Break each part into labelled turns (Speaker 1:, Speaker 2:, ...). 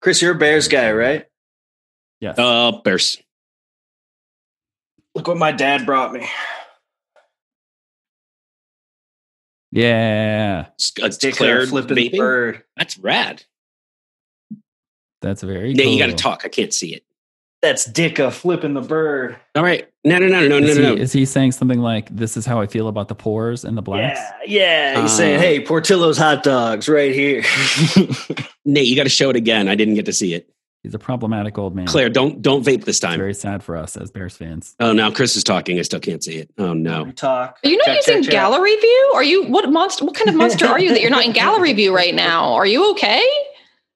Speaker 1: Chris, you're a Bears guy, right?
Speaker 2: Yes.
Speaker 3: Uh, Bears.
Speaker 1: Look what my dad brought me.
Speaker 2: yeah.
Speaker 3: It's, it's
Speaker 1: Sticker
Speaker 3: declared
Speaker 1: flipping
Speaker 3: vaping.
Speaker 1: bird.
Speaker 3: That's rad.
Speaker 2: That's very
Speaker 3: Yeah,
Speaker 2: cool.
Speaker 3: you got to talk. I can't see it.
Speaker 1: That's Dicka flipping the bird.
Speaker 3: All right. No, no, no, no, no,
Speaker 2: Is,
Speaker 3: no,
Speaker 2: he,
Speaker 3: no.
Speaker 2: is he saying something like, This is how I feel about the poors and the blacks?
Speaker 1: Yeah, yeah. He's saying,
Speaker 3: Uh,
Speaker 1: "Hey, Portillo's hot dogs right here."
Speaker 3: Nate, you got to show it again. I didn't get to see it.
Speaker 2: He's a problematic old man.
Speaker 3: Claire, don't don't vape this
Speaker 2: It's
Speaker 3: time.
Speaker 2: very sad for us as Bears fans.
Speaker 3: Oh, now Chris is talking. I still can't see it. Oh no.
Speaker 1: We talk.
Speaker 4: Are you not
Speaker 1: Check,
Speaker 4: using
Speaker 1: check, check.
Speaker 4: gallery view? Are you what monster? What kind of monster are you that you're not in gallery view right now? Are you okay?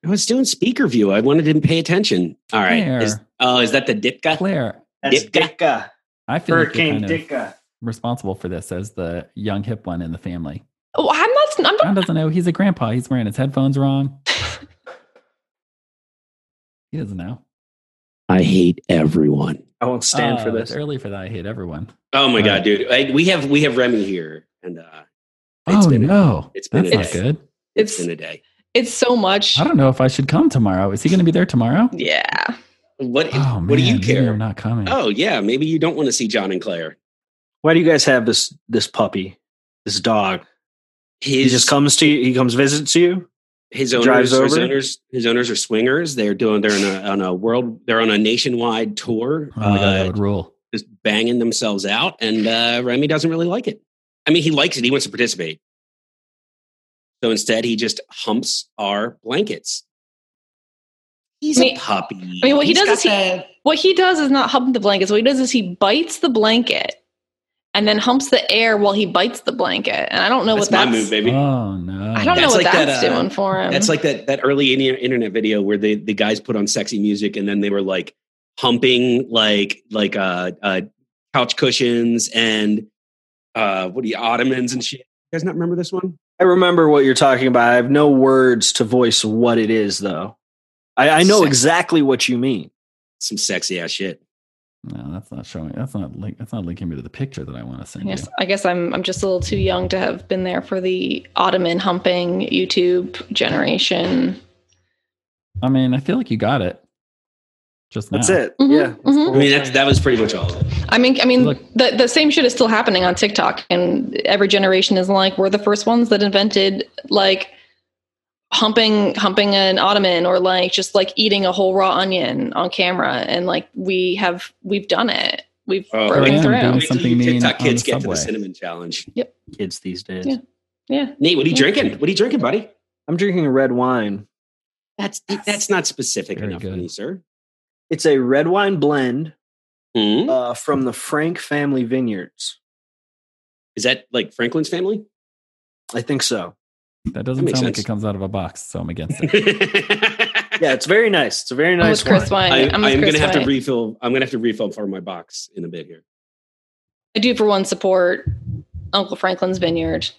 Speaker 3: I was doing speaker view. I wanted to pay attention. All right.
Speaker 2: Claire.
Speaker 3: Is, oh, is that the Ditka?
Speaker 2: Claire,
Speaker 1: That's
Speaker 3: Dicka.
Speaker 1: Dicka.
Speaker 2: I feel like you're
Speaker 1: Hurricane
Speaker 2: kind of
Speaker 1: Dicka.
Speaker 2: responsible for this as the young hip one in the family.
Speaker 4: Oh, I'm not. I'm not.
Speaker 2: John doesn't know. He's a grandpa. He's wearing his headphones wrong. he doesn't know.
Speaker 3: I hate everyone.
Speaker 1: I won't stand
Speaker 3: Uh,
Speaker 2: Oh,
Speaker 1: for
Speaker 2: it's
Speaker 1: this.
Speaker 2: early for that. I hate everyone.
Speaker 3: Oh my
Speaker 2: All
Speaker 3: god,
Speaker 2: right.
Speaker 3: dude. I, we have we have Remy here, and uh, it's
Speaker 2: oh
Speaker 3: been a-
Speaker 2: no,
Speaker 3: it's been
Speaker 2: that's
Speaker 3: a
Speaker 2: not
Speaker 3: day.
Speaker 2: good.
Speaker 3: it's
Speaker 4: It's
Speaker 3: been a day.
Speaker 4: it's so much.
Speaker 2: I don't know if I should come tomorrow. Is he going to be there tomorrow?
Speaker 4: Yeah.
Speaker 3: What
Speaker 2: Oh man,
Speaker 3: what do you
Speaker 2: maybe
Speaker 3: care?
Speaker 2: I'm not coming.
Speaker 3: Oh yeah, maybe you don't want to see John and Claire.
Speaker 1: Why do you guys have this this puppy, this dog? He
Speaker 3: His
Speaker 1: just comes to you. He comes visits you.
Speaker 3: his owners,
Speaker 1: drives
Speaker 3: his
Speaker 1: over?
Speaker 3: owners, his owners are swingers. They're doing they're on a, on a world they're on a nationwide tour,
Speaker 2: Oh my god,
Speaker 3: uh,
Speaker 2: that would rule.
Speaker 3: just banging themselves out. And uh, Remy doesn't really like it. I mean, he likes it. He wants to participate. So instead, he just humps our blankets. He's
Speaker 4: I mean-
Speaker 3: a puppy.
Speaker 4: I mean, what he
Speaker 3: He's
Speaker 4: does is
Speaker 3: got
Speaker 4: he-
Speaker 3: that-
Speaker 4: What he does is not hump the blankets. What he does is he bites the blanket and then humps the air while he bites the blanket. And I don't know
Speaker 3: that's my
Speaker 4: what that's.
Speaker 3: move, baby.
Speaker 2: oh no,
Speaker 4: I don't know
Speaker 3: That's
Speaker 4: what
Speaker 3: like that,
Speaker 4: that's
Speaker 3: uh,
Speaker 4: doing for him.
Speaker 2: Uh-huh.
Speaker 3: That's like that that early Indian internet video where the the guys put on sexy music and then they were like humping like like uh uh couch cushions and uh what do you ottomans and shit. You guys not remember this one?
Speaker 1: I remember what you're talking about. I have no words to voice what it is, though. I, I know
Speaker 3: Sick.
Speaker 1: exactly what you mean.
Speaker 3: Some sexy ass shit.
Speaker 2: No, that's not showing. That's not link. That's not linking me to the picture that I want to
Speaker 4: I
Speaker 2: send
Speaker 4: guess,
Speaker 2: you.
Speaker 4: I guess I'm I'm just a little too young to have been there for the Ottoman humping YouTube generation.
Speaker 2: I mean, I feel like you got it. Just
Speaker 1: That's
Speaker 2: now.
Speaker 1: it.
Speaker 4: Mhm,
Speaker 1: Yeah. that's the
Speaker 4: mhm.
Speaker 3: I
Speaker 1: whole
Speaker 3: mean that's
Speaker 1: thing.
Speaker 3: that was pretty much all of it.
Speaker 4: I mean, I mean,
Speaker 2: Look-
Speaker 4: the the same shit is still happening on TikTok, and every generation is like, we're the first ones that invented like humping humping an ottoman or like just like eating a whole raw onion on camera, and like we have we've done it, we've
Speaker 3: Oh,
Speaker 4: broken
Speaker 2: yeah,
Speaker 4: through.
Speaker 2: dude.
Speaker 3: Wait till
Speaker 2: something
Speaker 3: you
Speaker 2: mean
Speaker 3: TikTok
Speaker 2: on
Speaker 3: kids
Speaker 2: the
Speaker 3: get to
Speaker 2: subway.
Speaker 3: the cinnamon challenge.
Speaker 1: kids these days.
Speaker 4: Yeah. Yeah,
Speaker 3: Nate, what are you
Speaker 4: Yeah.
Speaker 3: drinking? What are you drinking, buddy?
Speaker 1: I'm drinking red wine.
Speaker 3: That's that's not specific
Speaker 2: Very
Speaker 3: enough for
Speaker 2: good.
Speaker 3: me, sir.
Speaker 1: It's a red wine blend
Speaker 3: Hmm?
Speaker 4: Mm-hmm.
Speaker 1: uh, from the Frank family vineyards.
Speaker 3: Is that like Franklin's family?
Speaker 1: I think so.
Speaker 2: That doesn't
Speaker 3: makes
Speaker 2: sound like
Speaker 3: sense.
Speaker 2: it comes out of a box, so I'm against it.
Speaker 1: Yeah, it's very nice. It's a very
Speaker 4: I'm
Speaker 1: nice
Speaker 4: with Oh, Chris
Speaker 1: wine.
Speaker 4: Wine.
Speaker 3: I,
Speaker 4: I'm
Speaker 3: I'm,
Speaker 4: with Chris
Speaker 3: gonna have to
Speaker 4: White.
Speaker 3: refill. I'm gonna have to refill part of my box in a bit here.
Speaker 4: I do for one support Uncle Franklin's Vineyard.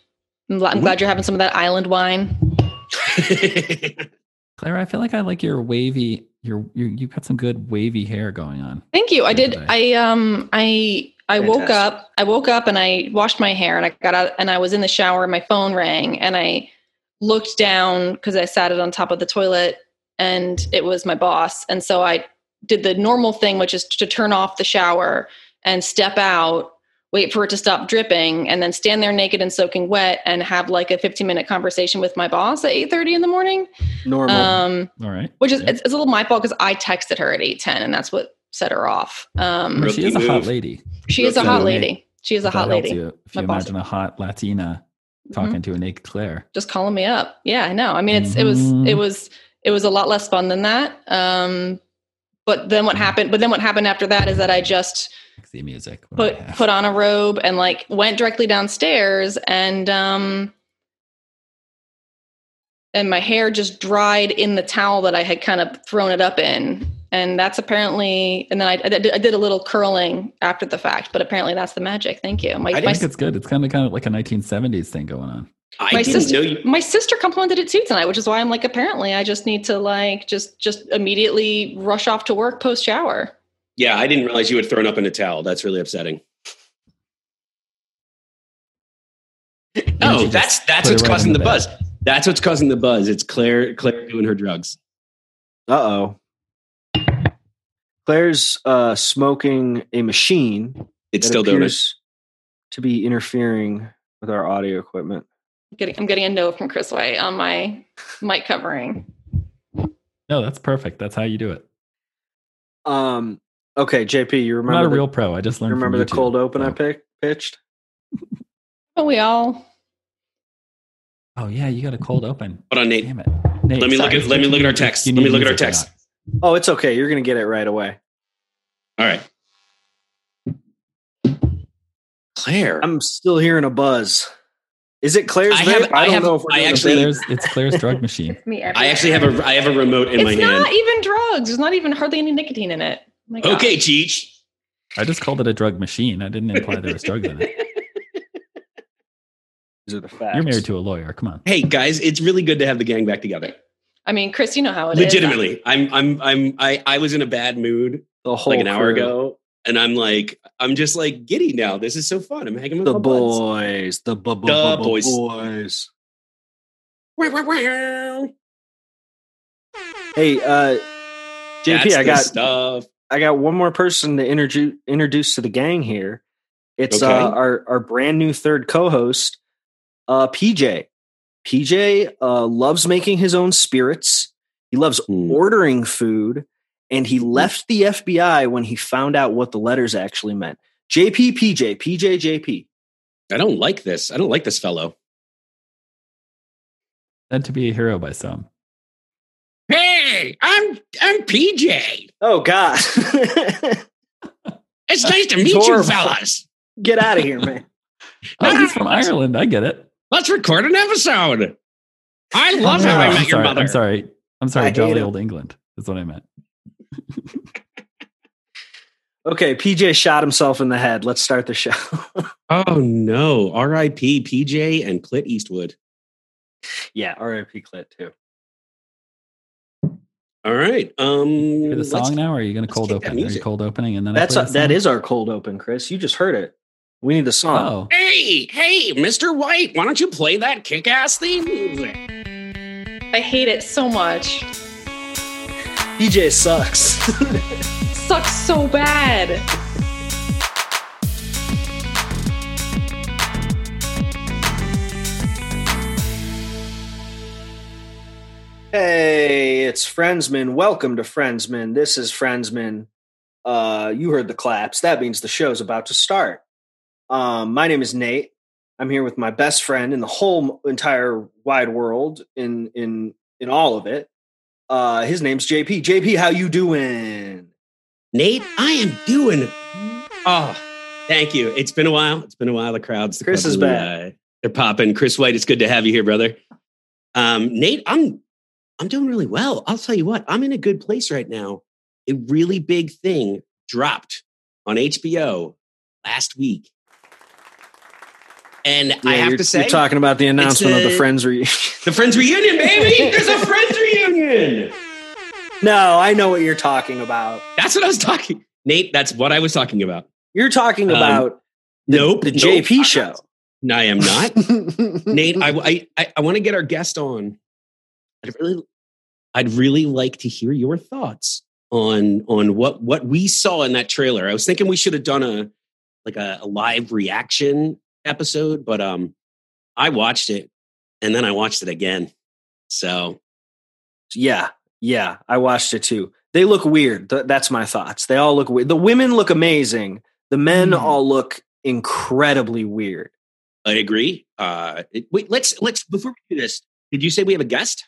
Speaker 4: I'm, gl- I'm glad you're having some of that island wine.
Speaker 2: Claire, I feel like I like your wavy. Your you you got some good wavy hair going on.
Speaker 4: Thank you. I
Speaker 2: Good
Speaker 4: did.
Speaker 2: today.
Speaker 4: I um. I I woke
Speaker 1: Fantastic.
Speaker 4: up. I woke up and I washed my hair and I got out and I was in the shower and my phone rang and I looked down because I sat it on top of the toilet and it was my boss and so I did the normal thing which is to turn off the shower and step out wait for it to stop dripping and then stand there naked and soaking wet and have like a 15 minute conversation with my boss at 8.30 in the morning
Speaker 1: Normal.
Speaker 4: um,
Speaker 2: All right.
Speaker 4: which is
Speaker 2: Yeah.
Speaker 4: it's, it's a little my fault because I texted her at eight ten, and that's what set her off. Um,
Speaker 2: But she is a
Speaker 3: Rookie
Speaker 2: hot
Speaker 3: move.
Speaker 2: lady.
Speaker 4: she is a
Speaker 3: Rookie
Speaker 4: hot
Speaker 2: move.
Speaker 4: lady. She is a
Speaker 2: That
Speaker 4: hot
Speaker 2: helps
Speaker 4: lady.
Speaker 2: You, if
Speaker 4: My
Speaker 2: you
Speaker 4: boss-
Speaker 2: imagine a hot Latina
Speaker 4: Mhm.
Speaker 2: talking to a naked Claire.
Speaker 4: Just calling me up. Yeah, I know. I mean, it's it was
Speaker 2: Mhm.
Speaker 4: it was it was a lot less fun than that. Um, but then
Speaker 2: Mm-hmm.
Speaker 4: what happened? But then what happened after that is that I just
Speaker 2: Sexy music. What do
Speaker 4: put
Speaker 2: I have?
Speaker 4: put on a robe and like went directly downstairs and um and my hair just dried in the towel that I had kind of thrown it up in and that's apparently and then I, I, did, I did a little curling after the fact but apparently that's the magic thank you my
Speaker 3: I
Speaker 2: I
Speaker 4: my,
Speaker 2: think it's good. It's kind of kind of like a 1970s thing going on.
Speaker 3: I
Speaker 4: My
Speaker 3: didn't
Speaker 4: sister-
Speaker 3: know you.
Speaker 4: my sister complimented it too tonight which is why I'm like apparently I just need to like just just immediately rush off to work post shower
Speaker 3: Yeah, I didn't realize you had thrown up in a towel. That's really upsetting.
Speaker 2: you
Speaker 3: Oh,
Speaker 2: just
Speaker 3: that's that's
Speaker 2: put it right
Speaker 3: what's
Speaker 2: in
Speaker 3: causing
Speaker 2: the
Speaker 3: the
Speaker 2: bed.
Speaker 3: buzz. That's what's causing the buzz. It's Claire Claire doing her drugs.
Speaker 1: Uh oh.
Speaker 4: uh,
Speaker 1: Claire's uh, smoking a machine.
Speaker 3: It's
Speaker 1: that
Speaker 3: still doing it.
Speaker 1: appears to be interfering with our audio equipment.
Speaker 4: Getting, I'm getting a no from Chris Way on my mic covering.
Speaker 2: No, that's perfect. That's how you do it.
Speaker 1: Um. Okay, JP, you
Speaker 2: I'm not
Speaker 1: remember
Speaker 2: a
Speaker 1: the,
Speaker 2: real pro. I just
Speaker 1: you
Speaker 2: learned.
Speaker 1: remember the
Speaker 2: from YouTube.
Speaker 1: cold open I
Speaker 2: so-
Speaker 1: pick, pitched?
Speaker 4: But we all
Speaker 2: Oh yeah, you got a cold open.
Speaker 3: Hold on, Nate.
Speaker 2: Damn it. Nate,
Speaker 3: Let me look
Speaker 2: sorry.
Speaker 3: at let me look at our text.
Speaker 2: You
Speaker 3: Let me
Speaker 2: need
Speaker 3: look at our
Speaker 2: music for
Speaker 3: text.
Speaker 2: that.
Speaker 1: Oh, it's okay. You're gonna get it right away.
Speaker 3: All right. Claire.
Speaker 1: I'm still hearing a buzz. Is it Claire's
Speaker 3: I
Speaker 1: vape?
Speaker 3: have- I
Speaker 1: don't
Speaker 3: have-
Speaker 1: know if we're
Speaker 3: I
Speaker 1: doing a
Speaker 3: actually-
Speaker 1: vape.
Speaker 2: Claire's, it's Claire's drug machine.
Speaker 4: me.
Speaker 3: I actually have a I have a remote in
Speaker 4: it's
Speaker 3: my
Speaker 4: not
Speaker 3: hand.
Speaker 4: even drugs. There's not even hardly any nicotine in it. Oh My God.
Speaker 3: Okay, Cheech.
Speaker 2: I just called it a drug machine. I didn't imply there was drugs in it.
Speaker 1: These are the facts.
Speaker 2: You're married to a lawyer. Come on.
Speaker 3: Hey guys, it's really good to have the gang back together.
Speaker 4: I mean, Chris, you know how it is.
Speaker 3: Legitimately. I'm I'm I'm I I was in a bad mood
Speaker 1: the whole
Speaker 3: like an hour
Speaker 1: crew.
Speaker 3: ago. And I'm like, I'm just like giddy now. This is so fun. I'm hanging with
Speaker 1: The
Speaker 3: my buds.
Speaker 1: boys, the bu- bu-
Speaker 3: The
Speaker 1: bu- bu-
Speaker 3: boys.
Speaker 1: boys.
Speaker 3: Wah, wah, wah.
Speaker 1: Hey, uh, JP,
Speaker 3: That's
Speaker 1: I
Speaker 3: the
Speaker 1: got
Speaker 3: stuff.
Speaker 1: I got one more person to introduce introduce to the gang here. It's
Speaker 3: Okay.
Speaker 1: uh, our our brand new third co-host, uh, PJ. PJ uh, loves making his own spirits. He loves
Speaker 3: Hmm.
Speaker 1: ordering food, and he left the FBI when he found out what the letters actually meant. JP PJ PJ JP.
Speaker 3: I don't like this. I don't like this fellow.
Speaker 2: Said to be a hero by some.
Speaker 3: Hey, I'm I'm PJ.
Speaker 1: Oh God,
Speaker 3: It's nice to meet
Speaker 1: Horrible.
Speaker 3: you, fellas.
Speaker 1: get out of here, man!
Speaker 2: Oh, he's from Ireland. I get it.
Speaker 3: Let's record an episode. I love how I
Speaker 2: Oh, I'm
Speaker 3: met your
Speaker 2: sorry,
Speaker 3: mother.
Speaker 2: I'm sorry. I'm sorry.
Speaker 1: I hate
Speaker 2: jolly
Speaker 1: him.
Speaker 2: old England is what I meant.
Speaker 1: Okay, PJ shot himself in the head. Let's start the show.
Speaker 3: Oh no! R.I.P. PJ and Clint Eastwood.
Speaker 1: yeah, R.I.P. Clit too.
Speaker 3: All right. Um,
Speaker 2: Play the
Speaker 3: let's-
Speaker 2: song now, or are you going to
Speaker 3: let's
Speaker 2: cold
Speaker 3: take that
Speaker 2: open? Are you
Speaker 3: music.
Speaker 2: cold opening? And then
Speaker 1: That's
Speaker 2: I
Speaker 1: a,
Speaker 2: play the
Speaker 1: that
Speaker 2: song?
Speaker 1: is our cold open, Chris. You just heard it. We need the song.
Speaker 2: Oh,
Speaker 3: Hey, hey, Mr. White, why don't you play that kick-ass theme music?
Speaker 4: I hate it so much.
Speaker 1: PJ sucks.
Speaker 4: Sucks so bad.
Speaker 1: hey, it's Friendsman. Welcome to Friendsman. This is Friendsman. Uh, you heard the claps. That means the show's about to start. Um, my name is Nate. I'm here with my best friend in the whole m- entire wide world in in in all of it. Uh, his name's JP. JP, how you doing?
Speaker 3: Nate, I am doing. Oh, thank you. It's been a while. It's been a while. The crowds. The
Speaker 1: Chris
Speaker 3: crowds
Speaker 1: is
Speaker 3: really,
Speaker 1: back.
Speaker 3: uh, they're popping. Chris White, it's good to have you here, brother. Um, Nate, I'm I'm doing really well. I'll tell you what. I'm in a good place right now. A really big thing dropped on HBO last week, and I
Speaker 1: Yeah,
Speaker 3: have
Speaker 1: you're-
Speaker 3: to say,
Speaker 1: you're talking about the announcement of the
Speaker 3: a-
Speaker 1: Friends reunion.
Speaker 3: the Friends reunion, baby. There's a Friends reunion.
Speaker 1: no, I know what you're talking about.
Speaker 3: That's what I was talking. Nate, that's what I was talking about.
Speaker 1: You're talking
Speaker 3: Um,
Speaker 1: about the,
Speaker 3: nope.
Speaker 1: the
Speaker 3: nope,
Speaker 1: JP
Speaker 3: I'm not.
Speaker 1: show.
Speaker 3: No, I am not. Nate,
Speaker 1: Nate,
Speaker 3: I I- I, I want to get our guest on. I'd really I'd really like to hear your thoughts on on what what we saw in that trailer. I was thinking we should have done a like a, a live reaction episode, but um I watched it and then I watched it again. So
Speaker 1: yeah, yeah, I watched it too. They look weird. Th- that's my thoughts. They all look weird. The women look amazing. The men
Speaker 2: Mm.
Speaker 1: all look incredibly weird.
Speaker 3: I agree. Uh it- wait, let's let's before we do this, did you say we have a guest?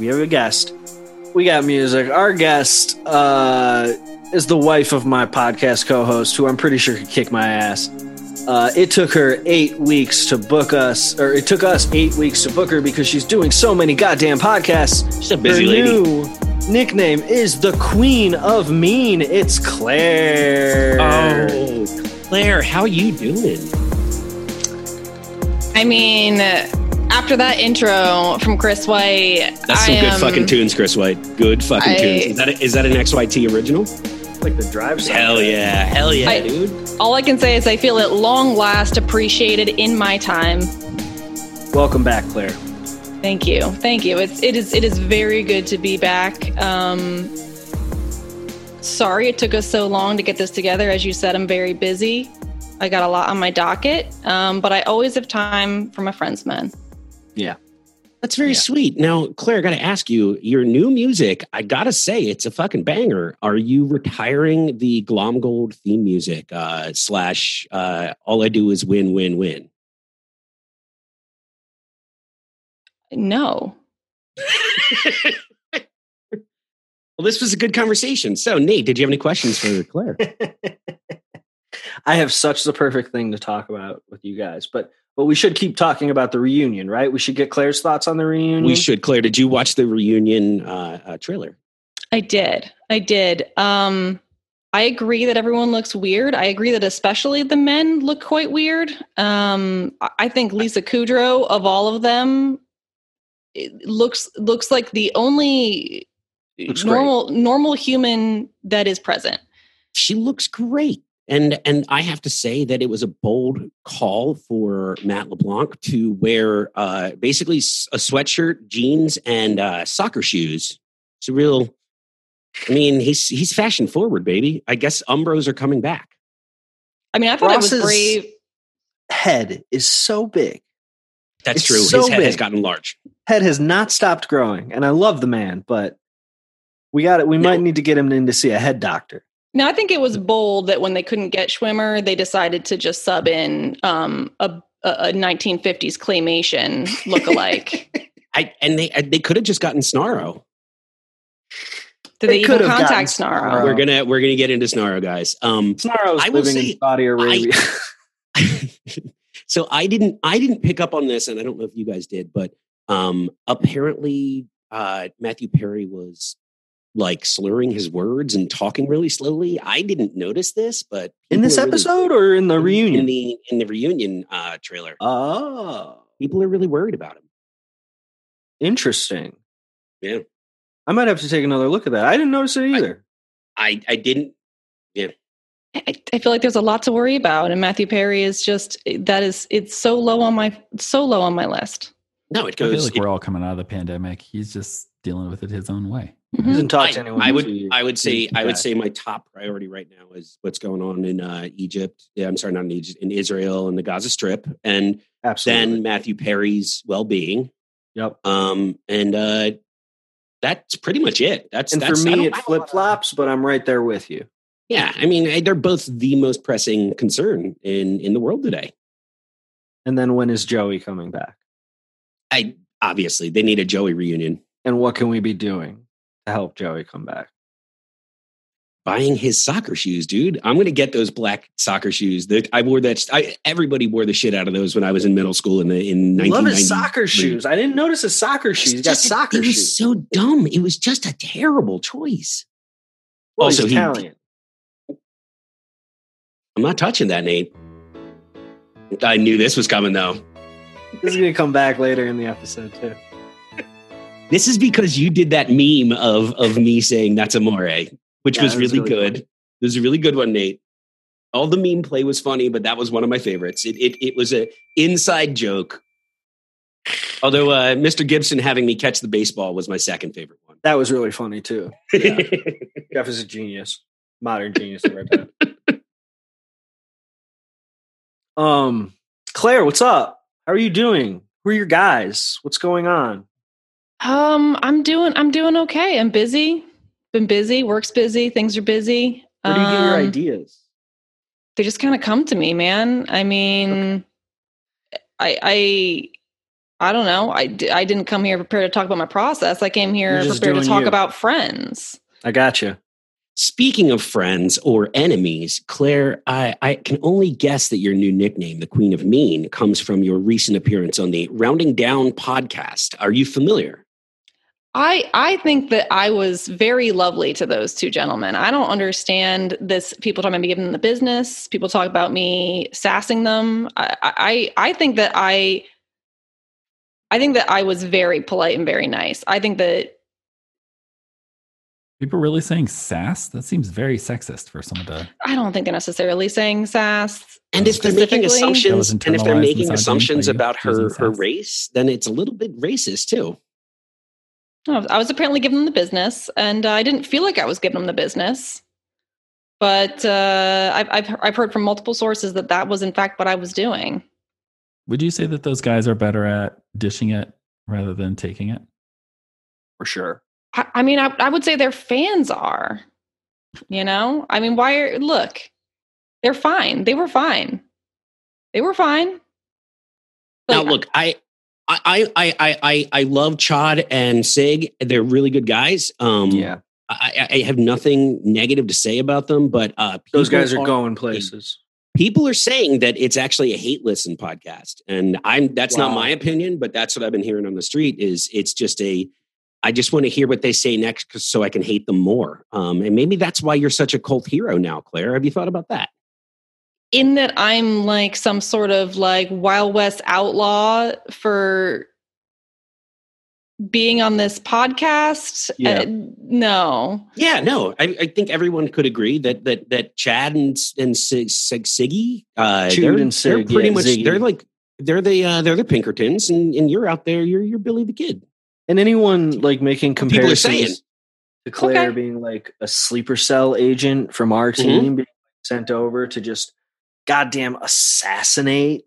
Speaker 1: We have a guest. We got music. Our guest uh, is the wife of my podcast co host, who I'm pretty sure could kick my ass. Uh, it took her eight weeks to book us, or it took us eight weeks to book her because she's doing so many goddamn podcasts.
Speaker 3: She's a busy
Speaker 1: Her
Speaker 3: lady.
Speaker 1: new nickname is the Queen of Mean. It's Claire.
Speaker 3: Oh Claire, how you doing?
Speaker 4: I mean, after that intro from Chris White,
Speaker 3: That's some
Speaker 4: I
Speaker 3: good
Speaker 4: am-
Speaker 3: fucking tunes, Chris White. Good fucking
Speaker 4: I-
Speaker 3: tunes. Is that, a, is that an XYT original?
Speaker 1: like the drive. sound.
Speaker 3: Hell yeah. Hell yeah,
Speaker 4: I-
Speaker 3: dude.
Speaker 4: All I can say is I feel at long last appreciated in my time.
Speaker 1: Welcome back, Claire.
Speaker 4: Thank you, thank you. It's it is it is very good to be back. Um, sorry it took us so long to get this together. As you said, I'm very busy. I got a lot on my docket, um, but I always have time for my friends, man.
Speaker 3: That's very
Speaker 2: Yeah.
Speaker 3: sweet. Now, Claire, I got to ask you your new music. I got to say, it's a fucking banger. Are you retiring the Glom Gold theme music uh, slash uh, All I Do Is Win, Win, Win?
Speaker 4: No,
Speaker 3: Well, this was a good conversation. So, Nate, did you have any questions for Claire?
Speaker 1: I have such the perfect thing to talk about with you guys, but but we should keep talking about the reunion, right? We should get Claire's thoughts on the reunion.
Speaker 3: we should. Claire, did you watch the reunion uh, uh, trailer?
Speaker 4: I did. I did. Um, I agree that everyone looks weird. I agree that especially the men look quite weird. Um, I- I think Lisa Kudrow of all of them it looks looks like the only
Speaker 1: Looks great.
Speaker 4: normal normal human that is present.
Speaker 3: she looks great. And and I have to say that it was a bold call for Matt LeBlanc to wear uh, basically s- a sweatshirt, jeans, and uh, soccer shoes. It's a real. I mean, he's he's fashion forward, baby. I guess Umbros are coming back.
Speaker 4: I mean, I thought it
Speaker 1: Ross's-
Speaker 4: was brave.
Speaker 1: Head is so big.
Speaker 3: That's
Speaker 1: It's
Speaker 3: true.
Speaker 1: so
Speaker 3: His head has
Speaker 1: big.
Speaker 3: gotten large.
Speaker 1: Head has not stopped growing, and I love the man, but we got it. We might
Speaker 3: No.
Speaker 1: need to get him in to see a head doctor.
Speaker 4: No, I think it was bold that when they couldn't get Schwimmer, they decided to just sub in um, a, a a 1950s claymation lookalike.
Speaker 3: I and they and they could have just gotten Snarro.
Speaker 4: Did
Speaker 1: They
Speaker 4: they, even
Speaker 1: could have gotten
Speaker 4: contact Snarl?
Speaker 1: Snarl.
Speaker 3: We're gonna we're gonna get into Snarro, guys. Um,
Speaker 1: Snarro's
Speaker 3: I will
Speaker 1: living
Speaker 3: say,
Speaker 1: in Saudi Arabia.
Speaker 3: so I didn't I didn't pick up on this, and I don't know if you guys did, but um, apparently uh, Matthew Perry was like slurring his words and talking really slowly. I didn't notice this, but
Speaker 1: in this
Speaker 3: people are really-
Speaker 1: episode or in the
Speaker 3: in
Speaker 1: reunion?
Speaker 3: the in the reunion uh, trailer,
Speaker 1: oh,
Speaker 3: people are really worried about him.
Speaker 1: interesting.
Speaker 3: Yeah.
Speaker 1: I might have to take another look at that. I didn't notice it either.
Speaker 3: I I didn't.
Speaker 4: I, I feel like there's a lot to worry about, and Matthew Perry is just that is it's so low on my so low on my list.
Speaker 3: No, it
Speaker 2: I feel
Speaker 3: goes.
Speaker 2: like
Speaker 3: it-
Speaker 2: we're all coming out of the pandemic. He's just dealing with it his own way.
Speaker 1: I
Speaker 4: Mhm.
Speaker 1: didn't talk
Speaker 3: I,
Speaker 1: to anyone.
Speaker 3: I would
Speaker 1: until you-
Speaker 3: I would say I
Speaker 1: Yeah.
Speaker 3: would say my top priority right now is what's going on in uh, Egypt. Yeah, I'm sorry, not in Egypt, in Israel and the Gaza Strip, and
Speaker 1: absolutely.
Speaker 3: then Matthew Perry's well-being.
Speaker 1: yep.
Speaker 3: Um, and uh, that's pretty much it. That's
Speaker 1: And for
Speaker 3: that's, I
Speaker 1: me,
Speaker 3: don't-
Speaker 1: it
Speaker 3: I don't-
Speaker 1: flip flops, but I'm right there with you.
Speaker 3: Yeah, I mean, I- they're both the most pressing concern in in the world today.
Speaker 1: And then when is Joey coming back?
Speaker 3: I obviously they need a Joey reunion.
Speaker 1: And what can we be doing to help Joey come back?
Speaker 3: Buying his soccer shoes, dude. I'm gonna get those black soccer shoes. That I wore that. I, everybody wore the shit out of those when I was in middle school in the in
Speaker 1: I
Speaker 3: 1990.
Speaker 1: love his soccer shoes. I didn't notice his soccer shoes. He's got
Speaker 3: Just-
Speaker 1: soccer
Speaker 3: it was
Speaker 1: shoes.
Speaker 3: so dumb. It was just a terrible choice.
Speaker 1: Well,
Speaker 3: also,
Speaker 1: he's
Speaker 3: he-
Speaker 1: Italian.
Speaker 3: I'm not touching that, Nate. I knew this was coming though.
Speaker 1: This is going to come back later in the episode, too.
Speaker 3: This is because you did that meme of of me saying that's amore, which
Speaker 1: Yeah, that
Speaker 3: was
Speaker 1: was
Speaker 3: really,
Speaker 1: really
Speaker 3: good.
Speaker 1: funny.
Speaker 3: It was a really good one, Nate. All the meme play was funny, but that was one of my favorites. It it, it was a inside joke. Although uh, Mr. Gibson having me catch the baseball was my second favorite one.
Speaker 1: That was really funny, too. Yeah. Jeff is a genius, modern genius of our time. Um, Claire, what's up? How are you doing? Who are your guys? What's going on?
Speaker 4: Um, I'm doing I'm doing okay. I'm busy. Been busy. Work's busy. Things are busy.
Speaker 1: Where do you get your
Speaker 4: Um,
Speaker 1: ideas?
Speaker 4: They just kind of come to me, man. I mean, I I. I don't know. I, d- I didn't come here prepared to talk about my process. I came here
Speaker 1: You're just
Speaker 4: prepared to
Speaker 1: doing
Speaker 4: talk
Speaker 1: you.
Speaker 4: about friends.
Speaker 1: I got you.
Speaker 3: Speaking of friends or enemies, Claire, I, I can only guess that your new nickname, the Queen of Mean, comes from your recent appearance on the Rounding Down podcast. Are you familiar?
Speaker 4: I I think that I was very lovely to those two gentlemen. I don't understand this. People talking about me giving them the business. People talk about me sassing them. I I, I think that I I think that I was very polite and very nice. I think that
Speaker 2: People really saying sass? That seems very sexist for someone to.
Speaker 4: I don't think they're necessarily saying sass.
Speaker 3: And if they're making
Speaker 4: Specifically-
Speaker 3: assumptions,
Speaker 2: That was
Speaker 3: and if
Speaker 2: internalized
Speaker 3: they're making
Speaker 2: misogyny,
Speaker 3: assumptions
Speaker 2: like,
Speaker 3: about her
Speaker 2: using
Speaker 3: her
Speaker 2: sex.
Speaker 3: race, then it's a little bit racist too.
Speaker 4: No, Oh, I was apparently given the business, and I didn't feel like I was giving them the business. But uh, I've, I've I've heard from multiple sources that that was in fact what I was doing.
Speaker 2: Would you say that those guys are better at dishing it rather than taking it?
Speaker 1: for sure.
Speaker 4: I, I mean, I, I would say their fans are. You know, I mean, why are look? They're fine. They were fine. They were fine.
Speaker 3: now look, I I I I I I love Chad and Sig. They're really good guys. Um
Speaker 1: Yeah,
Speaker 3: I, I I have nothing negative to say about them, but uh
Speaker 1: those
Speaker 3: people
Speaker 1: guys are going places.
Speaker 3: people are saying that it's actually a hate listen podcast and i'm that's not
Speaker 1: Wow.
Speaker 3: my opinion but that's what i've been hearing on the street is it's just a i just want to hear what they say next 'cause- so i can hate them more um, and maybe that's why you're such a cult hero now claire have you thought about that
Speaker 4: in that I'm like some sort of like Wild West outlaw for being on this podcast.
Speaker 1: Yeah.
Speaker 4: Uh, no.
Speaker 3: yeah no i, I think everyone could agree that that that chad and and sig, sig, siggy uh
Speaker 1: Chud
Speaker 3: they're,
Speaker 1: and
Speaker 3: they're
Speaker 1: Sig,
Speaker 3: pretty
Speaker 1: yeah,
Speaker 3: much
Speaker 1: Ziggy.
Speaker 3: they're like they're the uh, they're the pinkertons and and you're out there you're you're billy the kid
Speaker 1: And anyone like making
Speaker 3: are saying.
Speaker 1: comparisons to Claire
Speaker 4: Okay.
Speaker 1: being like a sleeper cell agent from our
Speaker 3: Mm-hmm.
Speaker 1: team being sent over to just goddamn assassinate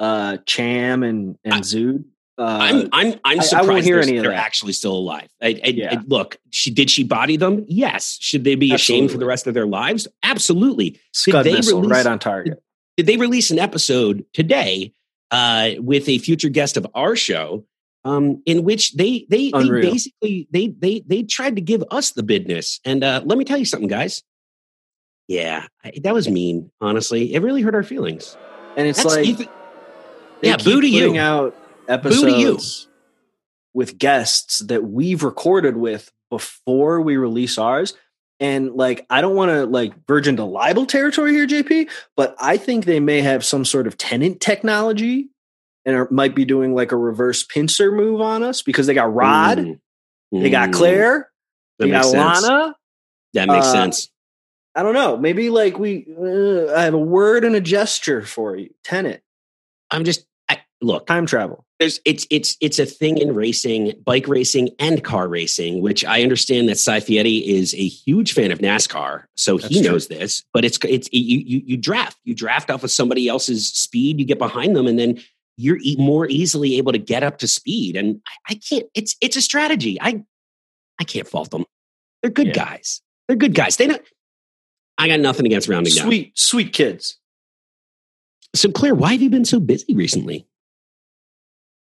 Speaker 1: uh Cham and and
Speaker 3: I-
Speaker 1: Zood. Uh,
Speaker 3: I'm I'm I'm
Speaker 1: I- I
Speaker 3: surprised
Speaker 1: won't hear
Speaker 3: they're,
Speaker 1: any of
Speaker 3: they're
Speaker 1: that.
Speaker 3: actually still alive. I, I,
Speaker 1: Yeah.
Speaker 3: I- look, she did she body them? Yes. Should they be ashamed for
Speaker 1: Absolutely.
Speaker 3: the rest of their lives? Absolutely.
Speaker 1: Scud
Speaker 3: they
Speaker 1: missile
Speaker 3: release-
Speaker 1: right on target.
Speaker 3: Did they release an episode today uh, with a future guest of our show? Um, in which they they, they
Speaker 1: Unreal.
Speaker 3: basically they they they tried to give us the business. And uh, let me tell you something, guys. Yeah, I, that was mean. Honestly, it really hurt our feelings.
Speaker 1: And it's
Speaker 3: That's
Speaker 1: like
Speaker 3: even-
Speaker 1: they
Speaker 3: yeah,
Speaker 1: keep
Speaker 3: boo to you.
Speaker 1: putting out episodes
Speaker 3: Boo to you.
Speaker 1: with guests that we've recorded with before we release ours. And like, I don't want to like verge into libel territory here, JP, but I think they may have some sort of tenant technology and are, might be doing like a reverse pincer move on us because they got Rod,
Speaker 3: Mm.
Speaker 1: they got
Speaker 3: Mm.
Speaker 1: Claire,
Speaker 3: That
Speaker 1: they got
Speaker 3: makes sense.
Speaker 1: Lana.
Speaker 3: That makes
Speaker 1: Uh,
Speaker 3: sense.
Speaker 1: I don't know. Maybe like we, uh, I have a word and a gesture for you. Tenant,
Speaker 3: I'm just I, look.
Speaker 1: time travel.
Speaker 3: There's it's it's it's a thing in racing, bike racing, and car racing. Which I understand that Cy Fietti is a huge fan of NASCAR, so
Speaker 1: That's
Speaker 3: he
Speaker 1: true.
Speaker 3: knows this. But it's it's you you you draft you draft off of somebody else's speed. You get behind them, and then you're e- more easily able to get up to speed. And I, I can't. It's it's a strategy. I I can't fault them. They're good
Speaker 1: Yeah.
Speaker 3: guys. They're good guys. They don't. I got nothing against rounding down.
Speaker 1: Sweet, sweet kids.
Speaker 3: So Claire, why have you been so busy recently?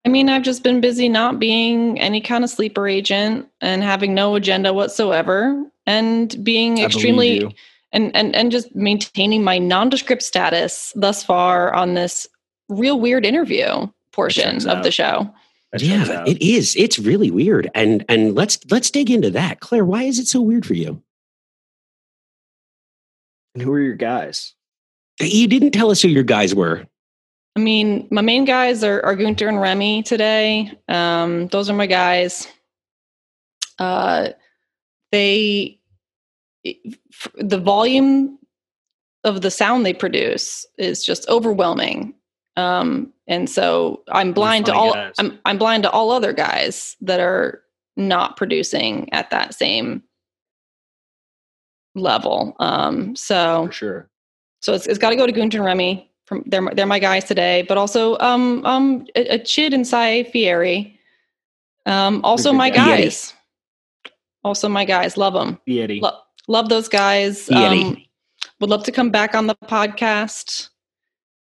Speaker 4: I mean, I've just been busy not being any kind of sleeper agent and having no agenda whatsoever and being
Speaker 1: I believe
Speaker 4: extremely
Speaker 1: you.
Speaker 4: and and and just maintaining my nondescript status thus far on this real weird interview portion
Speaker 1: checks
Speaker 4: of
Speaker 1: out.
Speaker 4: the show.
Speaker 1: That checks
Speaker 3: yeah
Speaker 1: out.
Speaker 3: it is it's really weird and and let's let's dig into that claire why is it so weird for you
Speaker 1: And who are your guys?
Speaker 3: you didn't tell us who your guys were
Speaker 4: I mean, my main guys are, are Gunter and Remy today. Um, those are my guys. Uh, they, f- the volume of the sound they produce is just overwhelming. Um, and so I'm blind to
Speaker 1: funny
Speaker 4: all,
Speaker 1: guys.
Speaker 4: I'm, I'm blind to all other guys that are not producing at that same level. Um, so
Speaker 1: For sure.
Speaker 4: so it's, it's got to go to Gunter and Remy. From they're my- they're my guys today, but also um um a, a Chid and Sai Fieri. Um, also
Speaker 1: good
Speaker 4: my
Speaker 1: guys.
Speaker 4: guys. Also my guys, love them.
Speaker 1: Yeti.
Speaker 4: Lo- love those guys.
Speaker 3: Fieri.
Speaker 4: Um, would love to come back on the podcast.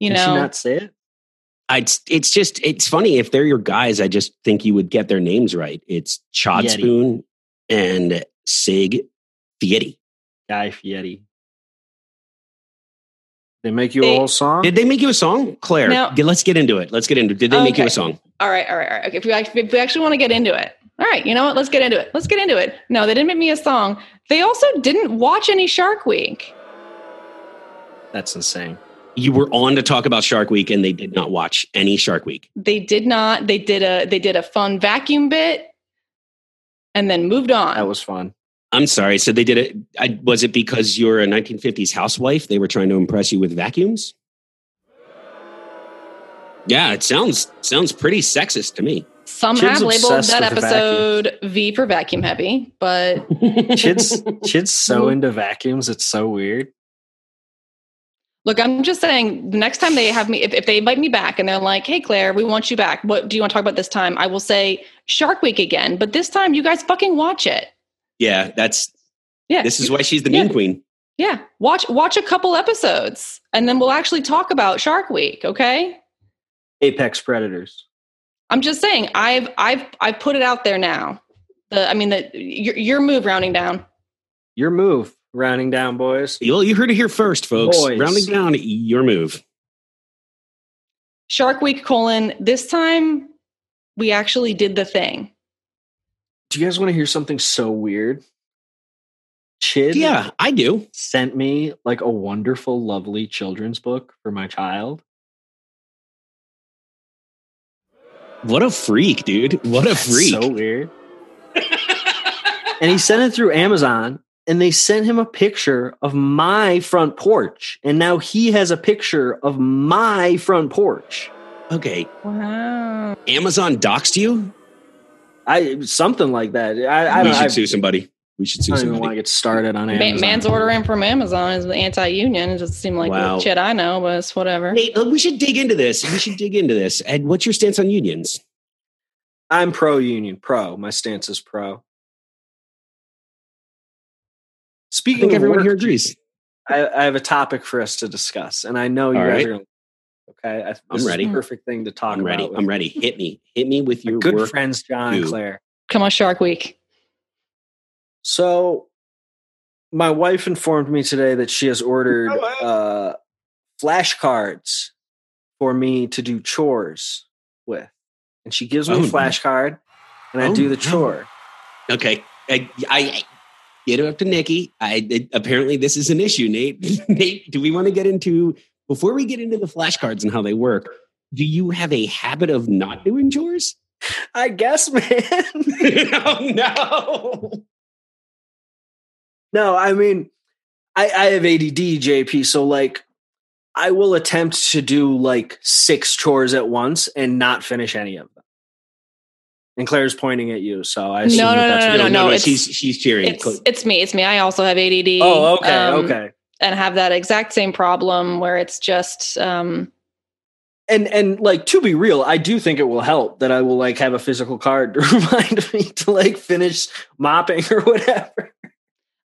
Speaker 4: You
Speaker 1: Did
Speaker 4: know,
Speaker 1: she not say it?
Speaker 3: I, it's, it's just it's funny if they're your guys i just think you would get their names right it's
Speaker 1: Yeti.
Speaker 3: chodspoon and sig Fietti.
Speaker 1: Guy Fieri. They make you a
Speaker 4: They-
Speaker 1: whole song?
Speaker 3: did they make you a song claire
Speaker 4: No.
Speaker 3: d- let's get into it let's get into it did they make you a
Speaker 4: Okay.
Speaker 3: song
Speaker 4: all right, all right, all right. Okay, if we actually, if we actually want to get into it, all right. You know what? Let's get into it. Let's get into it. No, they didn't make me a song. They also didn't watch any Shark Week.
Speaker 1: That's insane.
Speaker 3: you were on to talk about shark week and they did not watch any shark week
Speaker 4: they did not they did a they did a fun vacuum bit and then moved on
Speaker 1: That was fun.
Speaker 3: I'm sorry. So they did it. I, was it because you're a 1950s housewife? They were trying to impress you with vacuums. Yeah, it sounds sounds pretty sexist to me.
Speaker 4: Some
Speaker 1: Chid's
Speaker 4: have labeled
Speaker 1: obsessed
Speaker 4: that
Speaker 1: with vacuums.
Speaker 4: episode V for vacuum heavy, but
Speaker 1: Chid's Chid's so into vacuums, it's so weird.
Speaker 4: look, I'm just saying the next time they have me, if, if they invite me back and they're like, hey, Claire, we want you back. What do you want to talk about this time? I will say Shark Week again, but this time you guys fucking watch it.
Speaker 3: yeah, that's
Speaker 4: Yeah.
Speaker 3: this is why she's the mean
Speaker 4: Yeah.
Speaker 3: queen.
Speaker 4: Yeah, watch watch a couple episodes, and then we'll actually talk about Shark Week. Okay,
Speaker 1: Apex predators.
Speaker 4: I'm just saying I've I've I've put it out there now. The I mean the your, your move rounding down.
Speaker 1: Your move, rounding down, boys.
Speaker 3: Well, you heard it here first, folks.
Speaker 1: Boys.
Speaker 3: Rounding down your move.
Speaker 4: Shark Week colon this time we actually did the thing.
Speaker 1: Do you guys want to hear something so weird? Chid
Speaker 3: Yeah, I do.
Speaker 1: sent me like a wonderful, lovely children's book for my child.
Speaker 3: What a freak, dude. What a
Speaker 1: That's
Speaker 3: freak.
Speaker 1: So weird. and he sent it through Amazon, and they sent him a picture of my front porch, and now he has a picture of my front porch.
Speaker 3: okay.
Speaker 4: Wow.
Speaker 3: Amazon doxed you?
Speaker 1: I something like that. I, I
Speaker 3: we
Speaker 1: don't.
Speaker 3: should
Speaker 1: I,
Speaker 3: sue somebody. We should
Speaker 1: I
Speaker 3: sue
Speaker 1: don't even want to
Speaker 3: somebody.
Speaker 1: get started on
Speaker 4: Man,
Speaker 1: Amazon.
Speaker 4: man's ordering from Amazon is anti-union. It doesn't seem like
Speaker 3: Wow.
Speaker 4: the shit I know, but it's whatever.
Speaker 3: Nate, look, uh, we should dig into this. We should dig into this. And what's your stance on unions?
Speaker 1: I'm pro union, pro. My stance is pro.
Speaker 3: I
Speaker 1: Speaking
Speaker 3: think
Speaker 1: of
Speaker 3: everyone
Speaker 1: work,
Speaker 3: here agrees.
Speaker 1: I, I have a topic for us to discuss, and I know you
Speaker 3: All
Speaker 1: guys
Speaker 3: right.
Speaker 1: are. Okay, I, this
Speaker 3: I'm
Speaker 1: is
Speaker 3: ready.
Speaker 1: the perfect thing to talk
Speaker 3: I'm ready.
Speaker 1: about. with
Speaker 3: I'm ready. Hit me. Hit me with
Speaker 1: my
Speaker 3: your
Speaker 1: good
Speaker 3: work.
Speaker 1: friends, John and
Speaker 3: do.
Speaker 1: Claire.
Speaker 4: Come on, Shark Week.
Speaker 1: So, my wife informed me today that she has ordered
Speaker 3: Oh,
Speaker 1: uh, flashcards for me to do chores with, and she gives me
Speaker 3: Oh,
Speaker 1: a
Speaker 3: no.
Speaker 1: flashcard, and I
Speaker 3: Oh,
Speaker 1: do the
Speaker 3: no.
Speaker 1: chore.
Speaker 3: Okay. I, I, get it up to Nikki. I it- apparently this is an issue, Nate. Nate, do we want to get into before we get into the flashcards and how they work? Do you have a habit of not doing chores?
Speaker 1: I guess, man.
Speaker 3: oh no.
Speaker 1: No, I mean, I, I have ADD, JP. So like, I will attempt to do like six chores at once and not finish any of them. And Claire's pointing at you, so I assume
Speaker 4: No,
Speaker 1: that
Speaker 4: no,
Speaker 1: that's
Speaker 4: no,
Speaker 1: what-
Speaker 4: no, it's-
Speaker 3: she's she's cheering.
Speaker 4: It's it's me. It's me. I also have ADD.
Speaker 1: Oh, okay,
Speaker 4: um,
Speaker 1: okay.
Speaker 4: And have that exact same problem where it's just um,
Speaker 1: And and like to be real, I do think it will help that I will like have a physical card to remind me to like finish mopping or whatever.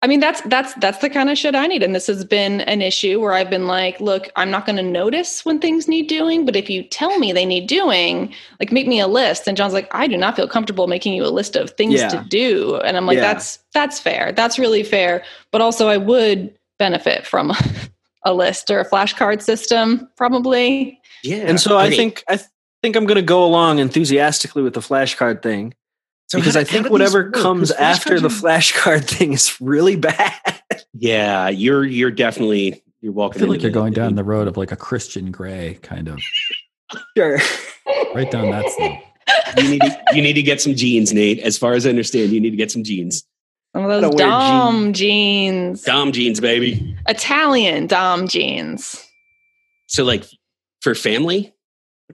Speaker 4: I mean that's that's that's the kind of shit I need and this has been an issue where I've been like look I'm not going to notice when things need doing but if you tell me they need doing like make me a list and John's like I do not feel comfortable making you a list of things
Speaker 1: Yeah.
Speaker 4: to do and I'm like
Speaker 1: Yeah.
Speaker 4: that's that's fair that's really fair but also I would benefit from a list or a flashcard system probably
Speaker 3: yeah.
Speaker 1: And so I
Speaker 3: Okay.
Speaker 1: think I th- think I'm going to go along enthusiastically with the flashcard thing.
Speaker 3: So
Speaker 1: because
Speaker 3: how-
Speaker 1: I
Speaker 3: how
Speaker 1: think
Speaker 3: do these
Speaker 1: whatever
Speaker 3: work? 'Cause
Speaker 1: comes
Speaker 3: flashcards
Speaker 1: after the
Speaker 3: are-
Speaker 1: flashcard thing is really bad.
Speaker 3: Yeah, you're you're definitely you're
Speaker 2: I
Speaker 3: walking.
Speaker 2: feel like
Speaker 3: into
Speaker 2: you're going
Speaker 3: the-
Speaker 2: down the road of like a Christian Gray kind of
Speaker 1: sure.
Speaker 2: right down that slope.
Speaker 3: you need to, you need to get some jeans, Nate. As far as I understand, you need to get some jeans.
Speaker 4: some
Speaker 1: I
Speaker 4: of those
Speaker 1: don't wear
Speaker 4: dom jeans
Speaker 3: Dom jeans, baby.
Speaker 4: Italian dom jeans
Speaker 3: So like for family,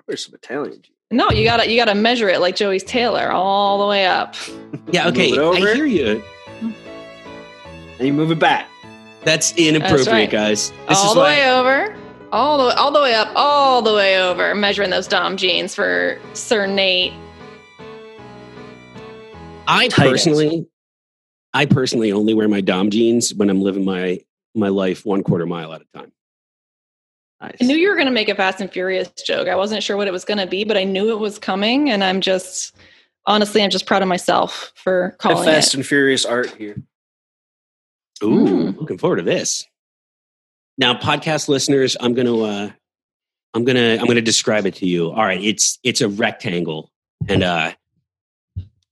Speaker 1: Where's some Italian juice?
Speaker 4: No, you gotta you gotta measure it like Joey's Taylor all the way up.
Speaker 3: Yeah,
Speaker 1: Move
Speaker 3: okay.
Speaker 1: it over.
Speaker 3: I hear you.
Speaker 1: And you move it back.
Speaker 3: That's inappropriate,
Speaker 4: right.
Speaker 3: guys. This
Speaker 4: all
Speaker 3: is
Speaker 4: the
Speaker 3: why
Speaker 4: way over. All the all the way up, all the way over, measuring those Dom jeans for Sir Nate.
Speaker 3: I
Speaker 1: Tight ass.
Speaker 3: personally I personally only wear my Dom jeans when I'm living my my life one quarter mile at a time.
Speaker 1: Nice.
Speaker 4: I knew you were gonna make a Fast and Furious joke. I wasn't sure what it was gonna be, but I knew it was coming, and I'm just honestly, I'm just proud of myself for
Speaker 1: Have
Speaker 4: calling
Speaker 1: Fast
Speaker 4: it.
Speaker 1: and Furious art here.
Speaker 3: Ooh,
Speaker 4: Mm.
Speaker 3: looking forward to this. Now, podcast listeners, I'm gonna uh I'm gonna I'm gonna describe it to you. All right, it's it's a rectangle and uh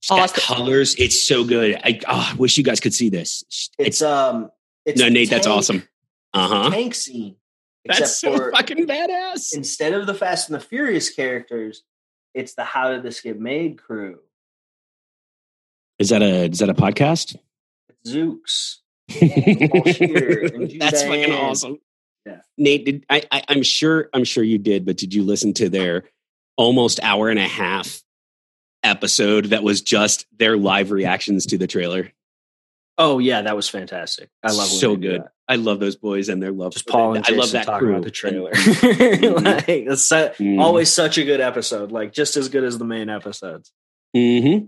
Speaker 3: it's got
Speaker 4: Awesome.
Speaker 3: colors. It's so good. I oh, I wish you guys could see this. uh,
Speaker 1: It's um it's
Speaker 3: no
Speaker 1: the
Speaker 3: Nate, that's
Speaker 1: tank-
Speaker 3: awesome. Uh-huh.
Speaker 1: Tank scene. Except
Speaker 3: That's so
Speaker 1: for
Speaker 3: fucking badass.
Speaker 1: instead of the Fast and the Furious characters, it's the How Did This Get Made crew.
Speaker 3: Is that a is that a podcast?
Speaker 1: Zooks. here and do
Speaker 3: That's
Speaker 1: that.
Speaker 3: fucking awesome.
Speaker 1: Yeah.
Speaker 3: Nate, did, I, I, I'm sure I'm sure you did, but did you listen to their almost hour and a half episode that was just their live reactions to the trailer?
Speaker 1: Oh yeah, that was fantastic. I love when
Speaker 3: so
Speaker 1: they do
Speaker 3: good.
Speaker 1: that.
Speaker 3: I love those boys and their love.
Speaker 1: Just Paul and
Speaker 3: I
Speaker 1: Jason
Speaker 3: love that
Speaker 1: talking
Speaker 3: crew.
Speaker 1: about the trailer.
Speaker 3: And- Mm-hmm.
Speaker 1: like that's su-
Speaker 3: Mm.
Speaker 1: always such a good episode. Like just as good as the main episodes.
Speaker 3: Mhm.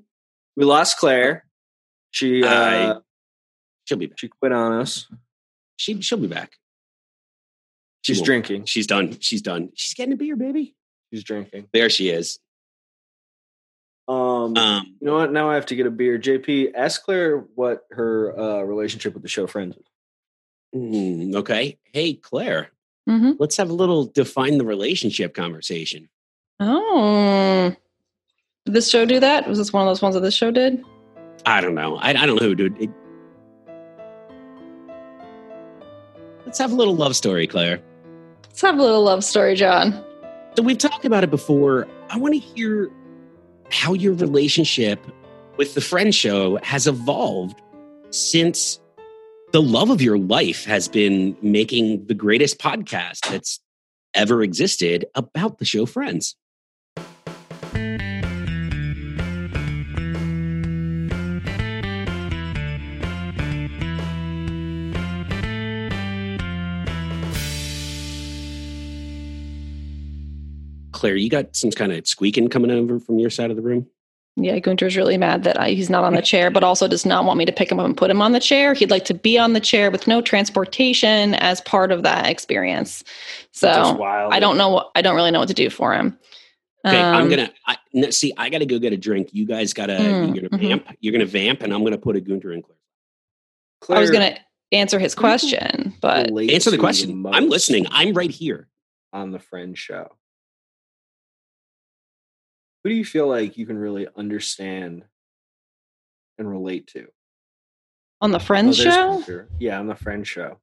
Speaker 1: We lost Claire. She uh,
Speaker 3: I- She'll be back.
Speaker 1: she quit on us.
Speaker 3: She she'll be back.
Speaker 1: She's
Speaker 3: Cool.
Speaker 1: drinking.
Speaker 3: She's done. She's done. She's getting a beer, baby.
Speaker 1: She's drinking.
Speaker 3: There she is.
Speaker 1: Um,
Speaker 3: Um,
Speaker 1: you know what? Now I have to get a beer. JP, ask Claire what her uh, relationship with the show Friends is. Mm-hmm.
Speaker 3: mm, okay. Hey, Claire.
Speaker 4: Mm-hmm.
Speaker 3: let's have a little define the relationship conversation.
Speaker 4: Oh. Did this show do that? Was this one of those ones that this show did?
Speaker 3: I don't know. I, I don't know who, dude. It- let's have a little love story, Claire.
Speaker 4: Let's have a little love story, John.
Speaker 3: So we've talked about it before. I want to hear how your relationship with the friend show has evolved since the love of your life has been making the greatest podcast that's ever existed about the show Friends. Claire, you got some kind of squeaking coming over from your side of the room.
Speaker 4: Yeah, Gunter's really mad that I, he's not on the chair, but also does not want me to pick him up and put him on the chair. He'd like to be on the chair with no transportation as part of that experience.
Speaker 1: Just
Speaker 4: So
Speaker 1: wild.
Speaker 4: I don't know. What, I don't really know what to do for him.
Speaker 3: Okay, I'm
Speaker 4: Um,
Speaker 3: gonna I, no, see. I gotta go get a drink. You guys gotta.
Speaker 4: Mm,
Speaker 3: you're
Speaker 4: mhm.
Speaker 3: gonna vamp. You're gonna vamp, and I'm gonna put a Gunter in. Claire.
Speaker 1: Claire,
Speaker 4: I was going to answer his
Speaker 1: Who do you
Speaker 4: question, but
Speaker 1: relates
Speaker 3: Answer the
Speaker 1: to
Speaker 3: question.
Speaker 1: most
Speaker 3: I'm listening. I'm right here.
Speaker 1: on the Friends show. Who do you feel like you can really understand and relate to?
Speaker 4: on the Friends
Speaker 1: Oh, there's
Speaker 4: show,
Speaker 1: Hunter. Yeah, on the Friends show.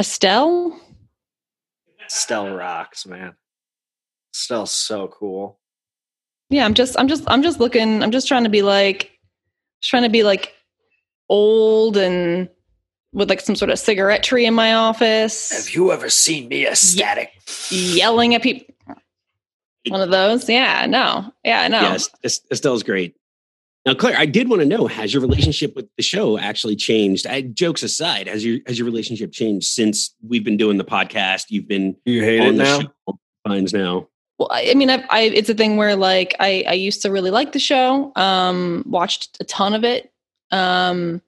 Speaker 4: Estelle.
Speaker 1: Stell rocks, man. Stell's so cool.
Speaker 4: Yeah, I'm just, I'm just, I'm just looking. I'm just trying to be like, just trying to be like old and with like some sort of cigarette tree in my office.
Speaker 1: you ever seen me ecstatic?
Speaker 4: yelling at people. One of those. Yeah, no. Yeah, no.
Speaker 3: Yes, Es- Estelle's great. Now, Claire, I did want to know: Has your relationship with the show actually changed? I, jokes aside, has your has your relationship changed since we've been doing the podcast? You've been
Speaker 1: Do you hate
Speaker 3: on
Speaker 1: it
Speaker 3: the
Speaker 1: now?
Speaker 3: show multiple times now.
Speaker 4: Well, I, I mean, I, I, it's a thing where like I, I used to really like the show, um, watched a ton of it, um,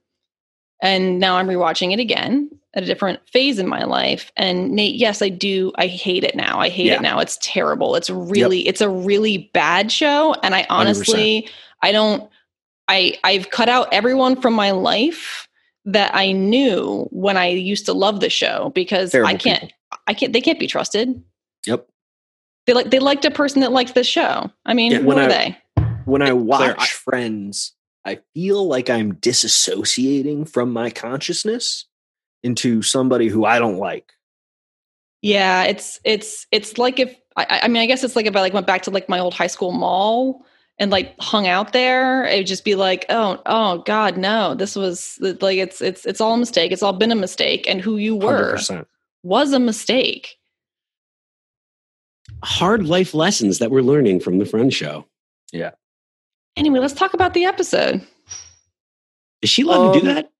Speaker 4: and now I'm rewatching it again at a different phase in my life. And Nate, yes, I do. I hate it now. I hate
Speaker 1: Yeah.
Speaker 4: it now. It's terrible. It's really, it's a really bad show. And I honestly, I don't. I I've cut out everyone from my life that I knew when I used to love the show because I
Speaker 1: Terrible
Speaker 4: can't. I can't. They can't be trusted.
Speaker 1: Yep.
Speaker 4: They like they liked a person that liked the show. I mean,
Speaker 1: Yeah,
Speaker 4: who
Speaker 1: when
Speaker 4: are
Speaker 1: I-
Speaker 4: they?
Speaker 1: When I watch
Speaker 3: Claire, I-
Speaker 1: Friends, I feel like I'm disassociating from my consciousness into somebody who I don't like.
Speaker 4: Yeah, it's it's it's like if I- I, I mean I guess it's like if I like went back to like my old high school mall and like hung out there, it would just be like, oh oh god, no, this was like it's it's it's all a mistake. It's all been a mistake, and who you were
Speaker 1: 100%.
Speaker 4: was a mistake.
Speaker 3: Hard life lessons that we're learning from the Friend Show.
Speaker 4: Anyway, let's talk about the episode.
Speaker 3: Is she allowed to do
Speaker 1: Um,
Speaker 3: that?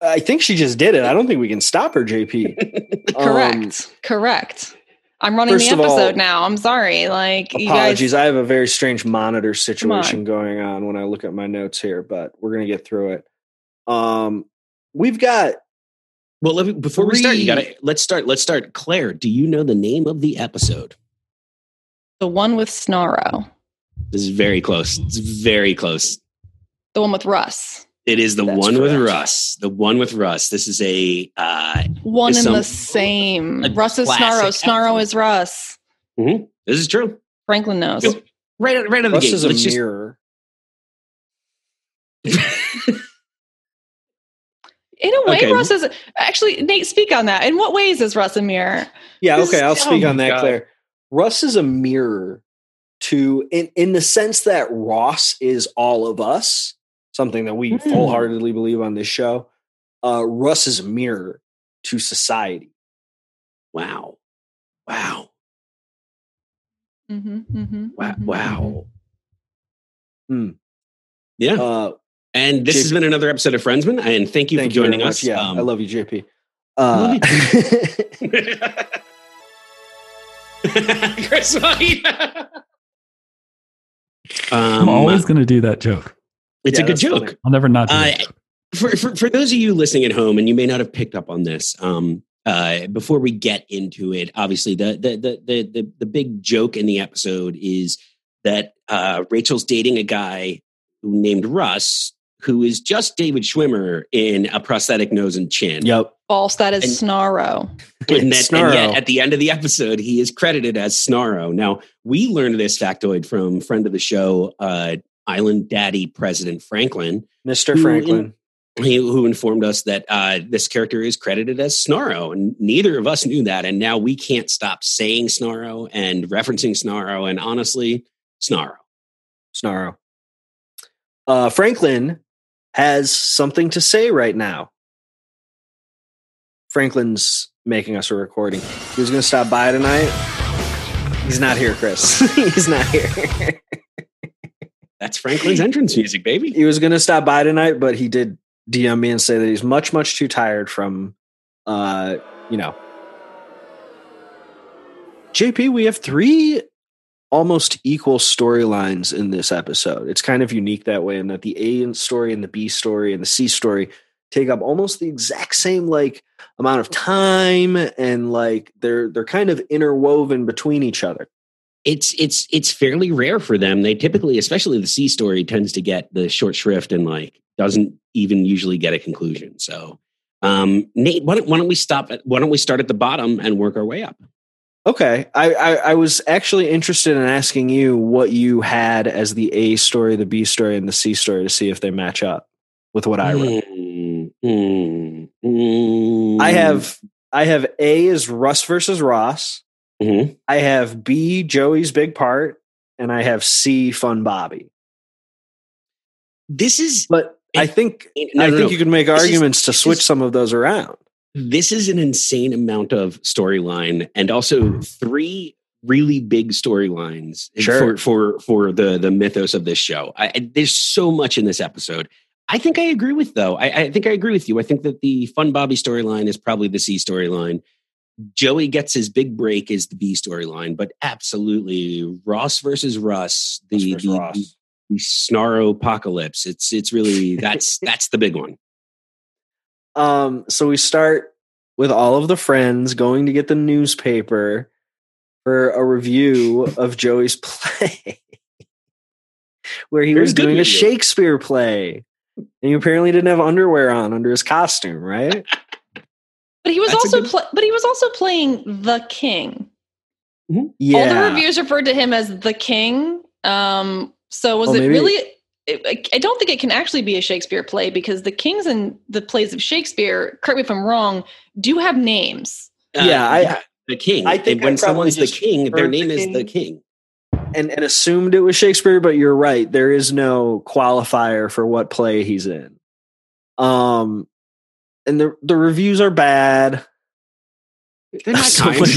Speaker 1: I think she just did it. I don't think we can stop her, JP. Um,
Speaker 4: Correct, correct. I'm running the
Speaker 1: first of
Speaker 4: episode
Speaker 1: all,
Speaker 4: now. I'm sorry. Like you guys,
Speaker 1: Apologies. I have a very strange monitor
Speaker 4: on.
Speaker 1: situation going on when I look at my notes here, but we're going to get through it. Um, we've got
Speaker 3: Well, let me, before we start, you
Speaker 1: Three.
Speaker 3: gotta let's start. Let's start. Claire, do you know the name of the episode?
Speaker 4: the one with Snarro,
Speaker 3: This is very close. It's very close.
Speaker 4: the one with Russ.
Speaker 3: It is the
Speaker 1: That's
Speaker 3: one with
Speaker 1: correct.
Speaker 3: Russ. The one with Russ. This is a uh,
Speaker 4: One
Speaker 3: Is
Speaker 4: and
Speaker 3: some-
Speaker 4: the same.
Speaker 3: a
Speaker 4: Russ is Snarro.
Speaker 3: classic
Speaker 4: Snarro
Speaker 3: episode.
Speaker 4: is Russ.
Speaker 3: this is true.
Speaker 4: Franklin knows.
Speaker 3: Yep. Right out, right out of the
Speaker 1: Russ
Speaker 3: gate.
Speaker 1: is a
Speaker 3: Let's just-
Speaker 1: mirror.
Speaker 4: In a way,
Speaker 3: Okay.
Speaker 4: Russ is actually Nate. Speak on that. In what ways is Russ a mirror?
Speaker 1: Yeah,
Speaker 3: This-
Speaker 1: okay, I'll
Speaker 3: oh
Speaker 1: speak
Speaker 3: my
Speaker 1: on that,
Speaker 3: God.
Speaker 1: Claire. Russ is a mirror to in in the sense that Ross is all of us, something that we
Speaker 4: Mm.
Speaker 3: Hmm.
Speaker 1: wholeheartedly believe on this show. Uh, Russ is a mirror to society.
Speaker 3: Wow. Wow.
Speaker 4: Mm-hmm, mm-hmm,
Speaker 3: Wow. Wow.
Speaker 1: Hmm.
Speaker 3: Yeah.
Speaker 1: Uh,
Speaker 3: and this
Speaker 1: Jake-
Speaker 3: has been another episode of Friendsman. And thank you
Speaker 1: thank
Speaker 3: for
Speaker 1: you very
Speaker 3: joining
Speaker 1: much.
Speaker 3: us.
Speaker 1: Yeah,
Speaker 3: Um,
Speaker 1: I love you, JP. Uh,
Speaker 3: Chris, why-
Speaker 2: I'm
Speaker 3: um,
Speaker 2: always going to do that joke.
Speaker 3: it's
Speaker 1: Yeah,
Speaker 3: a good
Speaker 1: that's funny.
Speaker 3: joke.
Speaker 2: I'll never not do
Speaker 3: Uh,
Speaker 2: that joke.
Speaker 3: for, for for those of you listening at home, and you may not have picked up on this, um, uh, before we get into it, obviously the the the the the, the big joke in the episode is that uh, Rachel's dating a guy named Russ, who is just David Schwimmer in a prosthetic nose and chin.
Speaker 1: yep.
Speaker 4: False. That is
Speaker 3: And-
Speaker 4: Snarro.
Speaker 3: And, that, and
Speaker 1: Snarl.
Speaker 3: yet, at the end of the episode, he is credited as Snarro. Now, we learned this factoid from friend of the show, uh, Island Daddy President Franklin,
Speaker 1: Mr.
Speaker 3: Who
Speaker 1: Franklin.
Speaker 3: he, who informed us that uh, this character is credited as Snarro, and neither of us knew that. And now we can't stop saying Snarro and referencing Snarro, and honestly, Snarro.
Speaker 1: Snarl. Uh, Franklin has something to say right now. Franklin's making us a recording. He was going to stop by tonight. He's not here, Chris. He's not here.
Speaker 3: That's Franklin's entrance music, baby.
Speaker 1: he was going to stop by tonight, but he did DM me and say that he's much, much too tired from, uh, you know. JP, we have three almost equal storylines in this episode. It's kind of unique that way, in that the A story and the B story and the C story take up almost the exact same like amount of time, and like they're they're kind of interwoven between each other.
Speaker 3: It's it's it's fairly rare for them. They typically, especially the C story, tends to get the short shrift and like doesn't even usually get a conclusion. So, um, Nate, why don't, why don't we stop? At, why don't we start at the bottom and work our way up?
Speaker 1: Okay, I, I I was actually interested in asking you what you had as the A story, the B story, and the C story to see if they match up with what I wrote.
Speaker 3: Mm, mm, mm.
Speaker 1: I have I have A is Russ versus Ross.
Speaker 3: Mhm.
Speaker 1: I have B Joey's big part, and I have C Fun Bobby.
Speaker 3: this is
Speaker 1: But I think
Speaker 3: no,
Speaker 1: I
Speaker 3: no,
Speaker 1: think
Speaker 3: no.
Speaker 1: you could make
Speaker 3: is-
Speaker 1: arguments to
Speaker 3: this
Speaker 1: switch
Speaker 3: is-
Speaker 1: some of those around.
Speaker 3: this is an insane amount of storyline and also three really big storylines
Speaker 1: Sure.
Speaker 3: for for for the the mythos of this show. I, I- there's so much in this episode. I think I agree with though. I, I think I agree with you. I think that the Fun Bobby storyline is probably the C storyline. Joey gets his big break is the B storyline, but absolutely Ross versus Russ, the
Speaker 1: Russ versus
Speaker 3: the,
Speaker 1: Ross.
Speaker 3: the, the Snarro apocalypse. It's it's really that's that's the big one.
Speaker 1: Um, so we start with all of the friends going to get the newspaper for a review of Joey's play, where he
Speaker 3: Very
Speaker 1: was
Speaker 3: good
Speaker 1: doing a
Speaker 3: review.
Speaker 1: Shakespeare play, and he apparently didn't have underwear on under his costume, right?
Speaker 4: But he was
Speaker 3: That's a
Speaker 4: also
Speaker 3: good-
Speaker 4: pla- but he was also playing the king.
Speaker 1: Yeah,
Speaker 4: All the reviews referred to him as the king. Um, so was
Speaker 1: Well,
Speaker 4: it
Speaker 1: maybe-
Speaker 4: really? it- I- I don't think it can actually be a Shakespeare play because the kings and the plays of Shakespeare, correct me if I'm wrong, do have names.
Speaker 1: Yeah, I-
Speaker 3: Uh, the king.
Speaker 1: I think
Speaker 3: And when
Speaker 1: I probably
Speaker 3: someone's the
Speaker 1: just
Speaker 3: king, their
Speaker 1: heard
Speaker 3: name
Speaker 1: the
Speaker 3: is
Speaker 1: king.
Speaker 3: the king.
Speaker 1: and and assumed it was Shakespeare, but you're right. There is no qualifier for what play he's in. Um, and the the reviews are bad.
Speaker 3: They're not
Speaker 1: Someone-
Speaker 3: kind.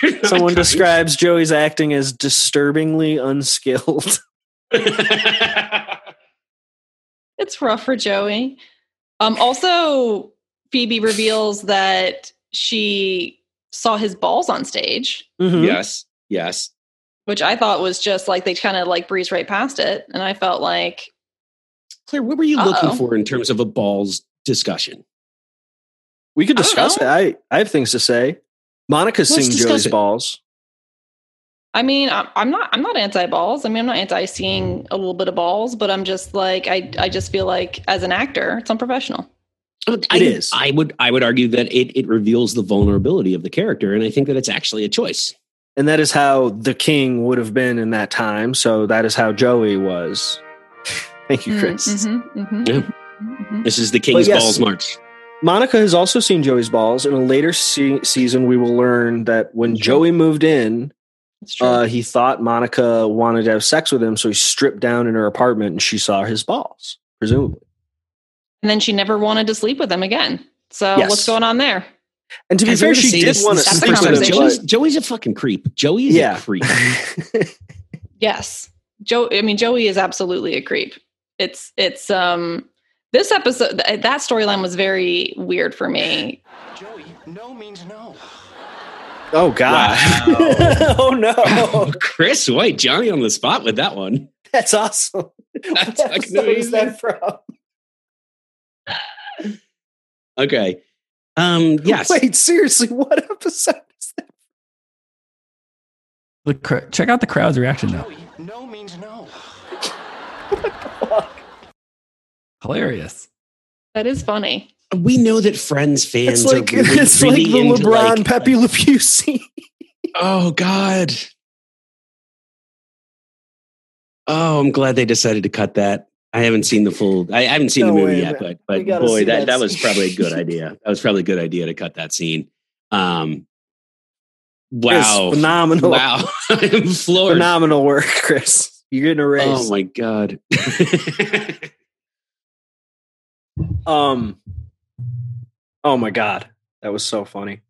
Speaker 3: They're not
Speaker 1: Someone
Speaker 3: kind.
Speaker 1: describes Joey's acting as disturbingly unskilled.
Speaker 4: It's rough for Joey. Um, also, Phoebe reveals that she saw his balls on stage,
Speaker 1: Mhm.
Speaker 3: yes, yes.
Speaker 4: which I thought was just like they kind of like breezed right past it, and I felt like
Speaker 3: Claire, what were you
Speaker 4: Uh-oh.
Speaker 3: looking for in terms of a balls discussion?
Speaker 1: We could
Speaker 4: I don't
Speaker 1: discuss it.
Speaker 4: know.
Speaker 1: I, I have things to say. Monica's
Speaker 3: Let's
Speaker 1: seeing
Speaker 3: discuss
Speaker 1: Joey's
Speaker 3: it.
Speaker 1: balls.
Speaker 4: I mean, I'm I'm not I'm not anti balls. I mean, I'm not anti seeing a little bit of balls, but I'm just like I I just feel like as an actor, it's unprofessional.
Speaker 3: It
Speaker 1: It is.
Speaker 3: Oh, I would. I would argue that it it reveals the vulnerability of the character, and I think that it's actually a choice.
Speaker 1: And that is how the king would have been in that time. So that is how Joey was. Thank you, Chris.
Speaker 4: Mm, mhm, mhm,
Speaker 3: Yeah.
Speaker 4: mhm.
Speaker 3: This is the king's
Speaker 1: yes.
Speaker 3: balls march.
Speaker 1: Monica has also seen Joey's balls. In a later se- season, we will learn that when Joey moved in,
Speaker 4: It's true.
Speaker 1: Uh, he thought Monica wanted to have sex with him, so he stripped down in her apartment and she saw his balls, presumably.
Speaker 4: and then she never wanted to sleep with him again. So
Speaker 1: Yes.
Speaker 4: what's going on there?
Speaker 1: And to be
Speaker 3: Guys, I
Speaker 1: fair,
Speaker 3: wanna
Speaker 1: she
Speaker 3: say
Speaker 1: did
Speaker 3: this-
Speaker 1: want to
Speaker 3: this
Speaker 4: That's a
Speaker 1: sleep with
Speaker 4: conversation.
Speaker 1: him.
Speaker 3: Joey's, Joey's a fucking creep. Joey is
Speaker 1: Yeah.
Speaker 3: a creep.
Speaker 1: but-
Speaker 4: Yes. Joe I mean Joey is absolutely a creep. It's it's um this episode th- that storyline was very weird for me.
Speaker 5: Joey, no means no.
Speaker 1: oh God! oh no!
Speaker 3: Chris White, Johnny on the spot with that one.
Speaker 1: That's awesome. What
Speaker 3: That's fucking
Speaker 1: episode is
Speaker 3: amazing.
Speaker 1: that from?
Speaker 3: Okay. Um, yes.
Speaker 1: Wait, seriously, what episode is that?
Speaker 2: Look, cr- check out the crowd's reaction though.
Speaker 5: Joey, no means no.
Speaker 2: Hilarious.
Speaker 4: That is funny.
Speaker 3: We know that Friends fans
Speaker 1: It's like
Speaker 3: are really,
Speaker 1: it's
Speaker 3: really
Speaker 1: like the
Speaker 3: into,
Speaker 1: LeBron
Speaker 3: like-
Speaker 1: Pepe Le Pew scene.
Speaker 3: Oh God. Oh, I'm glad they decided to cut that. I haven't seen the full. I haven't seen
Speaker 1: No
Speaker 3: the movie
Speaker 1: way,
Speaker 3: yet,
Speaker 1: man.
Speaker 3: but
Speaker 1: We
Speaker 3: but
Speaker 1: gotta see
Speaker 3: boy,
Speaker 1: that
Speaker 3: that, that was
Speaker 1: scene.
Speaker 3: probably a good idea. That was probably a good idea to cut that scene. Um, wow,
Speaker 1: It's phenomenal,
Speaker 3: wow, I'm floored.
Speaker 1: phenomenal work, Chris. You're getting a
Speaker 3: Oh
Speaker 1: raise.
Speaker 3: my god.
Speaker 1: um, oh my god, that was so funny.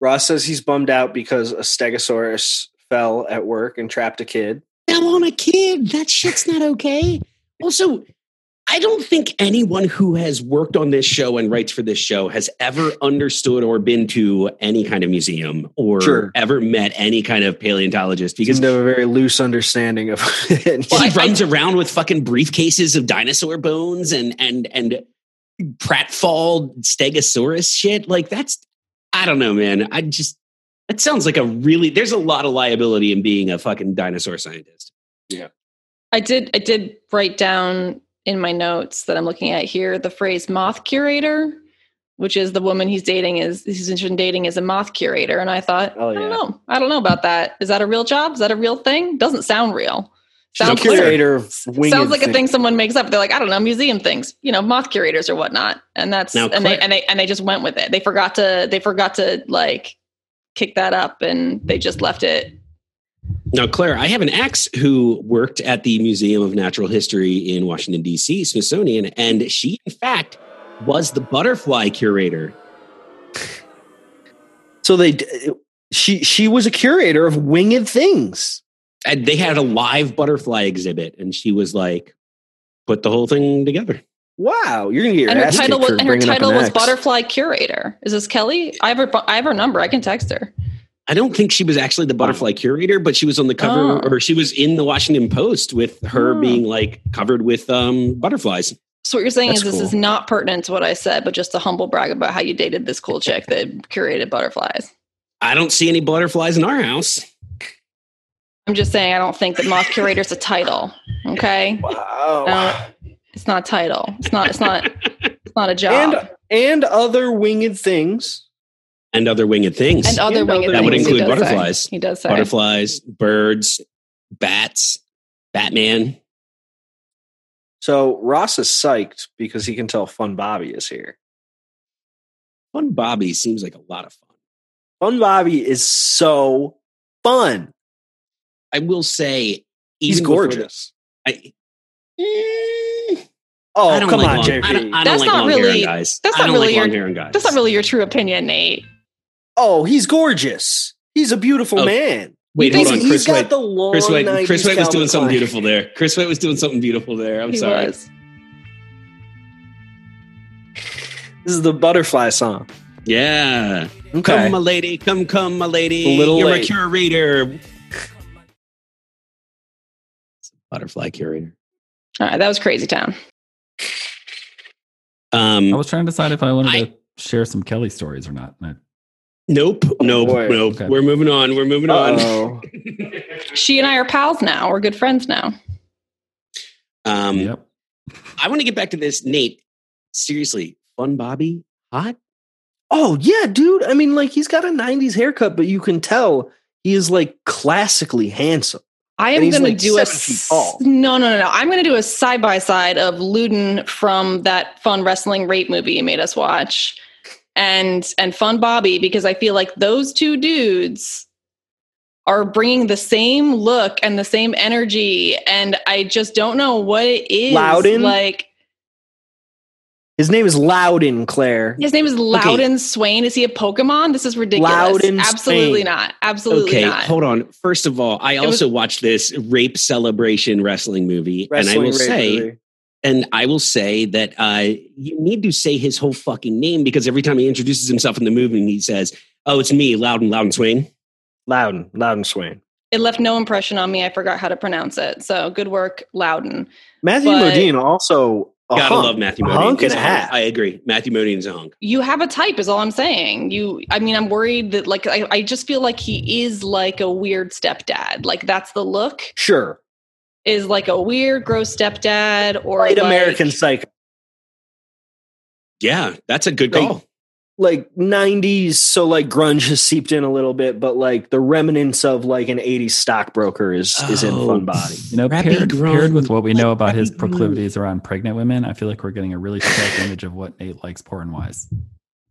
Speaker 1: Ross says he's bummed out because a stegosaurus fell at work and trapped a kid.
Speaker 3: fell on a kid. That shit's not okay. Also, I don't think anyone who has worked on this show and writes for this show has ever understood or been to any kind of museum or
Speaker 1: Sure.
Speaker 3: ever met any kind of paleontologist because
Speaker 1: Because they have a very loose understanding of it.
Speaker 3: he runs around with fucking briefcases of dinosaur bones and and and pratfall stegosaurus shit. Like that's I don't know, man. I just that sounds like a really there's a lot of liability in being a fucking dinosaur scientist.
Speaker 4: I did I did write down in my notes that I'm looking at here the phrase moth curator, which is the woman he's dating is he's interested in dating is a moth curator. And I thought,
Speaker 1: Oh,
Speaker 4: I
Speaker 1: yeah.
Speaker 4: don't know. I don't know about that. Is that a real job? Is that a real thing? Doesn't sound real. Sounds
Speaker 3: clear.
Speaker 4: like-
Speaker 1: curator of winged
Speaker 4: sounds like a thing
Speaker 1: things.
Speaker 4: someone makes up. They're like, I don't know, museum things, you know, moth curators or whatnot. And that's
Speaker 3: Now,
Speaker 4: and they
Speaker 3: Claire-
Speaker 4: and they and they just went with it. They forgot to they forgot to like kick that up and they just left it.
Speaker 3: Now, Claire, I have an ex who worked at the Museum of Natural History in Washington, D.C., Smithsonian, and she, in fact, was the butterfly curator.
Speaker 1: So they, d- she, she was a curator of winged things.
Speaker 3: And they had a live butterfly exhibit, and she was like, put the whole thing together.
Speaker 1: Wow, you're gonna get your
Speaker 4: and her
Speaker 1: ass
Speaker 4: title
Speaker 1: kicked
Speaker 4: was
Speaker 1: for
Speaker 4: and her
Speaker 1: bringing up
Speaker 4: title
Speaker 1: an
Speaker 4: was
Speaker 1: ex.
Speaker 4: butterfly curator. Is this Kelly? I have her bu- I have her number. I can text her.
Speaker 3: I don't think she was actually the butterfly curator, but she was on the cover,
Speaker 4: Oh.
Speaker 3: or she was in the Washington Post with her
Speaker 4: Oh.
Speaker 3: being like covered with um, butterflies.
Speaker 4: So what you're saying is
Speaker 1: That's
Speaker 4: this is
Speaker 1: cool.
Speaker 4: not pertinent to what I said, but just a humble brag about how you dated this cool chick that curated butterflies.
Speaker 3: I don't see any butterflies in our house.
Speaker 4: I'm just saying I don't think that moth curator's a title. Okay.
Speaker 1: Wow.
Speaker 4: No, it's not a title. It's not. It's not. it's not a job.
Speaker 1: And and other winged things.
Speaker 3: And other winged things.
Speaker 4: And other
Speaker 1: and other-
Speaker 4: winged things.
Speaker 1: That would
Speaker 4: he
Speaker 3: include
Speaker 4: does say.
Speaker 3: butterflies.
Speaker 4: He does say.
Speaker 3: butterflies, birds, bats, Batman.
Speaker 1: So Ross is psyched because he can tell Fun Bobby is here.
Speaker 3: Fun Bobby seems like a lot of fun.
Speaker 1: Fun Bobby is so fun.
Speaker 3: I will say,
Speaker 1: He's
Speaker 3: even before
Speaker 1: gorgeous.
Speaker 3: that- I, Mm,
Speaker 1: Oh
Speaker 3: I don't
Speaker 1: come
Speaker 3: like
Speaker 1: on,
Speaker 3: long,
Speaker 1: JP.
Speaker 3: I don't, I don't
Speaker 4: That's
Speaker 3: like
Speaker 4: not
Speaker 3: long hair
Speaker 4: really-
Speaker 3: and guys.
Speaker 4: that's
Speaker 3: I
Speaker 4: not
Speaker 3: don't
Speaker 4: really
Speaker 3: like
Speaker 4: your-
Speaker 3: long hair and guys.
Speaker 4: That's not really your true opinion, Nate.
Speaker 1: oh, he's gorgeous. He's a beautiful
Speaker 3: Oh,
Speaker 1: man.
Speaker 3: Wait,
Speaker 1: He's-
Speaker 3: hold on,
Speaker 1: he's
Speaker 3: Chris
Speaker 1: got
Speaker 3: White.
Speaker 1: the long
Speaker 3: Chris White,
Speaker 1: 90s
Speaker 3: Chris White was
Speaker 1: Calvin
Speaker 3: doing something
Speaker 1: Klein.
Speaker 3: beautiful there. Chris White was doing something beautiful there. I'm
Speaker 4: He
Speaker 3: sorry.
Speaker 4: was.
Speaker 1: This is the butterfly song.
Speaker 3: Yeah. Come,
Speaker 1: Okay.
Speaker 3: my lady. Come, come, my lady.
Speaker 1: A little
Speaker 3: You're
Speaker 1: late.
Speaker 3: my curator. Butterfly curator.
Speaker 4: All right, that was crazy town.
Speaker 3: Um,
Speaker 2: I was trying to decide if I wanted
Speaker 3: I-
Speaker 2: to share some Kelly stories or not. and
Speaker 3: Nope, nope,
Speaker 1: Oh, boy.
Speaker 3: nope.
Speaker 2: Okay.
Speaker 3: We're moving on. We're moving
Speaker 1: Uh-oh.
Speaker 4: She and I are pals now. We're good friends now.
Speaker 3: on.
Speaker 2: I,
Speaker 3: Um,
Speaker 2: yep.
Speaker 3: I want to get back to this, Nate. Seriously, fun Bobby, hot.
Speaker 1: Oh yeah, dude. I mean, like he's got a '90s haircut, but you can tell he is like classically handsome.
Speaker 4: I
Speaker 1: And
Speaker 4: am
Speaker 1: he's
Speaker 4: going
Speaker 1: like
Speaker 4: to do a
Speaker 1: seven feet tall.
Speaker 4: s- no, no, no, no. I'm going to do a side by side of Luden from that fun wrestling rape movie you made us watch, and and fun Bobby because I feel like those two dudes are bringing the same look and the same energy and i just don't know what it is
Speaker 1: Loudon?
Speaker 4: like
Speaker 1: His name is Loudon, Claire.
Speaker 4: his name is loudon swain is he a pokemon this is ridiculous
Speaker 1: Loudon
Speaker 4: absolutely
Speaker 1: Swain.
Speaker 4: not absolutely
Speaker 3: Okay,
Speaker 4: not
Speaker 3: hold on. First of all, I
Speaker 4: was-
Speaker 3: also watched this rape celebration wrestling movie, and I
Speaker 1: Wrestling
Speaker 3: will
Speaker 1: Ray
Speaker 3: say,
Speaker 1: Brewery.
Speaker 3: and I will say that uh, you need to say his whole fucking name because every time he introduces himself in the movie, he says, "Oh, it's me, Loudon Loudon Swain."
Speaker 1: Loudon, Loudon Swain.
Speaker 4: it left no impression on me i forgot how to pronounce it so good work loudon
Speaker 1: Matthew
Speaker 4: But-
Speaker 1: Modine also. A
Speaker 3: Gotta
Speaker 1: hunk.
Speaker 3: love Matthew
Speaker 1: A
Speaker 3: Modine.
Speaker 1: hunk and
Speaker 3: He's
Speaker 1: a half.
Speaker 3: I agree. Matthew Modine is a hunk.
Speaker 4: you have a type is all i'm saying you i mean i'm worried that like i, I just feel like he is like a weird stepdad like that's the look
Speaker 1: Sure.
Speaker 4: is like a weird gross stepdad or
Speaker 1: Right
Speaker 4: like- Hmm,
Speaker 1: American Psycho.
Speaker 3: Yeah, that's a good
Speaker 1: Like-
Speaker 3: call.
Speaker 1: Like 90s, so like grunge has seeped in a little bit, but like the remnants of like an 80s stockbroker is is in
Speaker 3: Oh.
Speaker 1: Fun Body.
Speaker 2: You know,
Speaker 3: Preppy
Speaker 2: paired,
Speaker 3: grung.
Speaker 2: paired with what we know about his
Speaker 3: Preppy grung.
Speaker 2: proclivities around pregnant women, I feel like we're getting a really stark image of what Nate likes porn wise.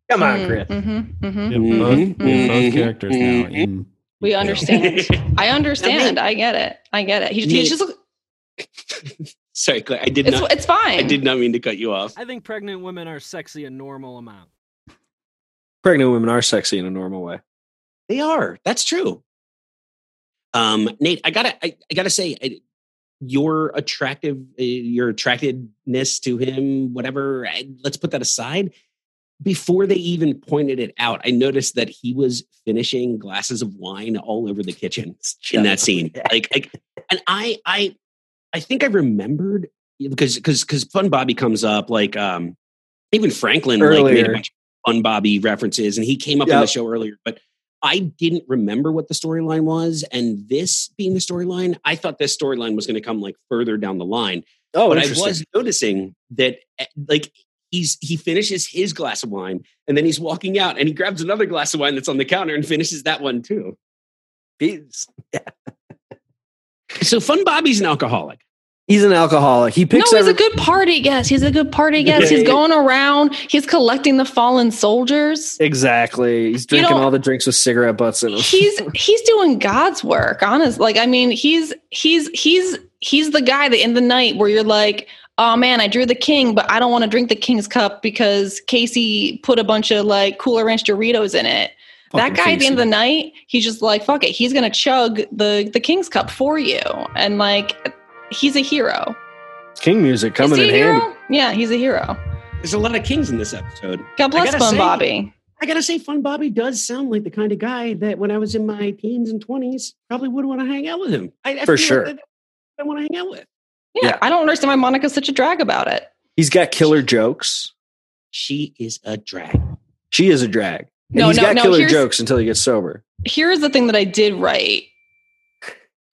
Speaker 1: Come on,
Speaker 4: Mm,
Speaker 1: Chris.
Speaker 4: mhm, mhm.
Speaker 2: We have
Speaker 3: Mhm.
Speaker 2: both, we have both
Speaker 3: Mhm.
Speaker 2: characters now.
Speaker 3: Mhm.
Speaker 2: In,
Speaker 4: We
Speaker 2: detail.
Speaker 4: understand. i understand i get it i get it he, he
Speaker 3: Yeah.
Speaker 4: just
Speaker 3: Sorry, Claire. I did
Speaker 4: it's,
Speaker 3: not.
Speaker 4: it's fine
Speaker 3: I did not mean to cut you off.
Speaker 6: I think pregnant women are sexy a normal amount.
Speaker 1: Pregnant women are sexy in a normal way.
Speaker 3: They are. That's true. Um, Nate, I gotta, I, I gotta say, I, your attractive, uh, your attractedness to him, whatever. I, let's put that aside. Before they even pointed it out, I noticed that he was finishing glasses of wine all over the kitchen in that scene. Like, like, and I, I, I think I remembered because because because Fun Bobby comes up like um even Franklin like made a
Speaker 1: Earlier.
Speaker 3: bunch of Fun Bobby references and he came up on the
Speaker 1: Yep.
Speaker 3: show earlier, but I didn't remember what the storyline was, and this being the storyline, I thought this storyline was going to come like further down the line.
Speaker 1: Oh,
Speaker 3: but I
Speaker 1: interesting.
Speaker 3: was noticing that eh, like he's he finishes his glass of wine, and then he's walking out, and he grabs another glass of wine that's on the counter and finishes that one too.
Speaker 1: He's,
Speaker 3: So Fun Bobby's an alcoholic.
Speaker 1: he's an alcoholic. He
Speaker 4: no,
Speaker 1: picks
Speaker 4: he's
Speaker 1: every-
Speaker 4: a good party guest. He's a good party guest.
Speaker 3: Yeah.
Speaker 4: He's going around. He's collecting the fallen soldiers.
Speaker 1: exactly. He's drinking
Speaker 4: know-
Speaker 1: all the drinks with cigarette butts in them.
Speaker 4: he's he's doing God's work, honest. Like, I mean, he's he's he's he's the guy that in the night where you're like, oh man, I drew the king, but I don't want to drink the king's cup because Casey put a bunch of like Cooler Ranch Doritos in it.
Speaker 1: Fucking
Speaker 4: that guy at the end of the
Speaker 1: Casey.
Speaker 4: night, he's just like, fuck it, he's gonna chug the the king's cup for you, and like, he's a hero.
Speaker 1: King music
Speaker 4: Is
Speaker 1: coming
Speaker 4: he
Speaker 1: in
Speaker 4: a hero?
Speaker 1: handy.
Speaker 4: Yeah, he's a hero.
Speaker 3: There's a lot of kings in this episode.
Speaker 4: God bless
Speaker 3: gotta
Speaker 4: Bum
Speaker 3: say-
Speaker 4: Bobby.
Speaker 3: I gotta say, Fun Bobby does sound like the kind of guy that when I was in my teens and twenties, probably would want to hang out with him. I, I
Speaker 1: For
Speaker 3: feel
Speaker 1: sure.
Speaker 3: Like that- I want to hang out with.
Speaker 4: Yeah,
Speaker 1: Yeah.
Speaker 4: I don't understand why Monica's such a drag about it.
Speaker 1: He's got killer jokes.
Speaker 3: She is a drag.
Speaker 1: She is a drag. And
Speaker 4: No,
Speaker 1: he's
Speaker 4: no,
Speaker 1: got
Speaker 4: no,
Speaker 1: killer
Speaker 4: here's-
Speaker 1: jokes until he gets sober.
Speaker 4: here's the thing that I did write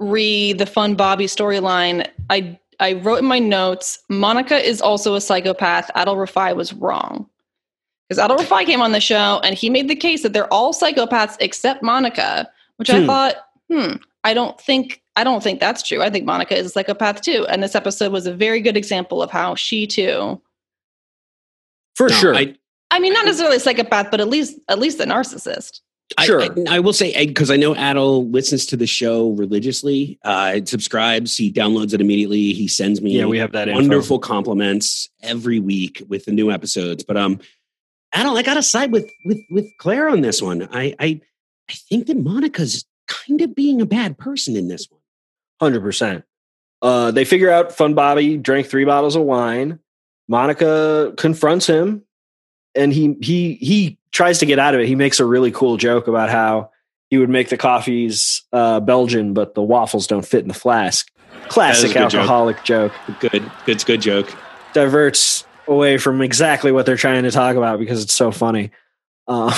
Speaker 4: re the fun Bobby storyline. I I wrote in my notes, Monica is also a psychopath. Adel Rafai was wrong. Because Adel Rafai came on the show and he made the case that they're all psychopaths except Monica, which I
Speaker 1: Hmm.
Speaker 4: thought, hmm, I don't think I don't think that's true. I think Monica is a psychopath too. And this episode was a very good example of how she too
Speaker 1: For
Speaker 3: No,
Speaker 1: sure.
Speaker 3: I,
Speaker 4: I mean, not necessarily a psychopath, but at least at least a narcissist.
Speaker 3: I,
Speaker 1: Sure.
Speaker 3: I, I will say because I know Adel listens to the show religiously. Uh, subscribes. He downloads it immediately. He sends me.
Speaker 1: yeah, we have that info.
Speaker 3: wonderful compliments every week with the new episodes. But um, Adel, I gotta side with with with Claire on this one. I I I think that Monica's kind of being a bad person in this one.
Speaker 1: Hundred percent. Uh, they figure out Fun Bobby drank three bottles of wine. Monica confronts him, and he he he tries to get out of it. He makes a really cool joke about how he would make the coffees uh, Belgian, but the waffles don't fit in the flask. Classic
Speaker 3: That is a good joke.
Speaker 1: alcoholic joke.
Speaker 3: Good. It's a good joke.
Speaker 1: Diverts away from exactly what they're trying to talk about because it's so funny. Uh,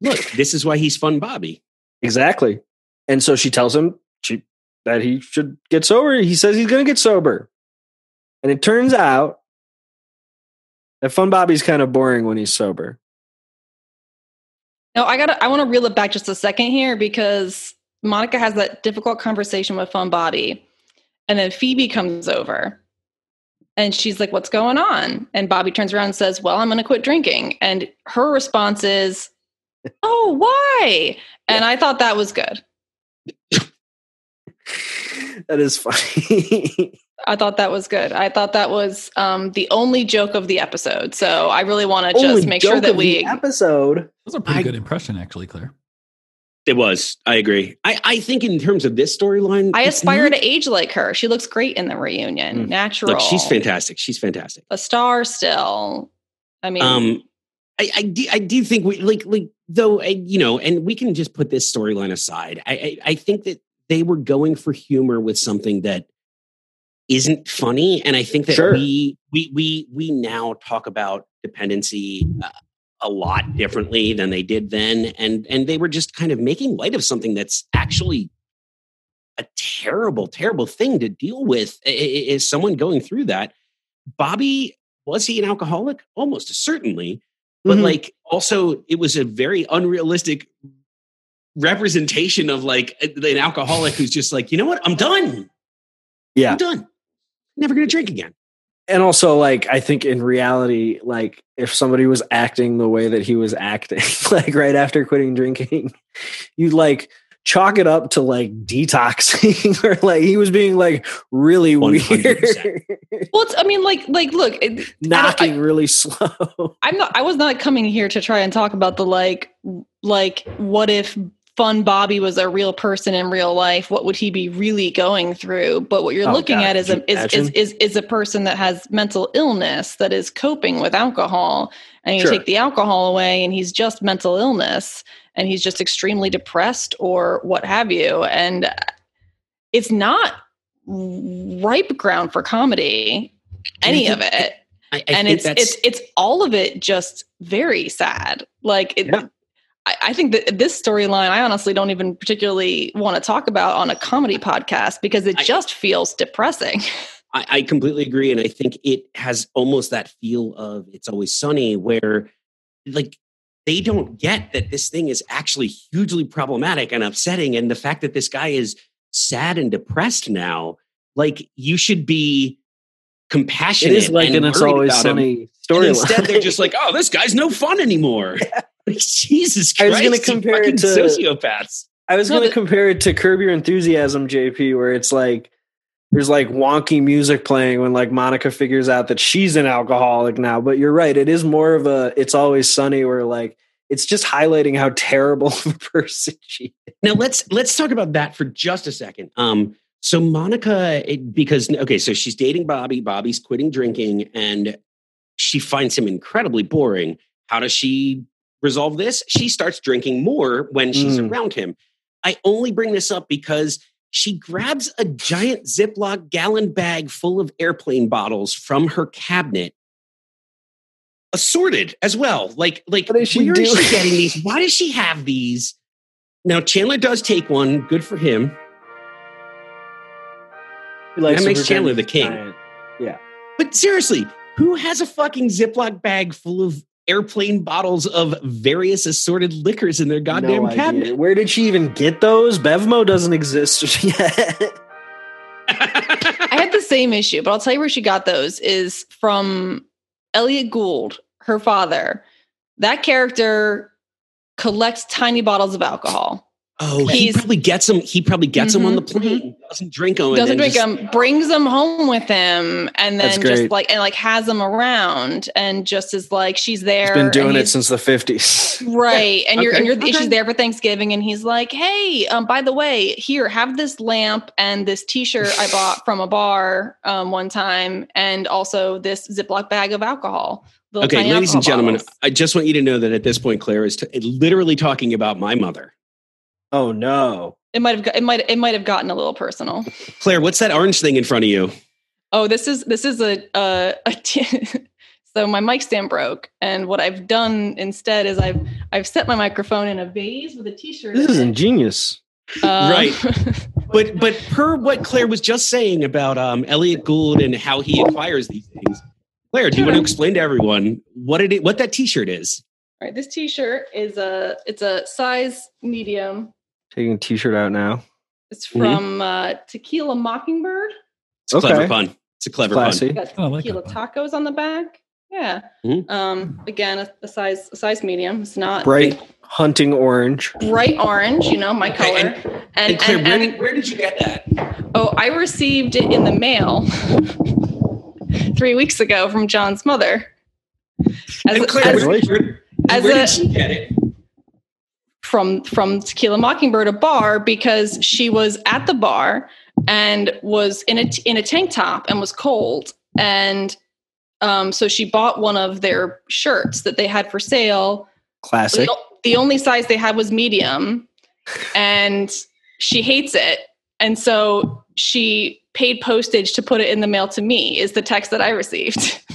Speaker 3: Look, this is why he's fun, Bobby.
Speaker 1: Exactly. And so she tells him she, that he should get sober. He says he's going to get sober. And it turns out that Fun Bobby's kind of boring when he's sober.
Speaker 4: No, I gotta I wanna reel it back just a second here because Monica has that difficult conversation with Fun Bobby. And then Phoebe comes over and she's like, What's going on? And Bobby turns around and says, Well, I'm gonna quit drinking. And her response is, Oh, why? And I thought that was good.
Speaker 1: that is funny.
Speaker 4: I thought that was good. I thought that was um, the only joke of the episode. So I really want to just
Speaker 1: Only
Speaker 4: make sure
Speaker 1: joke
Speaker 4: that
Speaker 1: of the
Speaker 4: we.
Speaker 1: episode.
Speaker 2: was a pretty
Speaker 3: I-
Speaker 2: good impression, actually, Claire.
Speaker 3: It was. I agree. I, I think in terms of this storyline,
Speaker 4: I
Speaker 3: it's
Speaker 4: aspire
Speaker 3: not-
Speaker 4: to age like her. She looks great in the reunion.
Speaker 1: Mm.
Speaker 4: Natural.
Speaker 3: Look, she's fantastic. She's fantastic.
Speaker 4: A star still. I mean,
Speaker 3: Um, I, I, do, I do think we like like though I, you know, and we can just put this storyline aside. I, I I think that they were going for humor with something that isn't funny, and I think that
Speaker 1: Sure.
Speaker 3: we we we we now talk about dependency. Uh, a lot differently than they did then and and they were just kind of making light of something that's actually a terrible terrible thing to deal with i- i- is someone going through that bobby was he an alcoholic? Almost certainly. But
Speaker 1: Mhm.
Speaker 3: like also it was a very unrealistic representation of like an alcoholic who's just like, you know what? I'm done.
Speaker 1: Yeah.
Speaker 3: I'm done. Never gonna drink again.
Speaker 1: and also like i think in reality like if somebody was acting the way that he was acting like right after quitting drinking you like chalk it up to like detoxing or like he was being like really
Speaker 3: 100%.
Speaker 1: weird
Speaker 4: well, it's, I mean, like, like, look, it,
Speaker 1: knocking really slow
Speaker 4: I'm not. I was not coming here to try and talk about the like, like, what if Fun Bobby was a real person in real life? What would he be really going through? But what you're
Speaker 1: Oh,
Speaker 4: looking
Speaker 1: God,
Speaker 4: at is a
Speaker 1: could you
Speaker 4: is, is
Speaker 1: imagine?
Speaker 4: is is a person that has mental illness that is coping with alcohol, and you
Speaker 1: Sure.
Speaker 4: take the alcohol away, and he's just mental illness, and he's just extremely depressed or what have you, and it's not ripe ground for comedy. Any of it
Speaker 3: I, I
Speaker 4: and
Speaker 3: think
Speaker 4: it's
Speaker 3: that's
Speaker 4: it's it's all of it just very sad. Like it,
Speaker 1: Yeah.
Speaker 4: I, I think that this storyline I honestly don't even particularly want to talk about on a comedy podcast because it
Speaker 3: I-
Speaker 4: just feels depressing.
Speaker 3: I, I completely agree. And I think it has almost that feel of it's always sunny where like they don't get that this thing is actually hugely problematic and upsetting. And the fact that this guy is sad and depressed now, like you should be
Speaker 1: it
Speaker 3: compassionate.
Speaker 1: is like
Speaker 3: and
Speaker 1: and it's
Speaker 3: worried
Speaker 1: always
Speaker 3: about him.
Speaker 1: sunny
Speaker 3: And
Speaker 1: story
Speaker 3: Instead, they're just like, oh, this guy's no fun anymore. Like, Jesus
Speaker 1: I
Speaker 3: Christ.
Speaker 1: was gonna
Speaker 3: you
Speaker 1: compare it
Speaker 3: fucking
Speaker 1: to-
Speaker 3: sociopaths.
Speaker 1: I was
Speaker 4: No,
Speaker 1: going to
Speaker 4: but-
Speaker 1: compare it to Curb Your Enthusiasm, JP, where it's like there's like wonky music playing when like Monica figures out that she's an alcoholic now. But you're right; it is more of a "It's Always Sunny" where like it's just highlighting how terrible of a person she. Is.
Speaker 3: now let's let's talk about that for just a second um so monica it, because okay so she's dating bobby bobby's quitting drinking and she finds him incredibly boring how does she resolve this she starts drinking more when she's
Speaker 1: Mm.
Speaker 3: around him i only bring this up because she grabs a giant ziploc gallon bag full of airplane bottles from her cabinet assorted as well like like
Speaker 1: What is she
Speaker 3: where is
Speaker 1: doing?
Speaker 3: she getting these why does she have these now Chandler does take one. Good for him.
Speaker 1: He likes
Speaker 3: That
Speaker 1: to
Speaker 3: makes
Speaker 1: pretend
Speaker 3: Chandler the
Speaker 1: he's
Speaker 3: king.
Speaker 1: dying.
Speaker 3: But seriously, who has a fucking Ziploc bag full of airplane bottles of various assorted liquors in their goddamn
Speaker 1: No idea.
Speaker 3: cabinet?
Speaker 1: Where did she even get those? Bevmo doesn't exist yet.
Speaker 4: I had the same issue, but I'll tell you where she got those is from Elliot Gould, her father. That character collects tiny bottles of alcohol.
Speaker 3: oh, he
Speaker 4: He's-
Speaker 3: probably gets them. He probably gets them on the
Speaker 4: Mhm,
Speaker 3: plane. Doesn't drink
Speaker 1: Oh,
Speaker 3: them.
Speaker 4: doesn't drink them brings them home with him and
Speaker 1: That's
Speaker 4: then just
Speaker 1: great.
Speaker 4: like and like has them around and just is like she's there
Speaker 1: He's been doing
Speaker 4: and
Speaker 1: it
Speaker 4: he's-
Speaker 1: since the fifties.
Speaker 4: right and you're
Speaker 3: Okay.
Speaker 4: and you're
Speaker 3: Okay.
Speaker 4: she's there for thanksgiving and he's like hey um by the way here have this lamp and this t-shirt i bought from a bar um one time and also this ziploc bag of alcohol little
Speaker 3: Okay,
Speaker 4: tiny
Speaker 3: ladies and
Speaker 4: alcohol
Speaker 3: gentlemen,
Speaker 4: bottles.
Speaker 3: I just want you to know that at this point, Claire is t- eh, literally talking about my mother.
Speaker 1: Oh no!
Speaker 4: it might have got- it might it might have gotten a little personal
Speaker 3: Claire, what's that orange thing in front of you?
Speaker 4: Oh, this is this is a a, a t- so my mic stand broke, and what I've done instead is I've I've set my microphone in a vase with a T-shirt.
Speaker 1: This
Speaker 4: in
Speaker 1: is
Speaker 4: it.
Speaker 1: ingenious.
Speaker 4: Um,
Speaker 3: Right. But but per what Claire was just saying about um, Elliot Gould and how he acquires these things, Claire, do you want to explain to everyone what it what that T-shirt is?
Speaker 4: All right. This T-shirt is a it's a size medium.
Speaker 1: Taking a T-shirt out now.
Speaker 4: It's from uh, Tequila Mockingbird.
Speaker 3: It's a clever
Speaker 1: Okay.
Speaker 3: pun. It's a clever
Speaker 1: Classy.
Speaker 4: Got
Speaker 2: Oh, I like
Speaker 4: tequila
Speaker 2: that
Speaker 4: tacos on the back. Yeah.
Speaker 3: Mhm.
Speaker 4: Um. Again, a, a size a size medium. It's not
Speaker 1: Bright hunting orange.
Speaker 4: bright orange. You know my color.
Speaker 3: pun. And,
Speaker 4: And,
Speaker 3: Claire,
Speaker 4: and,
Speaker 3: where,
Speaker 4: and
Speaker 3: did, where did you get that?
Speaker 4: Oh, I received it in the mail three weeks ago from John's mother. As,
Speaker 3: and Claire,
Speaker 4: as-
Speaker 3: where,
Speaker 1: Congratulations.
Speaker 3: where,
Speaker 4: as
Speaker 3: where
Speaker 4: a-
Speaker 3: did she get it?
Speaker 4: from from Tequila Mockingbird, a bar, because she was at the bar and was in a in a tank top and was cold, and um, so she bought one of their shirts that they had for sale.
Speaker 1: Classic.
Speaker 4: The, o- the only size they had was medium, and she hates it, and so she paid postage to put it in the mail to me. Is the text that I received.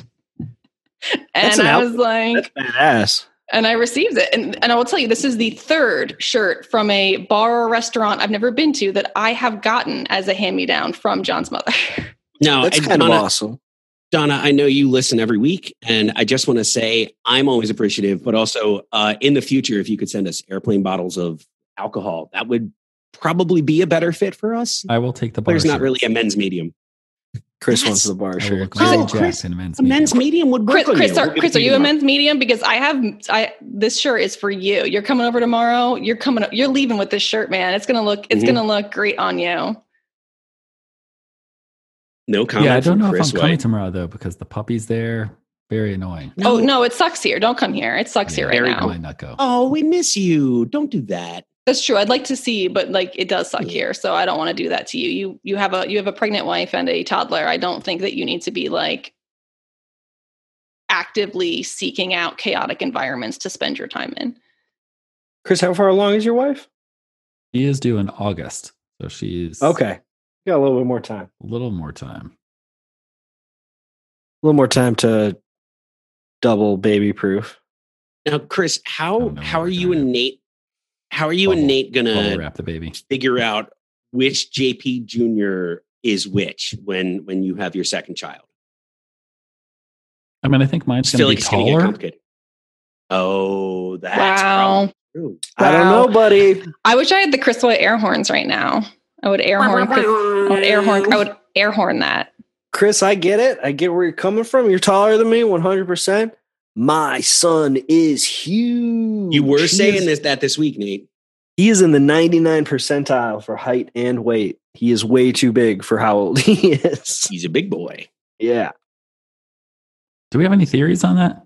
Speaker 1: That's
Speaker 4: And
Speaker 1: an
Speaker 4: I
Speaker 1: out-
Speaker 4: was like,
Speaker 1: That's badass.
Speaker 4: and I received it. And, and I will tell you, this is the third shirt from a bar or restaurant I've never been to that I have gotten as a hand me down from John's mother.
Speaker 3: No,
Speaker 1: That's
Speaker 3: and
Speaker 1: kind of
Speaker 3: Uh, Donna-
Speaker 1: awesome.
Speaker 3: Donna, I know you listen every week, and I just want to say I'm always appreciative, but also uh, in the future, if you could send us airplane bottles of alcohol, that would probably be a better fit for us.
Speaker 2: I will take the bar.
Speaker 3: There's not
Speaker 2: shirt.
Speaker 3: really a men's medium.
Speaker 1: Chris
Speaker 3: Yes.
Speaker 1: wants the bar
Speaker 2: I will
Speaker 1: shirt.
Speaker 2: look like
Speaker 3: Oh,
Speaker 2: a Jack
Speaker 3: Chris,
Speaker 2: in a men's
Speaker 3: A men's
Speaker 2: meeting.
Speaker 3: medium would work
Speaker 4: Chris,
Speaker 3: on
Speaker 4: Chris,
Speaker 3: you.
Speaker 4: are,
Speaker 3: We'll give
Speaker 4: Chris,
Speaker 3: it
Speaker 4: are
Speaker 3: to
Speaker 4: you a
Speaker 3: tomorrow.
Speaker 4: men's medium? Because I have I, this shirt is for you. You're coming over tomorrow. You're coming. You're leaving with this shirt, man. It's gonna look. It's
Speaker 3: Mhm.
Speaker 4: gonna look great on you.
Speaker 3: No comment.
Speaker 2: Yeah, I don't
Speaker 3: from
Speaker 2: know
Speaker 3: Chris
Speaker 2: if I'm coming
Speaker 3: White.
Speaker 2: tomorrow though because the puppy's there. Very annoying.
Speaker 4: Oh no, it sucks here. Don't come here. It sucks
Speaker 2: Yeah,
Speaker 4: here right
Speaker 3: very
Speaker 4: now.
Speaker 2: I might not go.
Speaker 3: Oh, we miss you. Don't do that.
Speaker 4: That's true. I'd like to see you, but like it does suck
Speaker 3: Yeah.
Speaker 4: here, so I don't want to do that to you. You you have a you have a pregnant wife and a toddler. I don't think that you need to be like actively seeking out chaotic environments to spend your time in.
Speaker 1: Chris, how far along is your wife?
Speaker 2: She is due in August, so she's
Speaker 1: Okay. Got a little bit more time.
Speaker 2: A little more time.
Speaker 1: A little more time to double baby proof.
Speaker 3: Now, Chris,
Speaker 2: I
Speaker 3: how
Speaker 2: don't know
Speaker 3: how
Speaker 2: what
Speaker 3: are
Speaker 2: we're
Speaker 3: you
Speaker 2: gonna
Speaker 3: and Nate? How are you and
Speaker 2: Bubble-
Speaker 3: Nate
Speaker 2: Bubble
Speaker 3: gonna
Speaker 2: wrap the baby.
Speaker 3: figure out which JP Junior is which when when you have your second child?
Speaker 2: I mean, I think mine's
Speaker 3: Still,
Speaker 2: going to
Speaker 3: like
Speaker 2: be
Speaker 3: it's gonna get
Speaker 2: taller.
Speaker 3: complicated. Oh, that's
Speaker 4: Wow.
Speaker 3: probably true.
Speaker 1: I don't
Speaker 4: Wow.
Speaker 1: know, buddy.
Speaker 4: I wish I had the Chris White air horns right now. I would air horn I would air horn I would air horn that.
Speaker 1: Chris, I get it. I get where you're coming from. You're taller than me, 100%. My son is huge.
Speaker 3: You were
Speaker 1: He
Speaker 3: saying
Speaker 1: is-
Speaker 3: this that this week, Nate.
Speaker 1: He is in the 99 percentile for height and weight. He is way too big for how old he is.
Speaker 3: He's a big boy.
Speaker 1: Yeah.
Speaker 2: Do we have any theories on that?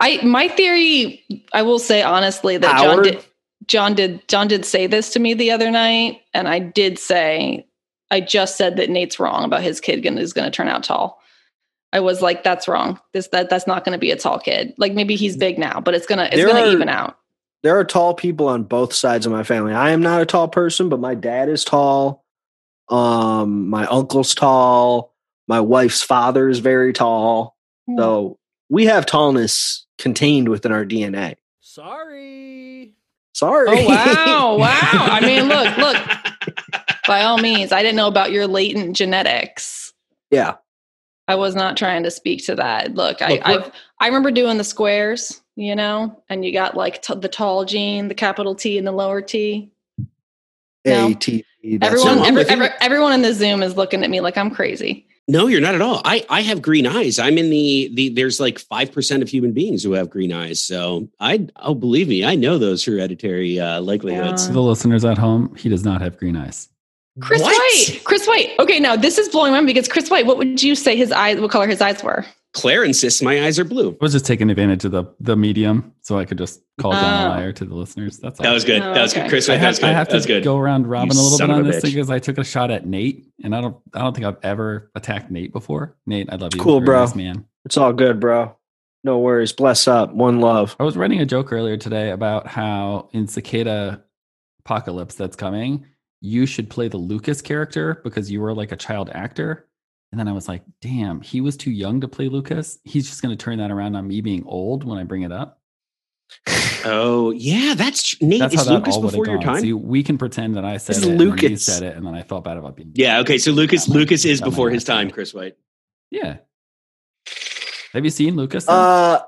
Speaker 4: I my theory I will say honestly that John
Speaker 1: Howard?
Speaker 4: did John did John did say this to me the other night, and I did say I just said that Nate's wrong about his kid gonna, is going to turn out tall. I was like, that's wrong. This that that's not going to be a tall kid. Like maybe he's big now, but it's gonna it's
Speaker 1: There
Speaker 4: gonna
Speaker 1: are-
Speaker 4: even out.
Speaker 1: there are tall people on both sides of my family. I am not a tall person, but my dad is tall. Um, my uncle's tall. My wife's father is very tall. So we have tallness contained within our DNA.
Speaker 6: Sorry.
Speaker 1: Sorry.
Speaker 4: Oh wow, wow! I mean, look, look. By all means, I didn't know about your latent genetics.
Speaker 1: yeah.
Speaker 4: I was not trying to speak to that. Look, I
Speaker 3: Look, we're-
Speaker 4: I've, I remember doing the squares, you know, and you got like t- the tall gene, the capital T, and the lower T. No.
Speaker 1: AT.
Speaker 4: Everyone,
Speaker 3: wrong
Speaker 4: every,
Speaker 3: with
Speaker 4: every,
Speaker 3: it.
Speaker 4: everyone in the Zoom is looking at me like I'm crazy.
Speaker 3: No, you're not at all. I I have green eyes. I'm in the the there's like five percent of human beings who have green eyes. So I oh believe me, I know those hereditary uh, likelihoods.
Speaker 2: To the listeners at home, he does not have green eyes.
Speaker 4: Chris
Speaker 3: What?
Speaker 4: White. Chris White. Okay, now this is blowing my mind because Chris White. What would you say his eyes? What color his eyes were?
Speaker 3: Claire insists my eyes are blue.
Speaker 2: I was just taking advantage of the the medium, so I could just call down a
Speaker 4: Oh.
Speaker 2: liar to the listeners. That's all.
Speaker 3: That was good.
Speaker 4: Oh,
Speaker 3: that was
Speaker 4: okay.
Speaker 3: good. Chris,
Speaker 2: I
Speaker 3: White, that
Speaker 2: have,
Speaker 3: was good.
Speaker 2: I have
Speaker 3: that was
Speaker 2: to
Speaker 3: good.
Speaker 2: go around Robin
Speaker 3: You
Speaker 2: a little
Speaker 3: son
Speaker 2: bit
Speaker 3: of
Speaker 2: on
Speaker 3: a
Speaker 2: this thing
Speaker 3: bitch.
Speaker 2: because I took a shot at Nate, and I don't I don't think I've ever attacked Nate before. Nate, I love you.
Speaker 1: Cool,
Speaker 2: You're a
Speaker 1: bro.
Speaker 2: nice man.
Speaker 1: It's all good, bro. No worries. Bless up. One love.
Speaker 2: I was writing a joke earlier today about how in Cicada Apocalypse that's coming, you should play the Lucas character because you were like a child actor. And then I was like, damn, he was too young to play Lucas. He's just going to turn that around on me being old when I bring it up.
Speaker 3: Oh yeah, that's tr- Nate.
Speaker 2: That's how
Speaker 3: is
Speaker 2: that
Speaker 3: Lucas
Speaker 2: all would
Speaker 3: before
Speaker 2: have
Speaker 3: your
Speaker 2: gone.
Speaker 3: time?
Speaker 2: So you- we can pretend that I said
Speaker 1: It's
Speaker 2: it, Lucas. you
Speaker 1: Lucas.
Speaker 2: said it, and then I felt bad about being.
Speaker 3: yeah. Okay. So Lucas
Speaker 2: That might-
Speaker 3: Lucas is
Speaker 2: that might
Speaker 3: before his
Speaker 2: happen.
Speaker 3: time. Chris White.
Speaker 2: Yeah. Have you seen Lucas? then?
Speaker 1: Uh,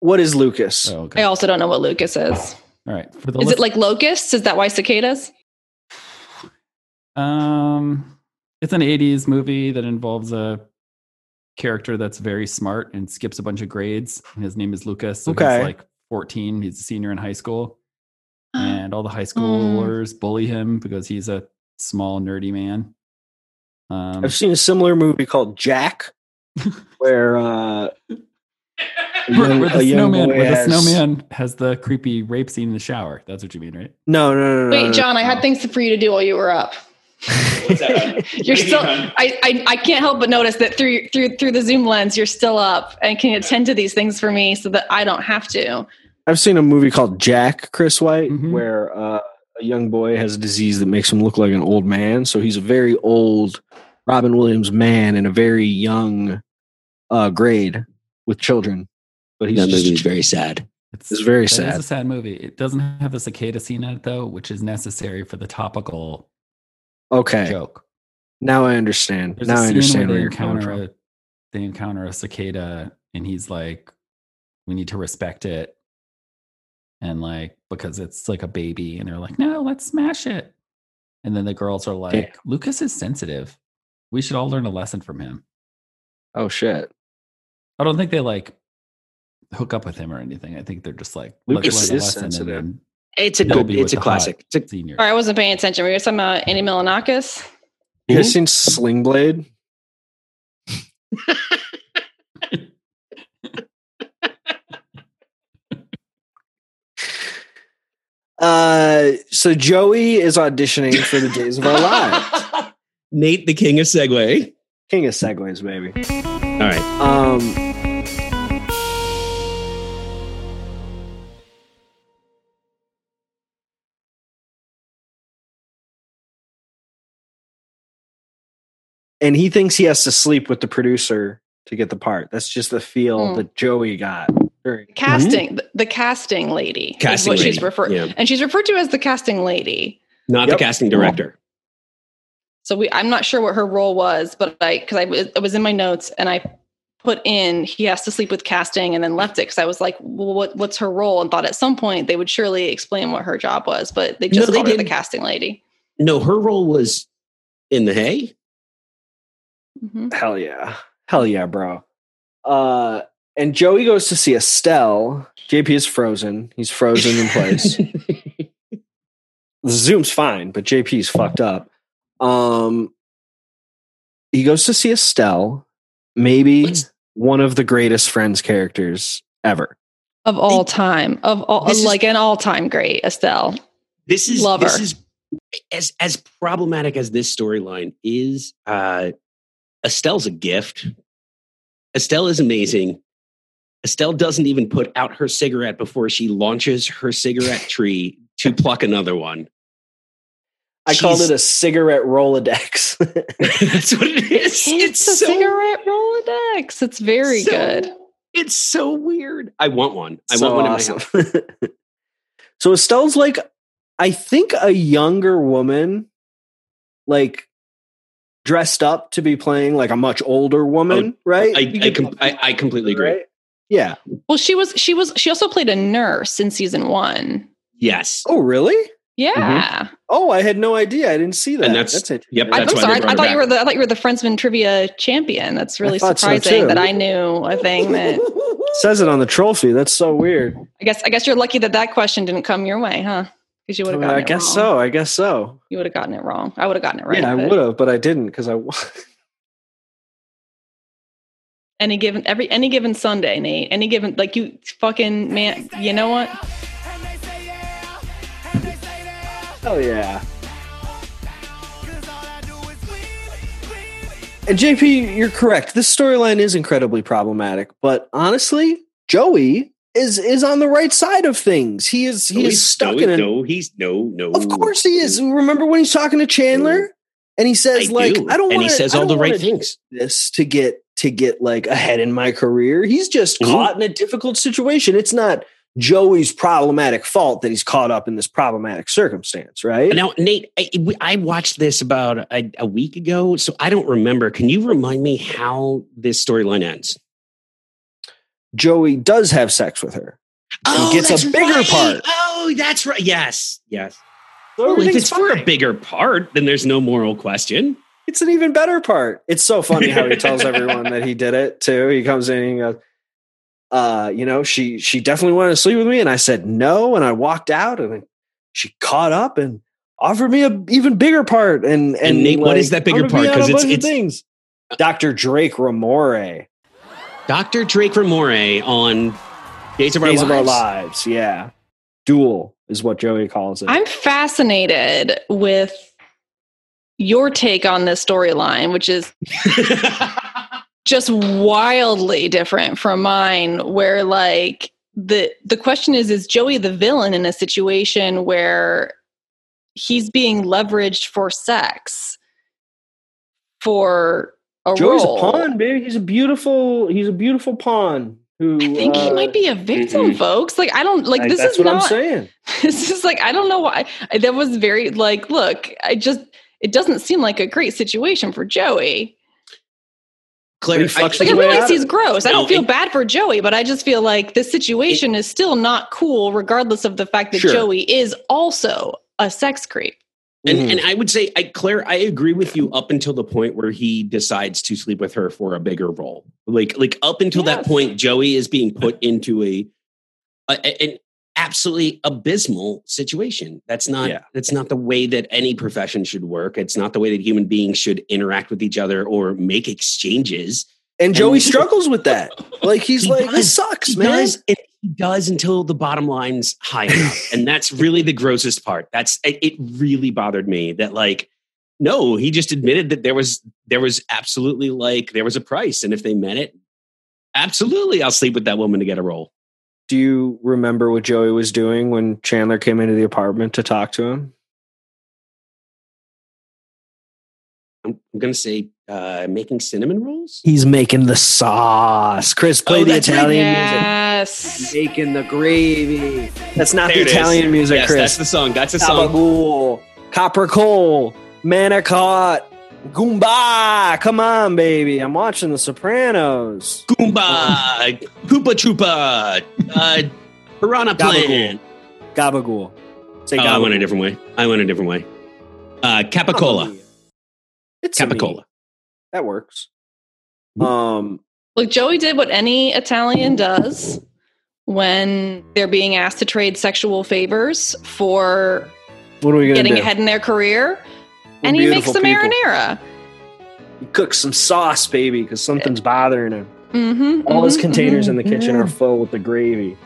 Speaker 1: what is Lucas?
Speaker 2: oh, okay.
Speaker 4: I also don't know what Lucas is.
Speaker 2: all right. For the
Speaker 4: Is it
Speaker 2: list-
Speaker 4: like locusts? Is that why cicadas?
Speaker 2: Um, it's an '80s movie that involves a character that's very smart and skips a bunch of grades. And his name is Lucas. So
Speaker 1: Okay.
Speaker 2: he's like 14.
Speaker 4: Mm.
Speaker 2: He's a senior in high school, and all the high schoolers bully him because he's a small nerdy man. Um,
Speaker 1: I've seen a similar movie called Jack, where uh, a
Speaker 2: where,
Speaker 1: young-
Speaker 2: where the
Speaker 1: a young
Speaker 2: snowman,
Speaker 1: boy
Speaker 2: where the
Speaker 1: has-
Speaker 2: snowman has the creepy rape scene in the shower. That's what you mean, right?
Speaker 1: No, no, no, no. no,
Speaker 4: Wait,
Speaker 1: no.
Speaker 4: John, I
Speaker 3: Uh,
Speaker 4: had things for you to do while you were up.
Speaker 3: What's that?
Speaker 4: You're still. I, I I can't help but notice that through through through the zoom lens, you're still up and can attend to these things for me, so that I don't have to.
Speaker 1: I've seen a movie called Jack, Chris White,
Speaker 2: Mhm.
Speaker 1: where uh, a young boy has a disease that makes him look like an old man. So he's a very old Robin Williams man in a very young uh, grade with children. But he's
Speaker 3: that
Speaker 1: just
Speaker 3: movie is very sad.
Speaker 1: It's very
Speaker 2: that is
Speaker 1: sad.
Speaker 2: a sad movie. It doesn't have the cicada scene in it though, which is necessary for the topical
Speaker 1: okay.
Speaker 2: joke.
Speaker 1: Now I understand.
Speaker 2: There's
Speaker 1: now
Speaker 2: a
Speaker 1: I
Speaker 2: scene
Speaker 1: understand
Speaker 2: where
Speaker 1: where
Speaker 2: they
Speaker 1: you're coming
Speaker 2: encounter
Speaker 1: from.
Speaker 2: a, they encounter a cicada, and he's like, "We need to respect it," and like because it's like a baby, and they're like, "No, let's smash it." And then the girls are like, "Lucas is sensitive. We should all learn a lesson from him."
Speaker 1: Oh shit!
Speaker 2: I don't think they like hook up with him or anything. I think they're just like,
Speaker 1: Lucas
Speaker 2: "Let's learn a
Speaker 1: is
Speaker 2: lesson,"
Speaker 1: sensitive.
Speaker 2: and
Speaker 3: It's a
Speaker 2: They'll
Speaker 3: good.
Speaker 2: be with
Speaker 3: It's a
Speaker 2: the hot.
Speaker 3: classic. It's a,
Speaker 2: then senior.
Speaker 4: All right, I wasn't paying attention. We were talking about Annie Milanakis.
Speaker 1: You guys seen Sling Blade? uh, so Joey is auditioning for the Days of Our Lives.
Speaker 3: Nate, the king of Segway.
Speaker 1: King of segues, baby.
Speaker 3: All right.
Speaker 1: Um, and he thinks he has to sleep with the producer to get the part. That's just the feel
Speaker 4: Mm.
Speaker 1: that Joey got. during-
Speaker 4: Casting the, the casting lady
Speaker 3: Mm-hmm. Casting
Speaker 4: is what she's
Speaker 3: lady,
Speaker 4: referred,
Speaker 3: yeah.
Speaker 4: and she's referred to as the casting lady.
Speaker 3: Not
Speaker 1: Yep.
Speaker 3: the casting director.
Speaker 4: So we, I'm not sure what her role was, but I because I was, it was in my notes and I put in he has to sleep with casting and then left it because I was like, well, what what's her role? And thought at some point they would surely explain what her job was, but they just
Speaker 3: No, they
Speaker 4: called her the
Speaker 3: didn't.
Speaker 4: casting lady.
Speaker 3: No, her role was in the hay.
Speaker 4: Mhm.
Speaker 1: Hell yeah. Hell yeah, bro. Uh, and Joey goes to see Estelle. JP is frozen. He's frozen in place. the Zoom's fine, but JP's fucked up. Um, he goes to see Estelle, maybe
Speaker 3: Let's-
Speaker 1: one of the greatest Friends characters ever.
Speaker 4: Of all time, of all
Speaker 3: This is-
Speaker 4: like an all time great Estelle.
Speaker 3: this is
Speaker 4: Love
Speaker 3: this
Speaker 4: her.
Speaker 3: is as as problematic as this storyline is uh estelle's a gift estelle is amazing estelle doesn't even put out her cigarette before she launches her cigarette tree to pluck another one
Speaker 1: I called
Speaker 3: She's-
Speaker 1: it a cigarette Rolodex.
Speaker 3: that's what it is it's,
Speaker 4: a
Speaker 3: so
Speaker 4: cigarette Rolodex. It's very
Speaker 3: so-
Speaker 4: good.
Speaker 3: it's so weird i want one i want one in my house
Speaker 1: house. so Estelle's like, I think a younger woman, like dressed up to be playing like a much older woman, right?
Speaker 3: Oh, I,
Speaker 1: You
Speaker 3: I,
Speaker 1: could-
Speaker 3: com- I, I completely agree
Speaker 1: right? Yeah.
Speaker 4: Well, she was she was she also played a nurse in season
Speaker 3: Mm-hmm.
Speaker 4: one.
Speaker 3: yes
Speaker 1: Oh, really?
Speaker 4: Yeah.
Speaker 1: Oh, I had no idea. I didn't see that.
Speaker 3: And that's-
Speaker 1: interesting.
Speaker 3: yep,
Speaker 4: I-
Speaker 3: that's why
Speaker 4: I'm
Speaker 3: they
Speaker 4: sorry.
Speaker 3: brought
Speaker 4: I
Speaker 3: her
Speaker 4: thought
Speaker 3: back.
Speaker 4: you were the I thought you were the Friendsman trivia champion. That's really
Speaker 1: thought so,
Speaker 4: surprising
Speaker 1: too.
Speaker 4: that I knew a thing that.
Speaker 1: says it on the trophy. That's so weird.
Speaker 4: I guess I guess you're lucky that that question didn't come your way, huh? Because you would
Speaker 1: I,
Speaker 4: have
Speaker 1: mean,
Speaker 4: gotten.
Speaker 1: I
Speaker 4: it
Speaker 1: guess
Speaker 4: wrong.
Speaker 1: so. I guess so.
Speaker 4: You would have gotten it wrong. I would have gotten it right.
Speaker 1: yeah, I
Speaker 4: but
Speaker 1: would have, but I didn't because I.
Speaker 4: Any given every any given Sunday, Nate. Any given like you fucking man. You know what?
Speaker 1: Hell yeah. And JP, you're correct. This storyline is incredibly problematic, but honestly, Joey is is on the right side of things. He is he
Speaker 3: No,
Speaker 1: is
Speaker 3: he's-
Speaker 1: stuck
Speaker 3: no,
Speaker 1: in an
Speaker 3: no he's no no
Speaker 1: Of course he is. Remember when he's talking to Chandler and he says like I don't
Speaker 3: and
Speaker 1: want
Speaker 3: he says all the right things.
Speaker 1: this to get to get like ahead in my career. He's just
Speaker 3: Mhm.
Speaker 1: caught in a difficult situation. It's not Joey's problematic fault that he's caught up in this problematic circumstance, right?
Speaker 3: Now, Nate, I, we- I watched this about a, a week ago, so I don't remember. Can you remind me how this storyline ends?
Speaker 1: Joey does have sex with her. And gets a
Speaker 3: Oh, that's
Speaker 1: bigger part.
Speaker 3: Oh, that's right. Yes, yes.
Speaker 1: So
Speaker 3: Well, if
Speaker 1: everything's
Speaker 3: it's for a
Speaker 1: fine.
Speaker 3: bigger part, then there's no moral question.
Speaker 1: It's an even better part. It's so funny how he tells everyone that he did it too. He comes in and he goes, uh, you know, she she definitely wanted to sleep with me, and I said no, and I walked out, and she caught up, and offer me a even bigger part. And and,
Speaker 3: Nate, what is that bigger
Speaker 1: I'm gonna be
Speaker 3: part?
Speaker 1: on a
Speaker 3: 'Cause it's-
Speaker 1: bunch of
Speaker 3: it's-
Speaker 1: things. Dr. Drake Ramore,
Speaker 3: Dr. Drake Ramore on Days of Our
Speaker 1: Days of Our
Speaker 3: Lives.
Speaker 1: Lives. Yeah, duel is what Joey calls it.
Speaker 4: I'm fascinated with your take on this storyline, which is just wildly different from mine where like the the question is is Joey the villain in a situation where he's being leveraged for sex for a
Speaker 1: Joey's
Speaker 4: role.
Speaker 1: a pawn, baby. He's a beautiful. He's a beautiful pawn. Who
Speaker 4: I think he
Speaker 1: uh,
Speaker 4: might be a victim,
Speaker 3: mm-mm.
Speaker 4: folks. Like I don't like
Speaker 1: I-
Speaker 4: this
Speaker 1: that's
Speaker 4: is
Speaker 1: what
Speaker 4: not
Speaker 1: I'm saying.
Speaker 4: this is like I don't know why I- that was very like look I just it doesn't seem like a great situation for Joey.
Speaker 3: Claire,
Speaker 1: But he fucks
Speaker 4: Like I
Speaker 1: Way
Speaker 4: realize
Speaker 1: out
Speaker 4: he's gross. I
Speaker 3: No,
Speaker 4: don't feel
Speaker 3: it-
Speaker 4: bad for Joey, but I just feel like this situation is still not cool, regardless of the fact that
Speaker 1: Sure.
Speaker 4: Joey is also a sex creep.
Speaker 3: And,
Speaker 1: Mhm.
Speaker 3: and I would say, I, Claire, I agree with you up until the point where he decides to sleep with her for a bigger role. Like, like up until that
Speaker 4: Yes.
Speaker 3: point, Joey is being put into a, a- an absolutely abysmal situation. That's not
Speaker 1: Yeah.
Speaker 3: that's not the way that any profession should work. It's not the way that human beings should interact with each other or make exchanges.
Speaker 1: And Joey
Speaker 3: And-
Speaker 1: struggles with that. Like he's
Speaker 3: He
Speaker 1: like,
Speaker 3: does.
Speaker 1: this sucks,
Speaker 3: He
Speaker 1: man.
Speaker 3: does, and he does until the bottom line's high enough, and that's really the grossest part. That's it. it Really bothered me that like, no, he just admitted that there was there was absolutely like there was a price, and if they met it, absolutely, I'll sleep with that woman to get a role.
Speaker 1: Do you remember what Joey was doing when Chandler came into the apartment to talk to him?
Speaker 3: I'm, I'm gonna say uh, making cinnamon rolls.
Speaker 1: He's making the sauce. Chris, play
Speaker 3: Oh,
Speaker 1: the
Speaker 3: that's right.
Speaker 1: Italian music.
Speaker 4: Yes,
Speaker 1: Making the gravy. That's not
Speaker 3: There it
Speaker 1: the
Speaker 3: is.
Speaker 1: Italian music,
Speaker 3: yes, that's
Speaker 1: Chris.
Speaker 3: the song. That's the song.
Speaker 1: Gabagool, Copper Coal, Manicot, Goomba. Come on, baby. I'm watching The Sopranos.
Speaker 3: Goomba, Koopa Troopa, uh, Piranha Plant.
Speaker 1: Gabagool. Say
Speaker 3: Oh,
Speaker 1: Gabagool.
Speaker 3: I went a different way. I went a different way. Uh, Capicola.
Speaker 1: It's a me.
Speaker 3: Capicola.
Speaker 1: That works.
Speaker 3: Hmm.
Speaker 1: Um,
Speaker 4: look, Joey did what any Italian does when they're being asked to trade sexual favors for
Speaker 1: what are we going to do?
Speaker 4: getting ahead in their career,
Speaker 1: We're
Speaker 4: and he makes
Speaker 1: beautiful
Speaker 4: the
Speaker 1: people.
Speaker 4: marinara.
Speaker 1: He cooks some sauce, baby, because something's bothering him.
Speaker 4: Mm-hmm,
Speaker 1: All his containers in the kitchen are full with the gravy.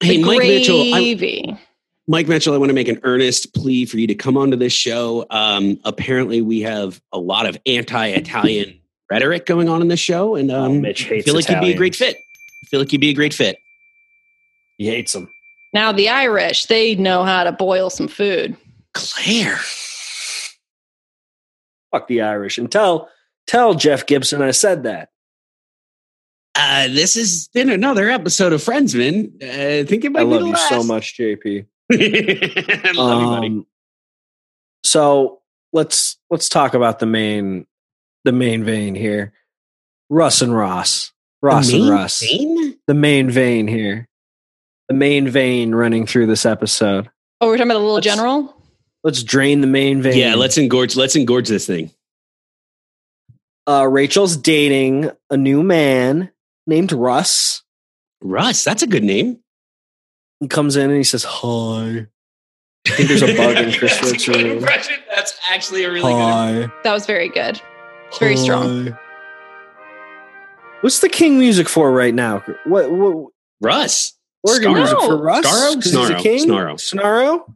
Speaker 3: Hey, Mike Mitchell. I,
Speaker 4: Mitchell.
Speaker 3: Mike Mitchell, I want to make an earnest plea for you to come onto this show. Um, apparently, we have a lot of anti-Italian rhetoric going on in this show, and um,
Speaker 1: Oh, Mitch
Speaker 3: I
Speaker 1: hates
Speaker 3: feel like you'd be a great
Speaker 1: Italians.
Speaker 3: fit. I feel like you'd be a great fit.
Speaker 1: He hates them.
Speaker 4: Now the Irish, they know how to boil some food.
Speaker 3: Claire,
Speaker 1: Fuck the Irish. And tell tell Jeff Gibson I said that.
Speaker 3: uh, this has been another episode of Friendsman. Uh, I think it might
Speaker 1: I
Speaker 3: be
Speaker 1: love
Speaker 3: the
Speaker 1: you
Speaker 3: last.
Speaker 1: so much, JP.
Speaker 3: I love you, buddy.
Speaker 1: Um, so let's let's talk about the main the main vein here. Russ and Ross. Ross
Speaker 3: The
Speaker 1: and
Speaker 3: main
Speaker 1: Russ.
Speaker 3: vein?
Speaker 1: The main vein here. The main vein running through this episode.
Speaker 4: Oh, we're talking about the little
Speaker 1: Let's-
Speaker 4: general.
Speaker 1: Let's drain the main vein.
Speaker 3: Yeah, let's engorge. Let's engorge this thing.
Speaker 1: uh, Rachel's dating a new man named Russ.
Speaker 3: Russ, that's a good name.
Speaker 1: He comes in and he says, Hi. I think there's a bug in Chris
Speaker 3: That's a
Speaker 1: Rick's
Speaker 3: good
Speaker 1: room.
Speaker 3: impression. That's actually a really good. impression.
Speaker 4: That was very good. It's very strong.
Speaker 1: What's the king music for right now? What, what
Speaker 3: Russ.
Speaker 1: organ
Speaker 3: Snarl.
Speaker 1: music for Russ?
Speaker 3: Starro?
Speaker 1: 'Cause he's a
Speaker 3: Snarro.
Speaker 1: king?
Speaker 3: Snarro.
Speaker 1: Snarro?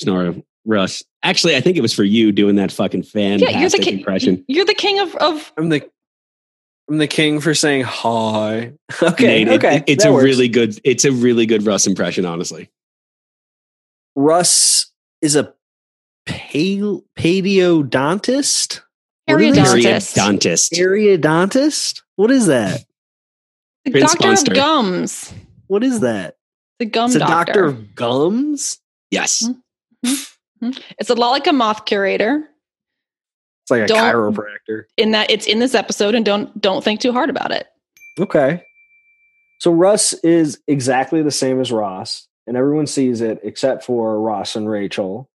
Speaker 3: Snarl, Russ. Actually, I think it was for you doing that fucking fan
Speaker 4: Yeah, you're the king.
Speaker 3: impression.
Speaker 4: You're the king of of.
Speaker 1: I'm the I'm the king for saying hi. Okay,
Speaker 3: Nate, it-
Speaker 1: okay.
Speaker 3: it- it's
Speaker 1: that
Speaker 3: a
Speaker 1: works.
Speaker 3: really good. It's a really good Russ impression, honestly.
Speaker 1: Russ is a pale paleodontist? What do they-
Speaker 4: Periodontist.
Speaker 3: Periodontist.
Speaker 1: Periodontist? What is that?
Speaker 4: The
Speaker 3: Prince
Speaker 4: doctor
Speaker 3: Monster.
Speaker 4: of gums.
Speaker 1: What is that?
Speaker 4: The gum
Speaker 1: it's a
Speaker 4: doctor.
Speaker 1: doctor of gums?
Speaker 3: Yes.
Speaker 4: Hmm. It's a lot like a moth curator
Speaker 1: It's like a
Speaker 4: Don't-
Speaker 1: chiropractor.
Speaker 4: in that it's in this episode, and don't don't think too hard about it.
Speaker 1: Okay. So Russ is exactly the same as Ross, and everyone sees it except for Ross and Rachel.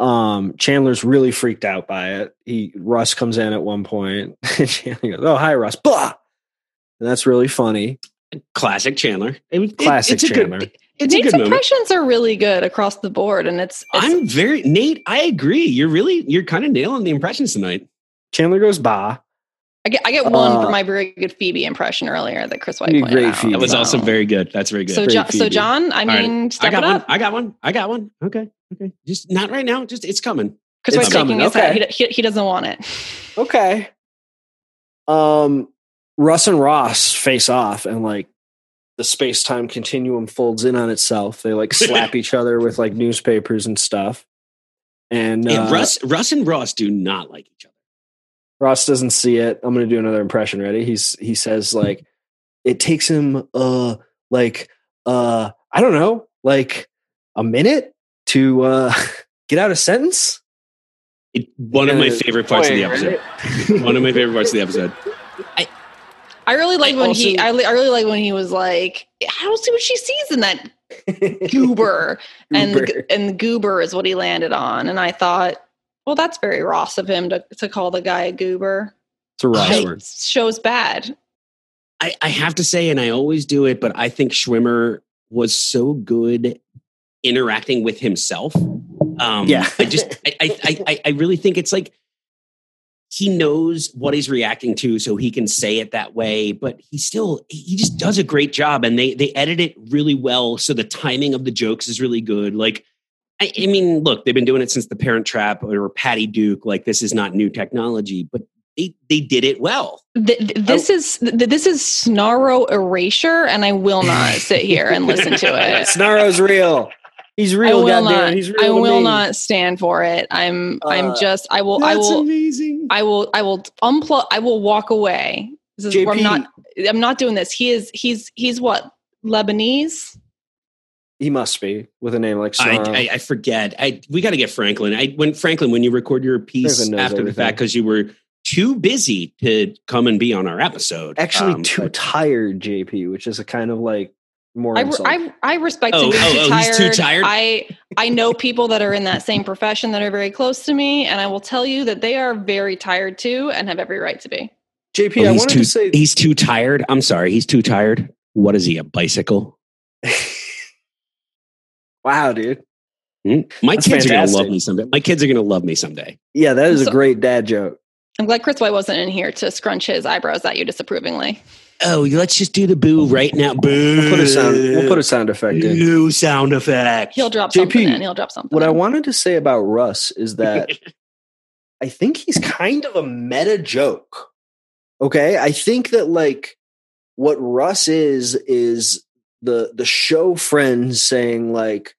Speaker 1: Um, Chandler's really freaked out by it. He Russ comes in at one point, and Chandler goes, "Oh, hi, Russ!" Blah, and that's really funny.
Speaker 3: Classic Chandler. It was- it-
Speaker 1: Classic
Speaker 3: it's a good-
Speaker 1: Chandler.
Speaker 3: It's a
Speaker 4: Nate's
Speaker 3: good moment.
Speaker 4: impressions are really good across the board, and it's, it's
Speaker 3: I'm very Nate. I agree. You're really you're kind of nailing the impressions tonight.
Speaker 1: Chandler goes bah.
Speaker 4: I get, I get one
Speaker 1: Uh,
Speaker 4: for my very good Phoebe impression earlier that Chris White
Speaker 1: you
Speaker 4: pointed
Speaker 1: great
Speaker 4: out.
Speaker 1: Phoebe.
Speaker 3: That was
Speaker 4: So-
Speaker 3: also very good. That's very good.
Speaker 4: So,
Speaker 3: Very
Speaker 4: John, so
Speaker 3: Phoebe.
Speaker 4: John, I
Speaker 3: right.
Speaker 4: mean,
Speaker 3: I
Speaker 4: step
Speaker 3: got
Speaker 4: it
Speaker 3: one.
Speaker 4: up.
Speaker 3: I got one. I got one. Okay. Okay. Just not right now. Just it's coming.
Speaker 4: Chris
Speaker 1: It's
Speaker 4: White's shaking
Speaker 1: coming,
Speaker 4: his head.
Speaker 1: okay.
Speaker 4: He, d- he, he doesn't want it.
Speaker 1: Okay. Um, Russ and Ross face off, and like the space time continuum folds in on itself. They like slap each other with like newspapers and stuff. And
Speaker 3: And
Speaker 1: uh,
Speaker 3: Russ, Russ, and Ross do not like each other.
Speaker 1: Ross doesn't see it. I'm gonna do another impression. Ready? He's he says like it takes him uh like uh I don't know like a minute to uh get out a sentence.
Speaker 3: It, one of my
Speaker 1: Uh,
Speaker 3: favorite parts of the episode. One of my favorite parts of the episode.
Speaker 4: I really like
Speaker 3: I
Speaker 4: when he.
Speaker 3: also-
Speaker 4: I, li- I really like when he was like, "I don't see what she sees in that goober," and
Speaker 1: Goober.
Speaker 4: the g- and the goober is what he landed on. And I thought, well, that's very Ross of him to to call the guy a goober.
Speaker 1: it's a Ross
Speaker 4: It
Speaker 1: word.
Speaker 4: shows bad.
Speaker 3: I, I have to say, and I always do it, but I think Schwimmer was so good interacting with himself. Um,
Speaker 1: Yeah.
Speaker 3: I just, I, I, I, I- I really think it's like he knows what he's reacting to, so he can say it that way. But he still, he just does a great job, and they they edit it really well. So the timing of the jokes is really good. Like, I, I mean, look, they've been doing it since the Parent Trap or Patty Duke. Like, this is not new technology, but they they did it well.
Speaker 4: Th- th- this is th- this is snarro erasure, and I will not sit here and listen to it.
Speaker 1: Snarro's real. He's real.
Speaker 4: I will
Speaker 1: goddamn.
Speaker 4: not.
Speaker 1: He's real.
Speaker 4: I
Speaker 1: to
Speaker 4: will
Speaker 1: me.
Speaker 4: not stand for it. I'm.
Speaker 1: Uh,
Speaker 4: I'm just. I will. I will.
Speaker 3: amazing.
Speaker 4: I will. I will unplug. I will walk away. This is.
Speaker 1: JP,
Speaker 4: I'm not. I'm not doing this. He is. He's. He's what Lebanese.
Speaker 1: He must be with a name like
Speaker 3: I,
Speaker 1: Snarro.
Speaker 3: I, I forget. I we got to get Franklin. I when Franklin when you record your piece
Speaker 1: Franklin knows
Speaker 3: after the
Speaker 1: everything.
Speaker 3: fact because you were too busy to come and be on our episode.
Speaker 1: Actually,
Speaker 3: Um,
Speaker 1: too
Speaker 3: but-
Speaker 1: tired, JP, which is a kind of like more.
Speaker 4: I, re-
Speaker 1: insult.
Speaker 4: I. I respect
Speaker 3: Oh,
Speaker 4: him being
Speaker 3: oh,
Speaker 4: too
Speaker 3: oh, he's
Speaker 4: tired.
Speaker 3: too tired?
Speaker 4: I. I know people that are in that same profession that are very close to me, and I will tell you that they are very tired too, and have every right to be.
Speaker 1: JP,
Speaker 3: Oh,
Speaker 1: I
Speaker 3: he's
Speaker 1: wanted
Speaker 3: too,
Speaker 1: to say
Speaker 3: he's too tired. I'm sorry, he's too tired. What is he? A bicycle?
Speaker 1: wow, dude.
Speaker 3: Hmm? My
Speaker 1: That's
Speaker 3: kids are
Speaker 1: fantastic.
Speaker 3: gonna love me someday. My kids are gonna love me someday.
Speaker 1: Yeah, that is a
Speaker 4: So-
Speaker 1: great dad joke.
Speaker 4: I'm glad Chris White wasn't in here to scrunch his eyebrows at you disapprovingly.
Speaker 3: Oh, let's just do the boo right now. Boo.
Speaker 1: We'll put a sound. We'll put a sound effect in.
Speaker 3: new sound effect.
Speaker 4: He'll drop
Speaker 1: JP,
Speaker 4: something in. He'll drop something.
Speaker 1: What I
Speaker 4: in.
Speaker 1: wanted to say about Russ is that I think he's kind of a meta joke. Okay, I think that like what Russ is is the the show friends saying like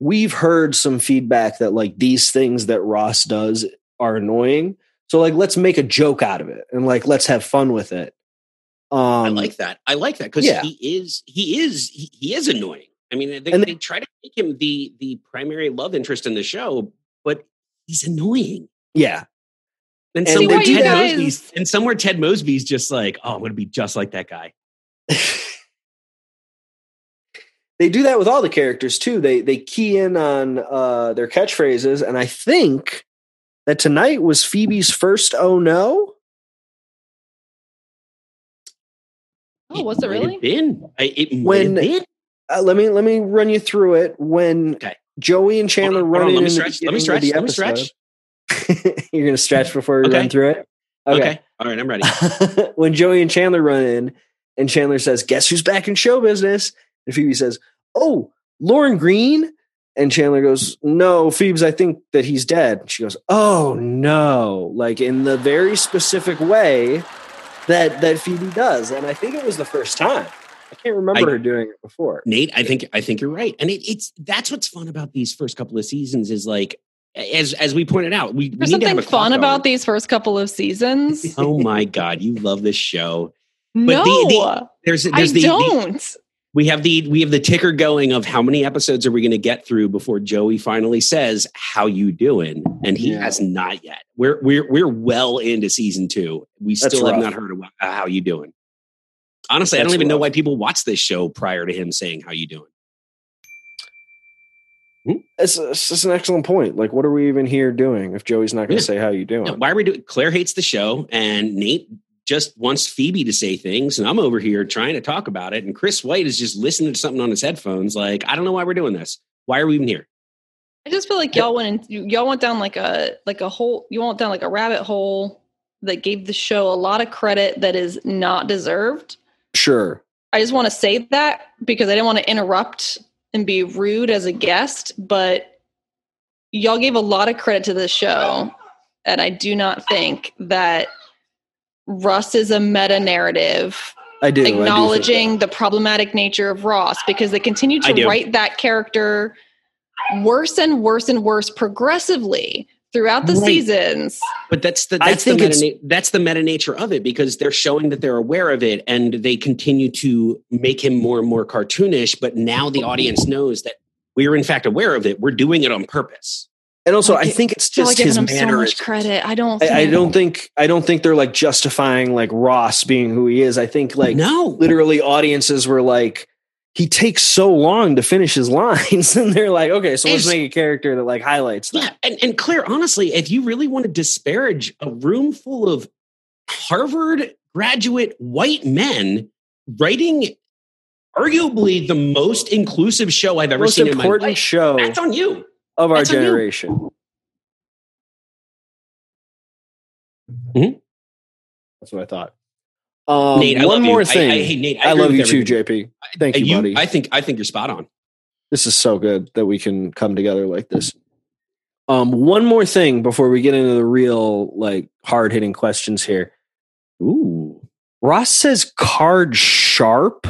Speaker 1: we've heard some feedback that like these things that Ross does are annoying. So like let's make a joke out of it and like let's have fun with it. Um
Speaker 3: I like that. I like that because
Speaker 1: yeah.
Speaker 3: he is he is he, he is annoying. I mean, they,
Speaker 1: And
Speaker 3: they try to make him the the primary love interest in the show, but he's annoying.
Speaker 1: yeah.
Speaker 3: And
Speaker 1: See
Speaker 3: somewhere
Speaker 1: why you
Speaker 3: Ted
Speaker 4: guys-
Speaker 3: Mosby's and somewhere Ted Mosby's just like, oh, I'm gonna be just like that guy.
Speaker 1: they do that with all the characters too. They they key in on uh, their catchphrases, and I think that tonight was Phoebe's first "Oh no."
Speaker 4: Oh, was it
Speaker 3: might have
Speaker 4: really?
Speaker 3: Been I, it might
Speaker 1: When-
Speaker 3: have been.
Speaker 1: Uh, let me let me run you through it. When
Speaker 3: Okay.
Speaker 1: Joey and Chandler
Speaker 3: Hold on,
Speaker 1: run
Speaker 3: hold on,
Speaker 1: in,
Speaker 3: let me
Speaker 1: in the
Speaker 3: stretch. Let me
Speaker 1: beginning of
Speaker 3: stretch.
Speaker 1: the
Speaker 3: Let me stretch.
Speaker 1: episode- You're gonna stretch before we
Speaker 3: Okay.
Speaker 1: run through it.
Speaker 3: Okay. All right, I'm ready.
Speaker 1: when Joey and Chandler run in, and Chandler says, "Guess who's back in show business?" and Phoebe says, "Oh, Lauren Green." And Chandler goes, "No, Phoebes, I think that he's dead." And she goes, "Oh no!" Like in the very specific way that that Phoebe does, and I think it was the first time. I can't remember
Speaker 3: I-
Speaker 1: her doing it before.
Speaker 3: Nate, I think I think you're right, and it, it's that's what's fun about these first couple of seasons is like, as as we pointed out, we, we
Speaker 4: There's
Speaker 3: need to have
Speaker 4: something
Speaker 3: a clock
Speaker 4: fun
Speaker 3: going.
Speaker 4: about these first couple of seasons.
Speaker 3: Oh my god, you love this show.
Speaker 4: no,
Speaker 3: the- the- There's there's
Speaker 4: I
Speaker 3: the, the-
Speaker 4: don't.
Speaker 3: we have the we have the ticker going of how many episodes are we going to get through before Joey finally says how you doing and he
Speaker 1: Yeah.
Speaker 3: has not yet. We're we're we're well into season 2. We
Speaker 1: That's
Speaker 3: still have
Speaker 1: rough.
Speaker 3: not heard about uh, how you doing. Honestly, I
Speaker 1: That's
Speaker 3: don't even know
Speaker 1: rough.
Speaker 3: why people watch this show prior to him saying how you doing.
Speaker 1: It's, it's, it's an excellent point. Like, what are we even here doing if Joey's not going to
Speaker 3: Yeah.
Speaker 1: say how you doing?
Speaker 3: Now, why are we doing Claire hates the show and Nate just wants Phoebe to say things, and I'm over here trying to talk about it. And Chris White is just listening to something on his headphones. Like, I don't know why we're doing this. Why are we even here?
Speaker 4: I just feel like y'all went in, y'all went down like a like a hole you all went down like a rabbit hole that gave the show a lot of credit that is not deserved.
Speaker 1: Sure.
Speaker 4: I just want to say that because I didn't want to interrupt and be rude as a guest, but y'all gave a lot of credit to this show, and I do not think that Russ is a meta narrative
Speaker 1: I do. I do feel-
Speaker 4: acknowledging the problematic nature of Ross because they continue
Speaker 3: I
Speaker 4: to
Speaker 3: do.
Speaker 4: write that character worse and worse and worse progressively throughout the
Speaker 3: Right.
Speaker 4: seasons.
Speaker 3: But that's the
Speaker 1: I
Speaker 3: that's
Speaker 1: think
Speaker 3: the
Speaker 1: it's-
Speaker 3: meta, na- that's the meta nature of it because they're showing that they're aware of it and they continue to make him more and more cartoonish. But now the audience knows that we're in fact aware of it. We're doing it on purpose.
Speaker 1: and also,
Speaker 4: Like,
Speaker 1: I think it's
Speaker 4: Y'all are
Speaker 1: just
Speaker 4: giving
Speaker 1: his
Speaker 4: him so
Speaker 1: manner.
Speaker 4: much credit. I don't.
Speaker 1: I, I
Speaker 4: think-
Speaker 1: don't think I don't think they're like justifying like Ross being who he is. I think like
Speaker 3: no,
Speaker 1: literally audiences were like, he takes so long to finish his lines, and they're like, okay, so let's
Speaker 3: It's-
Speaker 1: make a character that like highlights that.
Speaker 3: Yeah, and, and Claire, honestly, if you really want to disparage a room full of Harvard graduate white men writing arguably the most inclusive show I've ever
Speaker 1: Most
Speaker 3: seen in my
Speaker 1: important
Speaker 3: life,
Speaker 1: show
Speaker 3: that's on you.
Speaker 1: of our
Speaker 3: that's on you.
Speaker 1: generation.
Speaker 3: Mhm.
Speaker 1: That's what I thought. Um,
Speaker 3: Nate, I
Speaker 1: one
Speaker 3: love
Speaker 1: more
Speaker 3: you. I-
Speaker 1: thing.
Speaker 3: I, hate Nate. I,
Speaker 1: I
Speaker 3: agree
Speaker 1: love
Speaker 3: with
Speaker 1: you too,
Speaker 3: everything.
Speaker 1: JP. Thank you,
Speaker 3: You-
Speaker 1: buddy.
Speaker 3: I think I think you're spot on.
Speaker 1: this is so good that we can come together like this. Um, one more thing before we get into the real, like, hard hitting questions here. Ooh, Ross says card sharp.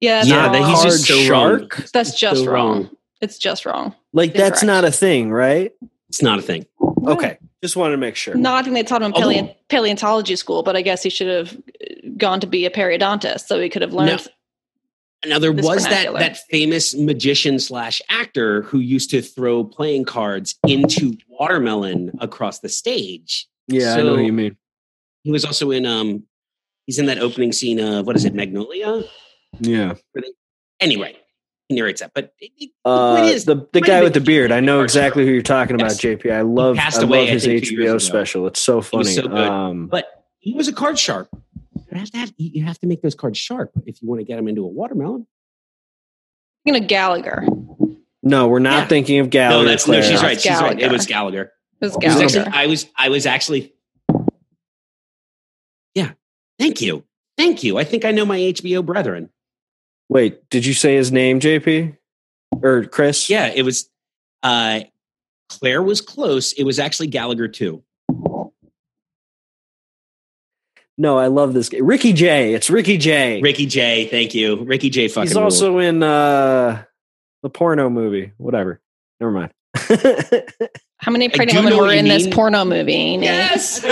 Speaker 4: Yeah, that's
Speaker 3: yeah,
Speaker 4: wrong.
Speaker 3: that he's
Speaker 1: Hard
Speaker 3: just so wrong.
Speaker 1: shark?
Speaker 4: that's just
Speaker 3: so
Speaker 4: wrong.
Speaker 3: wrong.
Speaker 4: It's just wrong.
Speaker 1: Like, that's
Speaker 4: Incorrect.
Speaker 1: not a thing, right?
Speaker 3: It's not a thing.
Speaker 1: Okay, just wanted to make sure.
Speaker 4: No, I think they taught him in
Speaker 3: Although-
Speaker 4: paleon- paleontology school, but I guess he should have uh, gone to be a periodontist, so he could have learned.
Speaker 3: Now there
Speaker 4: This
Speaker 3: was that
Speaker 4: vernacular.
Speaker 3: that famous magician slash actor who used to throw playing cards into watermelon across the stage.
Speaker 1: yeah, I know
Speaker 3: So-
Speaker 1: what you mean.
Speaker 3: He was also in um he's in that opening scene of what is it, Magnolia?
Speaker 1: Yeah,
Speaker 3: Anyway, he narrates that. But it, it-
Speaker 1: uh,
Speaker 3: point is,
Speaker 1: the the
Speaker 3: might
Speaker 1: guy
Speaker 3: have
Speaker 1: with the
Speaker 3: been-
Speaker 1: beard. I know
Speaker 3: Card
Speaker 1: exactly who you're talking about,
Speaker 3: Yes.
Speaker 1: JP. I love,
Speaker 3: passed
Speaker 1: I love
Speaker 3: away, I
Speaker 1: his
Speaker 3: think, two years
Speaker 1: HBO
Speaker 3: ago.
Speaker 1: special. It's so funny.
Speaker 3: was so good.
Speaker 1: um,
Speaker 3: but he was a card sharp. You have to have, you have to make those cards sharp if you want to get them into a watermelon.
Speaker 4: You know, Gallagher. It
Speaker 1: no, we're not
Speaker 3: Yeah.
Speaker 1: thinking of Gallagher.
Speaker 3: no, that's no, she's
Speaker 1: Claire.
Speaker 3: right. She's right. It
Speaker 4: Gallagher.
Speaker 3: was Gallagher.
Speaker 4: was
Speaker 3: It was
Speaker 4: Gallagher.
Speaker 3: actually, I was I was actually Yeah. Thank you. Thank you. I think I know my HBO brethren.
Speaker 1: Wait, did you say his name, JP? Or Chris?
Speaker 3: Yeah, it was uh Claire was close. It was actually Gallagher too.
Speaker 1: No, I love this guy. Ricky J. It's Ricky J.
Speaker 3: Ricky J, thank you. Ricky J fucking
Speaker 1: He's
Speaker 3: ruled.
Speaker 1: also in uh the porno movie. Whatever. Never mind.
Speaker 4: How many
Speaker 3: do
Speaker 4: pregnant
Speaker 3: know
Speaker 4: women
Speaker 3: what
Speaker 4: were
Speaker 3: you
Speaker 4: in this
Speaker 3: mean.
Speaker 4: porno movie? Nate?
Speaker 6: Sexy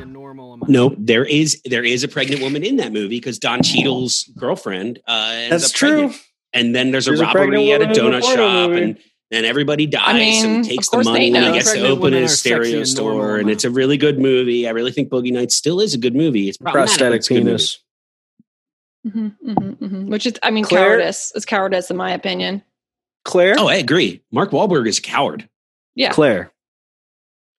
Speaker 6: and normal amount.
Speaker 3: no, there is there is a pregnant woman in that movie because Don Cheadle's girlfriend. Uh, ends
Speaker 1: That's
Speaker 3: up pregnant.
Speaker 1: true.
Speaker 3: And then there's a
Speaker 1: There's a
Speaker 3: robbery
Speaker 1: pregnant
Speaker 3: at a
Speaker 1: woman in the
Speaker 3: donut
Speaker 1: porno
Speaker 3: shop,
Speaker 1: movie.
Speaker 3: and then everybody dies.
Speaker 4: mean,
Speaker 3: and
Speaker 4: of
Speaker 3: he takes the
Speaker 4: course they
Speaker 3: money, and
Speaker 4: know.
Speaker 3: he gets to
Speaker 6: Pregnant
Speaker 3: open
Speaker 6: women are
Speaker 3: his
Speaker 6: sexy
Speaker 3: stereo
Speaker 6: and
Speaker 3: store,
Speaker 6: normal
Speaker 3: and it's a really good movie. I really think Boogie Nights still is a good movie. It's problematic, but
Speaker 1: Prosthetic
Speaker 3: it's a good movie.
Speaker 1: penis.
Speaker 4: hmm hmm hmm Which is, I mean,
Speaker 1: Claire?
Speaker 4: cowardice. It's cowardice, in my opinion.
Speaker 1: Claire?
Speaker 3: Oh, I agree. Mark Wahlberg is a coward.
Speaker 4: yeah.
Speaker 1: Claire.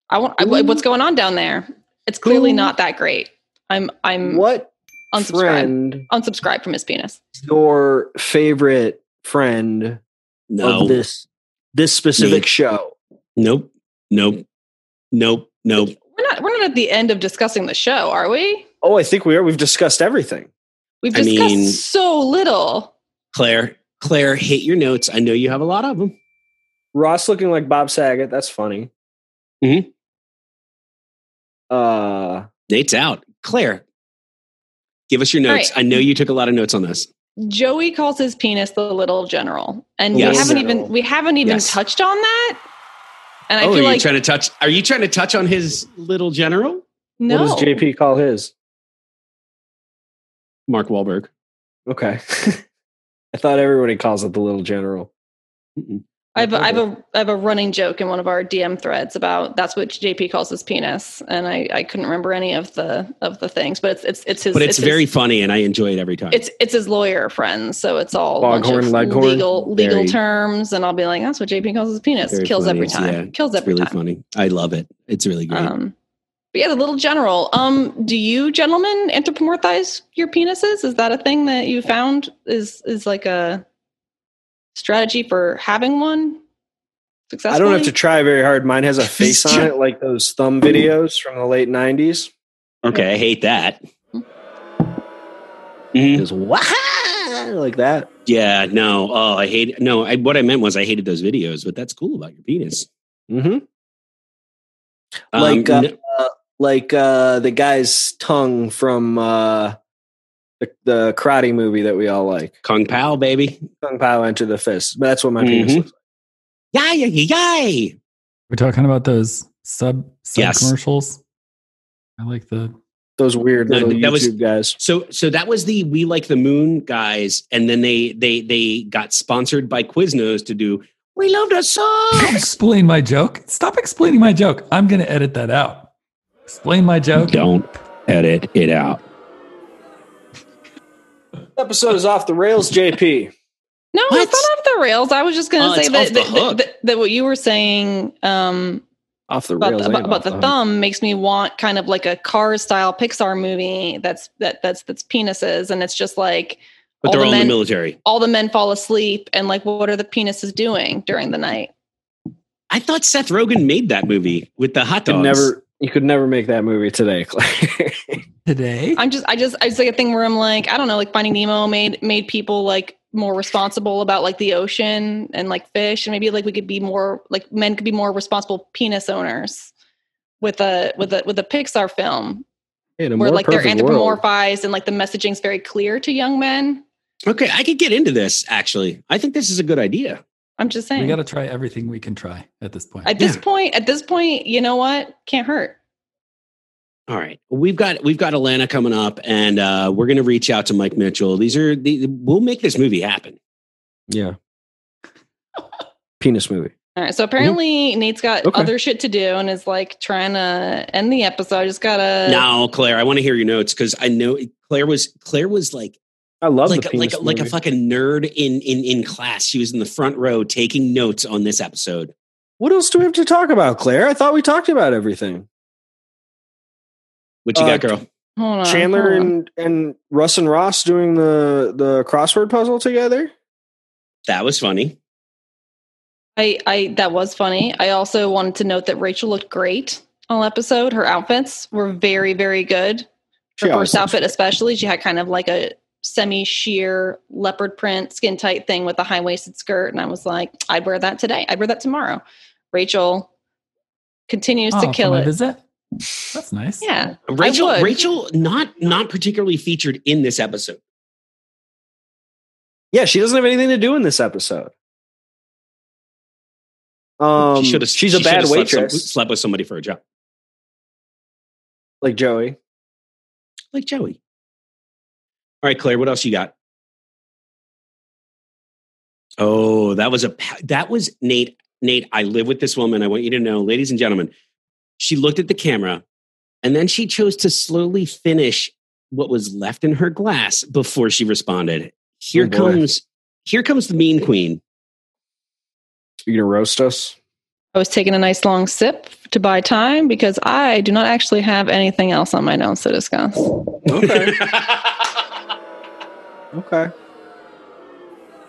Speaker 4: I want. I, what's going on down there? It's clearly not that great. I'm. I'm
Speaker 1: What
Speaker 4: unsubscribed.
Speaker 1: friend
Speaker 4: Unsubscribe from his penis.
Speaker 1: is your favorite friend of
Speaker 3: No,
Speaker 1: this this specific show?
Speaker 3: nope, nope, nope, nope.
Speaker 4: We're not. We're not at the end of discussing the show, are we?
Speaker 1: Oh, I think we are. We've discussed everything.
Speaker 4: We've
Speaker 3: I
Speaker 4: discussed
Speaker 3: mean-
Speaker 4: so little.
Speaker 3: Claire, Claire, hit your notes. I know you have a lot of them.
Speaker 1: Ross looking like Bob Saget. That's funny.
Speaker 3: Mhm.
Speaker 1: Uh,
Speaker 3: Nate's out. Claire, give us your
Speaker 4: All
Speaker 3: notes.
Speaker 4: right.
Speaker 3: I know you took a lot of notes on this.
Speaker 4: Joey calls his penis the little general, and
Speaker 3: Yes.
Speaker 4: we haven't
Speaker 1: General.
Speaker 4: even we haven't even
Speaker 3: Yes.
Speaker 4: touched on that. And I
Speaker 3: oh, are
Speaker 4: feel
Speaker 3: you
Speaker 4: like
Speaker 3: trying to touch? Are you trying to touch on his little general,
Speaker 4: no.
Speaker 1: What does JP call his?
Speaker 3: Mark Wahlberg?
Speaker 1: Okay. I thought everybody calls it the little general.
Speaker 3: Mm-mm.
Speaker 4: I have, a, I, have a, I have a running joke in one of our DM threads about that's what JP calls his penis, and I, I couldn't remember any of the of the things, but it's it's it's his.
Speaker 3: But it's, very
Speaker 4: his,
Speaker 3: funny, and I enjoy it every time.
Speaker 4: it's it's his lawyer friends, so it's all a bunch
Speaker 1: Foghorn
Speaker 4: of
Speaker 1: Leghorn?
Speaker 4: legal legal
Speaker 3: Very-
Speaker 4: terms, and I'll be like, that's what JP calls his penis.
Speaker 3: Very
Speaker 4: Kills
Speaker 3: funny.
Speaker 4: every
Speaker 3: It's-
Speaker 4: time.
Speaker 3: yeah,
Speaker 4: Kills
Speaker 3: It's
Speaker 4: every
Speaker 3: really
Speaker 4: time.
Speaker 3: funny. I love it. It's really great.
Speaker 4: Um, But yeah, the little general. Um, do you gentlemen anthropomorphize your penises? Is that a thing that you found is is like a strategy for having one? Successfully?
Speaker 1: I don't have to try very hard. Mine has a face on it, like those thumb videos from the late '90s.
Speaker 3: Okay, I hate that.
Speaker 4: Mm-hmm.
Speaker 1: It
Speaker 3: Mhm.
Speaker 1: was wah like that.
Speaker 3: Yeah, no. Oh, I hate no. I, what I meant was I hated those videos, but that's cool about your penis.
Speaker 1: hmm
Speaker 3: Um,
Speaker 1: Like, uh,
Speaker 3: n-
Speaker 1: Like uh, the guy's tongue from uh, the, the karate movie that we all like.
Speaker 3: Kung Pao, baby.
Speaker 1: Kung Pao enter the fist. But that's what my penis
Speaker 3: Mhm.
Speaker 1: looks
Speaker 3: Yay, yay, yay!
Speaker 2: We're talking about those sub, sub
Speaker 3: Yes.
Speaker 2: commercials. I like the
Speaker 1: Those weird
Speaker 3: No,
Speaker 1: little
Speaker 3: that
Speaker 1: YouTube
Speaker 3: was-
Speaker 1: guys.
Speaker 3: So so that was the We Like the Moon guys, and then they they they got sponsored by Quiznos to do We Love the Songs.
Speaker 2: explain my joke. Stop explaining my joke. I'm gonna edit that out. Explain my joke.
Speaker 3: Don't edit it out.
Speaker 1: This episode is off the rails, JP.
Speaker 4: No,
Speaker 3: What?
Speaker 4: it's not off the rails. I was just going
Speaker 3: Oh,
Speaker 4: to
Speaker 3: it's
Speaker 4: say that,
Speaker 3: off the
Speaker 4: that, that,
Speaker 3: hook.
Speaker 4: that, that what you were saying um,
Speaker 1: Off the
Speaker 4: about,
Speaker 1: rails.
Speaker 4: the, about,
Speaker 1: and
Speaker 4: about
Speaker 1: off
Speaker 4: the
Speaker 1: hook.
Speaker 4: thumb makes me want kind of like a Cars style Pixar movie that's that that's that's penises, and it's just like
Speaker 3: But
Speaker 4: All
Speaker 3: they're
Speaker 4: the
Speaker 3: all in
Speaker 4: men-
Speaker 3: the military.
Speaker 4: all the men fall asleep, and like what are the penises doing during the night?
Speaker 3: I thought Seth Rogen made that movie with the hot
Speaker 1: You could
Speaker 3: dogs.
Speaker 1: never, you could never make that movie today, Claire.
Speaker 2: Today,
Speaker 4: I'm just I just it's like a thing where I'm like I don't know like Finding Nemo made made people like more responsible about like the ocean and like fish and maybe like we could be more like men could be more responsible penis owners with a with a with a Pixar film
Speaker 1: In a
Speaker 4: where
Speaker 1: more
Speaker 4: like they're
Speaker 1: perfect world.
Speaker 4: anthropomorphized and like the messaging's very clear to young men.
Speaker 3: Okay, I could get into this. Actually, I think this is a good idea.
Speaker 4: I'm just saying.
Speaker 2: we gotta try everything we can try at this point.
Speaker 4: at this
Speaker 3: Yeah.
Speaker 4: point, at this point, you know what? Can't hurt.
Speaker 3: All right, we've got we've got Atlanta coming up, and uh, we're gonna reach out to Mike Mitchell. These are the, we'll make this movie happen.
Speaker 1: Yeah. Penis movie.
Speaker 4: All right. So apparently Nate's got
Speaker 1: Mm-hmm. Okay.
Speaker 4: other shit to do and is like trying to end the episode. I just gotta
Speaker 3: now, Claire, I want to hear your notes because I know Claire was Claire was like
Speaker 1: I love
Speaker 3: like
Speaker 1: the
Speaker 3: like
Speaker 1: penis
Speaker 3: like a
Speaker 1: movie.
Speaker 3: fucking nerd in in in class. She was in the front row taking notes on this episode.
Speaker 1: What else do we have to talk about, Claire? I thought we talked about everything.
Speaker 3: What you
Speaker 1: Uh,
Speaker 3: got, girl?
Speaker 4: hold on,
Speaker 1: Chandler
Speaker 4: hold on.
Speaker 1: and and Russ and Ross doing the the crossword puzzle together.
Speaker 3: That was funny.
Speaker 4: I, I that was funny. I also wanted to note that Rachel looked great all episode. Her outfits were very, very good. Her
Speaker 1: She always
Speaker 4: first
Speaker 1: looks
Speaker 4: outfit, especially, she had kind of like a semi sheer leopard print skin tight thing with a high waisted skirt, and I was like, I'd wear that today. I'd wear that tomorrow. Rachel continues
Speaker 2: Oh,
Speaker 4: to
Speaker 2: for
Speaker 4: kill
Speaker 2: my
Speaker 4: it.
Speaker 2: visit? That's nice.
Speaker 4: Yeah,
Speaker 3: Rachel
Speaker 4: would.
Speaker 3: Rachel not not particularly featured in this episode.
Speaker 1: Yeah, she doesn't have anything to do in this episode. Um,
Speaker 3: she should have.
Speaker 1: she's a bad waitress,
Speaker 3: Slept, some- slept with somebody for a job,
Speaker 1: like Joey.
Speaker 3: like Joey. All right, Claire. What else you got? Oh, that was a pa- that was Nate. Nate, I live with this woman. I want you to know, ladies and gentlemen, she looked at the camera, and then she chose to slowly finish what was left in her glass before she responded. Here
Speaker 1: Oh, boy.
Speaker 3: comes here comes the mean queen.
Speaker 1: You gonna roast us?
Speaker 4: I was taking a nice long sip to buy time because I do not actually have anything else on my notes to discuss.
Speaker 1: Okay, okay.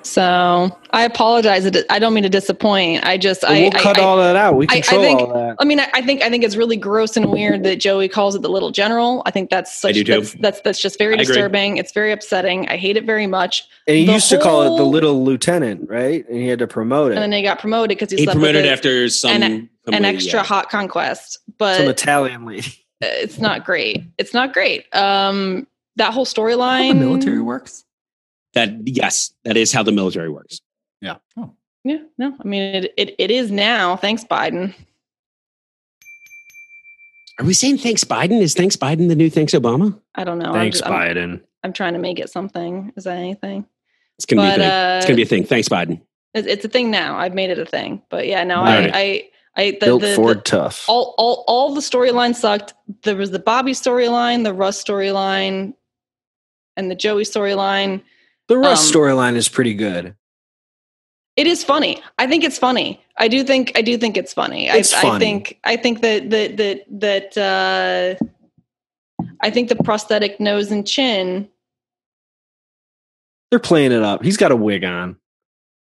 Speaker 4: So I apologize. I di- I don't mean to disappoint. I just I
Speaker 1: we'll
Speaker 4: I-
Speaker 1: cut
Speaker 4: I,
Speaker 1: all that out. We
Speaker 4: I- I
Speaker 1: control
Speaker 4: think-
Speaker 1: all that.
Speaker 4: I mean, I, I think I think it's really gross and weird that Joey calls it the little general. I think that's such
Speaker 3: I do too.
Speaker 4: that's, that's that's just very
Speaker 3: I agree.
Speaker 4: disturbing. It's very upsetting. I hate it very much.
Speaker 1: And he
Speaker 4: the
Speaker 1: used to call it the
Speaker 4: whole-
Speaker 1: little lieutenant, right? And he had to promote
Speaker 4: And then
Speaker 1: it.
Speaker 4: they got promoted because he,
Speaker 3: he
Speaker 4: slept
Speaker 3: promoted
Speaker 4: with a-
Speaker 3: after some
Speaker 4: an-
Speaker 3: some
Speaker 4: an
Speaker 3: lady,
Speaker 4: extra
Speaker 3: yeah.
Speaker 4: hot conquest.
Speaker 1: Some
Speaker 4: But uh,
Speaker 1: Italian lady.
Speaker 4: it's not great. It's not great. Um, that whole
Speaker 2: How
Speaker 4: storyline.
Speaker 2: the military works.
Speaker 3: That yes, that is how the military works.
Speaker 4: Yeah, no, I mean it, it. It is now. Thanks, Biden.
Speaker 3: Are we saying thanks Biden? Is thanks Biden the new thanks Obama?
Speaker 4: I don't know. I'm, just- I'm-
Speaker 1: Biden.
Speaker 4: I'm trying to make it something. Is that anything?
Speaker 3: It's gonna be a
Speaker 4: But,
Speaker 3: thing.
Speaker 4: uh,
Speaker 3: it's gonna be a thing. Thanks Biden.
Speaker 4: It's, it's a thing now. I've made it a thing. But yeah, no,
Speaker 3: Alright.
Speaker 4: I, I, I, the,
Speaker 1: Built
Speaker 4: the, the-
Speaker 1: Ford tough.
Speaker 4: all, all, all the storylines sucked. There was the Bobby storyline, the Russ storyline, and the Joey storyline.
Speaker 1: the Russ
Speaker 4: um,
Speaker 1: storyline is pretty good.
Speaker 4: It is funny. I think it's funny. I do think I do think it's funny.
Speaker 1: It's
Speaker 4: I, I
Speaker 1: funny.
Speaker 4: think I think that that that that uh, I think the prosthetic nose and chin.
Speaker 1: They're playing it up. He's got a wig on.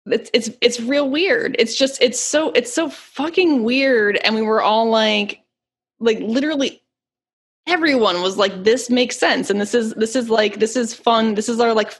Speaker 4: It's it's it's real weird. It's just it's so it's so fucking weird. And we were all like, like literally everyone was like this makes sense and this is this is like this is fun this is our like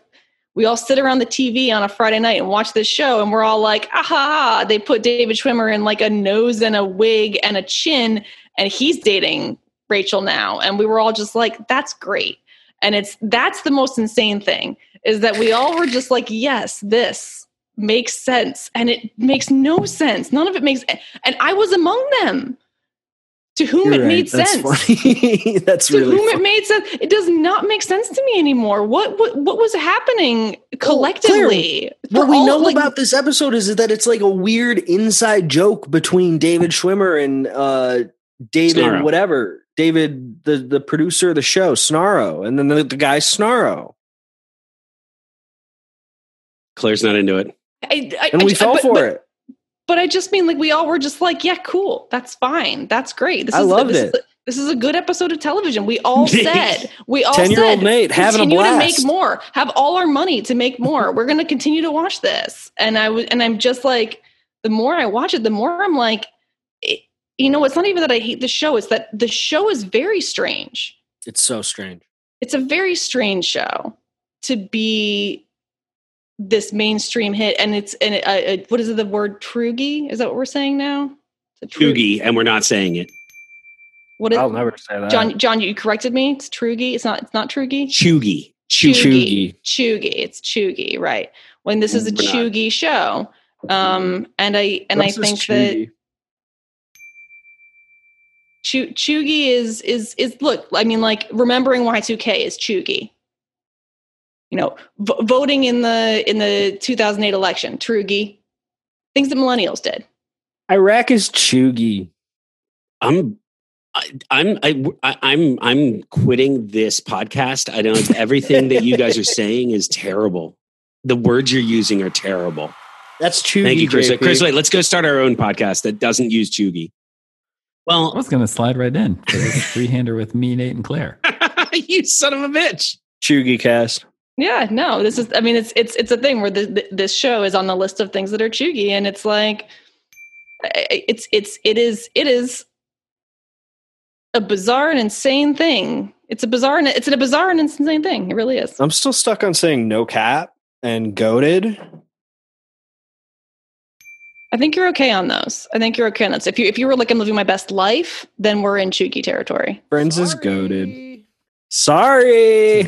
Speaker 4: we all sit around the tv on a friday night and watch this show and we're all like aha they put david schwimmer in like a nose and a wig and a chin and he's dating rachel now and we were all just like that's great and it's that's the most insane thing is that we all were just like yes this makes sense and it makes no sense none of it makes and i was among them to whom
Speaker 1: You're
Speaker 4: it
Speaker 1: right.
Speaker 4: made
Speaker 1: That's
Speaker 4: sense
Speaker 1: Funny. That's
Speaker 4: to
Speaker 1: really
Speaker 4: whom
Speaker 1: funny.
Speaker 4: it made sense. It does not make sense to me anymore. What what, what was happening collectively? for
Speaker 1: What we
Speaker 4: all-
Speaker 1: know
Speaker 4: like,
Speaker 1: about this episode is that it's like a weird inside joke between David Schwimmer and uh, David
Speaker 3: Snarro.
Speaker 1: whatever David the the producer of the show Snarro, and then the, the guy Snarro,
Speaker 3: Claire's not into it.
Speaker 4: I, I,
Speaker 1: and
Speaker 4: I
Speaker 1: we
Speaker 4: ju-
Speaker 1: fell
Speaker 4: uh, but,
Speaker 1: for
Speaker 4: but,
Speaker 1: it.
Speaker 4: But I just mean like we all were just like, yeah, cool, that's fine, that's great. This
Speaker 1: I
Speaker 4: is
Speaker 1: loved
Speaker 4: this
Speaker 1: it.
Speaker 4: is a- this is a good episode of television. We all said we all
Speaker 1: Ten year old
Speaker 4: said
Speaker 1: Nate having a
Speaker 4: continue to make
Speaker 1: blast.
Speaker 4: more. Have all our money to make more. We're going to continue to watch this. And I was, and I'm just like, the more I watch it, the more I'm like, it, you know, it's not even that I hate the show. It's that the show is very strange.
Speaker 1: it's so strange.
Speaker 4: It's a very strange show to be this mainstream hit. And it's, and it, uh, uh, what is it? The word proogie? Is that what we're saying now? It's a proogie.
Speaker 3: Toogie, and we're not saying it.
Speaker 4: What is,
Speaker 1: I'll never say that.
Speaker 4: John, John, you corrected me. It's troogie. It's not, it's not troogie.
Speaker 3: Choogie. Choogie.
Speaker 4: Chugi. Chugi. It's Chugi, right? When this is a
Speaker 3: We're not.
Speaker 4: Chugi show. Um, and I and I think that Chu- Chugi is is is look. I mean, like remembering Y two K is Chugi. You know, v- voting in the in the 2008 election, Trugi. Things that millennials did.
Speaker 1: Iraq is chuggy.
Speaker 3: I'm I, I'm I, I- I'm I'm quitting this podcast. I don't. Everything that you guys are saying is terrible. The words you're using are terrible.
Speaker 1: That's chuggy.
Speaker 3: Thank you, Chris.
Speaker 1: JP.
Speaker 3: Chris, wait. Let's go start our own podcast that doesn't use choogie.
Speaker 2: I
Speaker 3: Well,
Speaker 2: was going to slide right in for this three hander with me, Nate, and Claire.
Speaker 3: you son of a bitch.
Speaker 1: Chuggy cast.
Speaker 4: Yeah, no, this is. I mean, it's it's it's a thing where the, th this show is on the list of things that are chuggy, and it's like, I- I- it's it's it is it is a bizarre and insane thing. It's a bizarre and it's a bizarre and insane thing. It really is.
Speaker 1: I'm still stuck on saying no cap and goaded.
Speaker 4: I think you're okay on those. I think you're okay on those. If you if you were like I'm living my best life, then we're in chuggy territory.
Speaker 1: Friends is goaded. Sorry.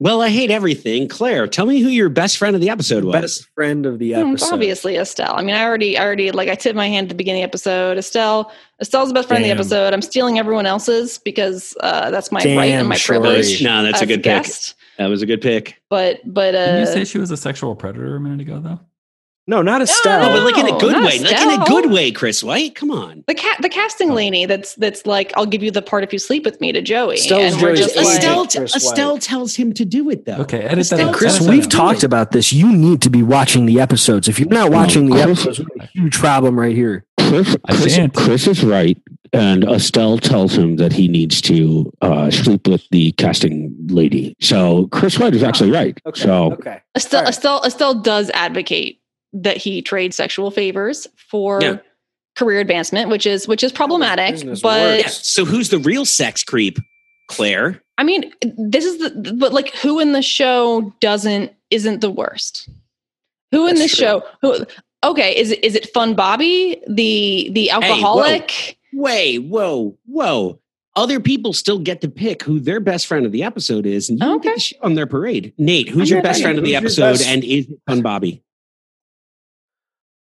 Speaker 3: Well, I hate everything. Claire, tell me who your best friend of the episode was.
Speaker 1: Best friend of the
Speaker 4: Um, It's
Speaker 1: episode.
Speaker 4: obviously Estelle. I mean, I already I already like I tipped my hand at the beginning of the episode. Estelle Estelle's the best friend of
Speaker 1: Damn.
Speaker 4: the episode. I'm stealing everyone else's because uh, that's my right
Speaker 1: Damn,
Speaker 4: and my
Speaker 1: Shorty.
Speaker 4: privilege.
Speaker 3: No, that's a
Speaker 4: as
Speaker 3: good pick.
Speaker 4: guest,
Speaker 3: That was a good pick.
Speaker 4: But but
Speaker 2: Didn't
Speaker 4: uh,
Speaker 2: you say she was a sexual predator a minute ago, though?
Speaker 1: No, not Estelle.
Speaker 3: Oh, but like in a
Speaker 4: No,
Speaker 3: good
Speaker 4: not
Speaker 3: way. Like in a
Speaker 4: Estelle.
Speaker 3: good way, Chris White. Come on.
Speaker 4: the cat the
Speaker 1: Oh.
Speaker 4: casting lady that's that's like I'll give you the part if you sleep with me to Joey.
Speaker 1: Estelle's
Speaker 4: and we're
Speaker 1: Joey's
Speaker 4: just like,
Speaker 1: agent.
Speaker 3: Estelle,
Speaker 1: like- Chris White.
Speaker 3: Estelle tells him to do it though.
Speaker 2: Okay, edit that.
Speaker 3: Estelle,
Speaker 2: out.
Speaker 1: Chris,
Speaker 2: Edit that
Speaker 1: we've
Speaker 2: out.
Speaker 1: talked about this. You need to be watching the episodes. If you're not watching the
Speaker 7: Chris-
Speaker 1: episodes, we have a huge problem right here.
Speaker 7: Chris,
Speaker 2: I
Speaker 7: Chris,
Speaker 2: did.
Speaker 7: Chris is right, and Estelle tells him that he needs to uh, sleep with the casting lady. So Chris White is actually right. So
Speaker 1: okay.
Speaker 4: Estelle,
Speaker 1: Alright.
Speaker 4: Estelle Estelle does advocate that he trade sexual favors for
Speaker 3: Yeah.
Speaker 4: career advancement, which is which is problematic.
Speaker 1: business
Speaker 4: But
Speaker 3: Yeah. So who's the real sex creep? Claire.
Speaker 4: I mean, this is the but like who in the show doesn't isn't the worst? Who in
Speaker 1: That's
Speaker 4: this
Speaker 1: true.
Speaker 4: show? Who? Okay, is it is it Fun Bobby the the
Speaker 3: whoa.
Speaker 4: alcoholic?
Speaker 3: Wait, whoa, whoa. Other people still get to pick who their best friend of the episode is, and you
Speaker 4: Okay.
Speaker 3: get to shit on their parade. Nate, who's
Speaker 4: I'm
Speaker 3: your
Speaker 4: not
Speaker 3: best friend of the
Speaker 1: arguing. Who's
Speaker 3: episode,
Speaker 1: your best-
Speaker 3: and is it Fun Bobby?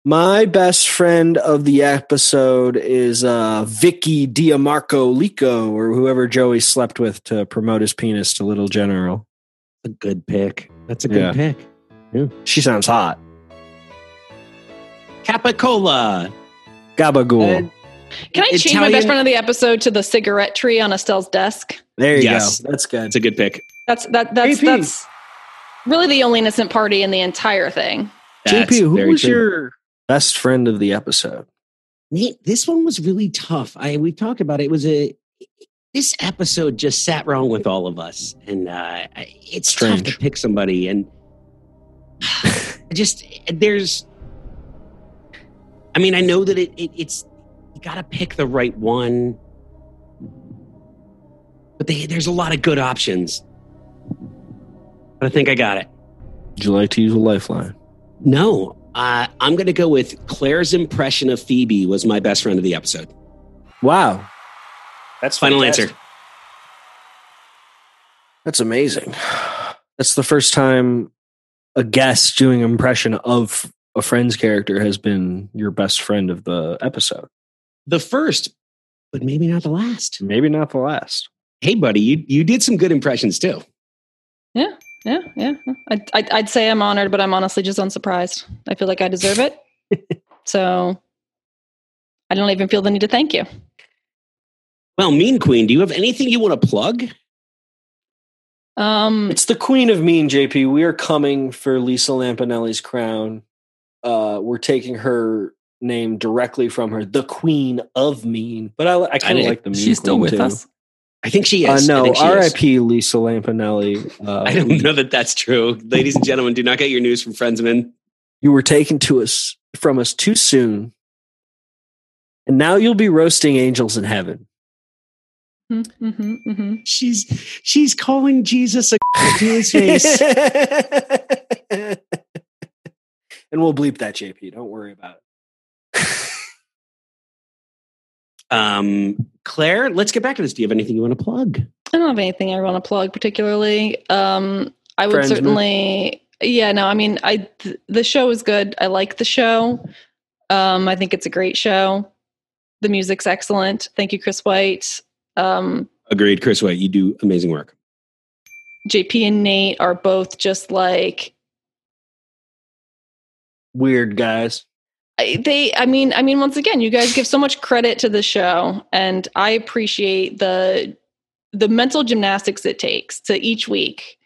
Speaker 1: My best friend of the episode is uh, Vicky Diamarco Lico, or whoever Joey slept with to promote his penis to Little General.
Speaker 3: A good pick. That's a
Speaker 1: Yeah.
Speaker 3: good pick.
Speaker 1: She sounds hot.
Speaker 3: Capicola.
Speaker 1: Gabagool.
Speaker 3: Uh,
Speaker 4: Can I change my best
Speaker 3: Italian-
Speaker 4: friend of the episode to the cigarette tree on Estelle's desk?
Speaker 1: there you
Speaker 3: yes.
Speaker 1: go. That's good.
Speaker 3: That's a good pick.
Speaker 4: That's that that's
Speaker 1: AP.
Speaker 4: that's really the only innocent party in the entire thing.
Speaker 3: That's
Speaker 1: JP, who
Speaker 3: very
Speaker 1: was
Speaker 3: true.
Speaker 1: your best friend of the episode?
Speaker 3: Nate, this one was really tough. I we talked about it. it was a this episode just sat wrong with all of us, and uh, I- it's tough
Speaker 1: Strange.
Speaker 3: to pick somebody. And I just there's, I mean, I know that it, it it's you got to pick the right one, but they, there's a lot of good options. But I think I got it.
Speaker 1: Would you like to use a lifeline?
Speaker 3: No, uh, I'm going to go with Claire's impression of Phoebe was my best friend of the episode.
Speaker 1: Wow. That's
Speaker 3: Final
Speaker 1: fantastic.
Speaker 3: answer.
Speaker 1: That's amazing. That's the first time a guest doing impression of a friend's character has been your best friend of the episode.
Speaker 3: the first, but maybe not the last.
Speaker 1: Maybe not the last.
Speaker 3: Hey, buddy, you, you did some good impressions too.
Speaker 4: Yeah, yeah. I'd, I'd, I'd say I'm honored, but I'm honestly just unsurprised. I feel like I deserve it. so I don't even feel the need to thank you.
Speaker 3: Well, Mean Queen, do you have anything you want to plug?
Speaker 4: Um,
Speaker 1: It's the queen of mean, JP. We are coming for Lisa Lampanelli's crown. Uh, we're taking her name directly from her, the queen of mean. But I, I kind of
Speaker 3: didn't-
Speaker 1: like the mean.
Speaker 2: She's still
Speaker 1: queen,
Speaker 2: with
Speaker 1: too.
Speaker 2: us.
Speaker 3: I think she is.
Speaker 1: uh,
Speaker 3: I
Speaker 1: no,
Speaker 3: think she is.
Speaker 1: R.I.P. Lisa Lampanelli. Uh,
Speaker 3: I don't know that that's true. Ladies and gentlemen, do not get your news from Friendsman.
Speaker 1: You were taken to us from us too soon, and now you'll be roasting angels in heaven.
Speaker 4: mhm, mhm, mhm.
Speaker 3: She's she's calling Jesus a to his face.
Speaker 1: and we'll bleep that, JP. Don't worry about it.
Speaker 3: Um, Claire, let's get back to this. Do you have anything you want to plug?
Speaker 4: I don't have anything I want to plug particularly. Um, I would
Speaker 1: Friends, man.
Speaker 4: certainly, yeah, no, I mean, I th- the show is good. I like the show. Um, I think it's a great show. The music's excellent. Thank you, Chris White. Um,
Speaker 3: Agreed, Chris White. You do amazing work.
Speaker 4: JP and Nate are both just like
Speaker 1: Weird guys.
Speaker 4: I- they i mean i mean once again you guys give so much credit to the show and i appreciate the the mental gymnastics it takes to each week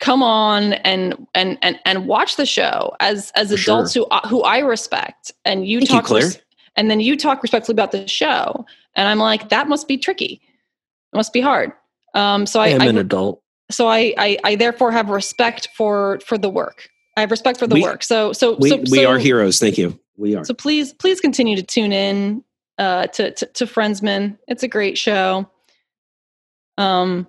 Speaker 4: come on and and and and watch the show as as
Speaker 1: For sure.
Speaker 4: adults who I- who i respect and you
Speaker 3: Thank you,
Speaker 4: talk
Speaker 3: Claire.
Speaker 4: res- and then you talk respectfully about the show and i'm like that must be tricky it must be hard um so
Speaker 1: I,
Speaker 4: i,
Speaker 1: am
Speaker 4: I
Speaker 1: an adult.
Speaker 4: so I, I i therefore have respect for for the work i have respect for the
Speaker 3: We-
Speaker 4: work so so
Speaker 3: We,
Speaker 4: so,
Speaker 3: we
Speaker 4: so-
Speaker 3: are heroes. Thank you. We are.
Speaker 4: so please, please continue to tune in uh, to, to to Friendsman. It's a great show. Um,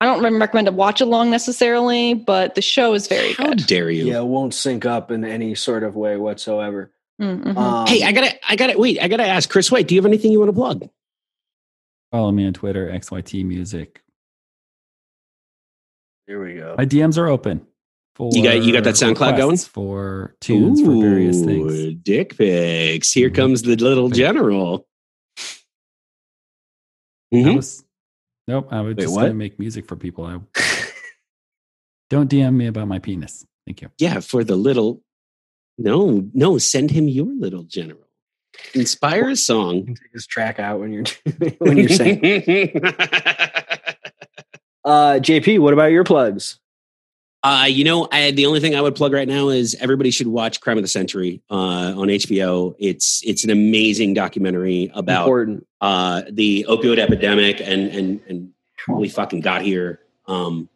Speaker 4: I don't really recommend a watch along necessarily, but the show is very
Speaker 3: How
Speaker 4: good.
Speaker 3: dare you?
Speaker 1: Yeah, it won't sync up in any sort of way whatsoever.
Speaker 4: Mm, mhm.
Speaker 1: Um,
Speaker 3: Hey, I gotta, I gotta, wait, I gotta ask Chris White, do you have anything you want to plug?
Speaker 2: Follow me on Twitter, XYT Music.
Speaker 1: here we go.
Speaker 2: My DMs are open. For
Speaker 3: You got- you got that SoundCloud going?
Speaker 2: requests, for tunes for various things. Mm-hmm.
Speaker 3: Ooh, Mm-hmm. Dick pics. Here comes the little
Speaker 2: Wait.
Speaker 3: general.
Speaker 2: I
Speaker 3: Mhm.
Speaker 2: was, nope, I was
Speaker 1: Wait,
Speaker 2: just
Speaker 1: what?
Speaker 2: going to make music for people. I don't DM me about my penis. Thank you.
Speaker 3: Yeah, for the little. No, no, send him your little general. Inspire a
Speaker 1: you
Speaker 3: song.
Speaker 1: can take this track out when you're when you're saying. Uh, JP, what about your plugs?
Speaker 3: Uh, you know, I, the only thing I would plug right now is everybody should watch Crime of the Century uh, on HBO. It's it's an amazing documentary about
Speaker 1: Important.
Speaker 3: uh, the opioid epidemic and and and how we fucking got here. Um,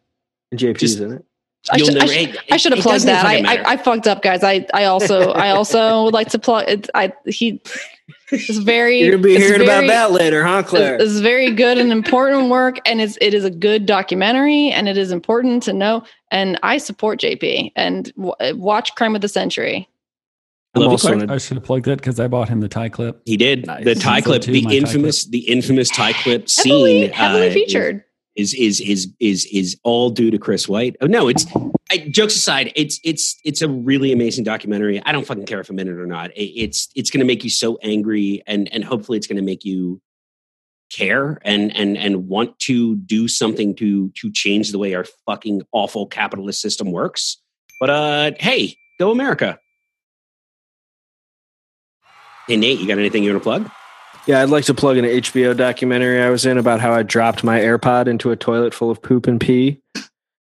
Speaker 1: JP's
Speaker 3: Just-
Speaker 1: in it.
Speaker 4: I
Speaker 3: you'll
Speaker 4: should- I
Speaker 3: never-
Speaker 4: should-
Speaker 3: it-
Speaker 4: I should have
Speaker 3: it
Speaker 4: plugged
Speaker 3: doesn't
Speaker 4: that. I,
Speaker 3: fucking matter.
Speaker 4: I I fucked up, guys. I I also I also would like to plug. It, I he is very.
Speaker 1: You're gonna be
Speaker 4: it's
Speaker 1: hearing
Speaker 4: very-
Speaker 1: about that later, huh, Claire?
Speaker 4: It's, it's very good and important work, and it's it is a good documentary, and it is important to know. And I support JP and w- uh, watch Crime of the Century.
Speaker 1: I'm
Speaker 3: Love you,
Speaker 1: also
Speaker 3: Clark.
Speaker 1: in
Speaker 2: I
Speaker 1: it.
Speaker 2: should have plugged it because I bought him the tie clip.
Speaker 3: He did
Speaker 1: Nice.
Speaker 3: the tie
Speaker 2: Season
Speaker 3: clip,
Speaker 2: two,
Speaker 3: the
Speaker 2: my tie
Speaker 3: infamous, the infamous tie clip scene.
Speaker 4: heavily,
Speaker 3: uh,
Speaker 4: heavily
Speaker 3: is-
Speaker 4: featured.
Speaker 3: Is is is is is all due to Chris White? Oh no, it's I, jokes aside. It's it's it's a really amazing documentary. I don't fucking care if I'm in it or not. It, it's it's going to make you so angry, and and hopefully it's going to make you care and and and want to do something to to change the way our fucking awful capitalist system works. But uh, hey, go America! Hey Nate, you got anything you want to plug?
Speaker 1: Yeah, I'd like to plug an HBO documentary I was in about how I dropped my AirPod into a toilet full of poop and pee.
Speaker 3: No.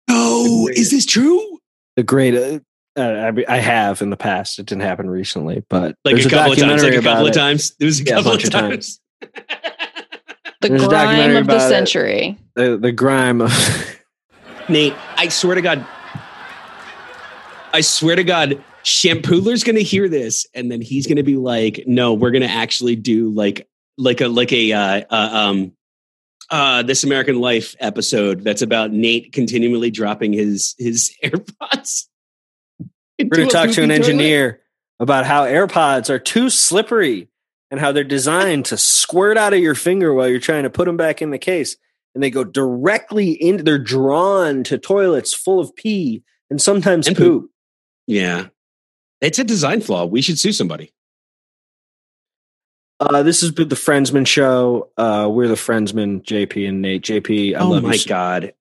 Speaker 3: No, is this true?
Speaker 1: The great, uh, uh, I, mean, I have in the past. It didn't happen recently, but
Speaker 3: Like
Speaker 1: there's
Speaker 3: a couple of times. Like
Speaker 1: documentary
Speaker 3: a couple
Speaker 1: about
Speaker 3: of
Speaker 1: it.
Speaker 3: times. There was a
Speaker 1: Yeah, a
Speaker 3: couple of
Speaker 1: bunch of
Speaker 3: times.
Speaker 4: The
Speaker 1: There's a
Speaker 4: grime
Speaker 1: documentary
Speaker 4: of the
Speaker 1: about it.
Speaker 4: century.
Speaker 1: The, the grime of
Speaker 3: Nate, I swear to God, I swear to God, Shampooler's gonna hear this, and then he's gonna be like, "No, we're gonna actually do like like a like a uh, uh, um uh this American Life episode that's about Nate continually dropping his his AirPods."
Speaker 1: We're going to talk to an
Speaker 3: Into a poopy toilet.
Speaker 1: engineer about how AirPods are too slippery and how they're designed to squirt out of your finger while you're trying to put them back in the case. And they go directly into, they're drawn to toilets full of pee and sometimes
Speaker 3: And
Speaker 1: poop.
Speaker 3: Yeah, it's a design flaw. We should sue somebody.
Speaker 1: Uh, this has been the Friendsman Show. Uh, we're the Friendsman, JP and Nate. JP, I
Speaker 3: oh
Speaker 1: love
Speaker 3: my
Speaker 1: you. so-
Speaker 3: God,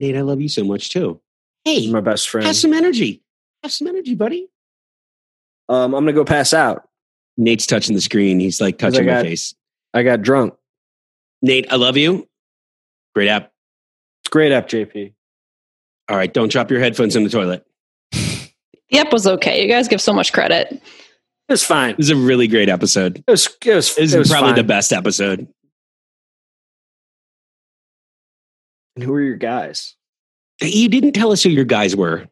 Speaker 3: Nate, I love you so much too.
Speaker 1: You're
Speaker 3: Hey,
Speaker 1: my best friend.
Speaker 3: have some energy. Have some energy, buddy.
Speaker 1: Um, I'm going to go pass out.
Speaker 3: Nate's touching the screen. He's like "Uh,
Speaker 1: 'Cause I
Speaker 3: touching my
Speaker 1: got-
Speaker 3: face.
Speaker 1: I got drunk.
Speaker 3: Nate, I love you. Great app.
Speaker 1: Great app, JP.
Speaker 3: All right, don't drop your headphones in the toilet.
Speaker 4: The app was okay. You guys give so much credit.
Speaker 1: It's fine.
Speaker 3: It was a really great episode.
Speaker 1: It was, it was,
Speaker 3: It was,
Speaker 1: it was
Speaker 3: probably
Speaker 1: fine.
Speaker 3: the best episode.
Speaker 1: And Who are your guys?
Speaker 3: You didn't tell us who your guys were.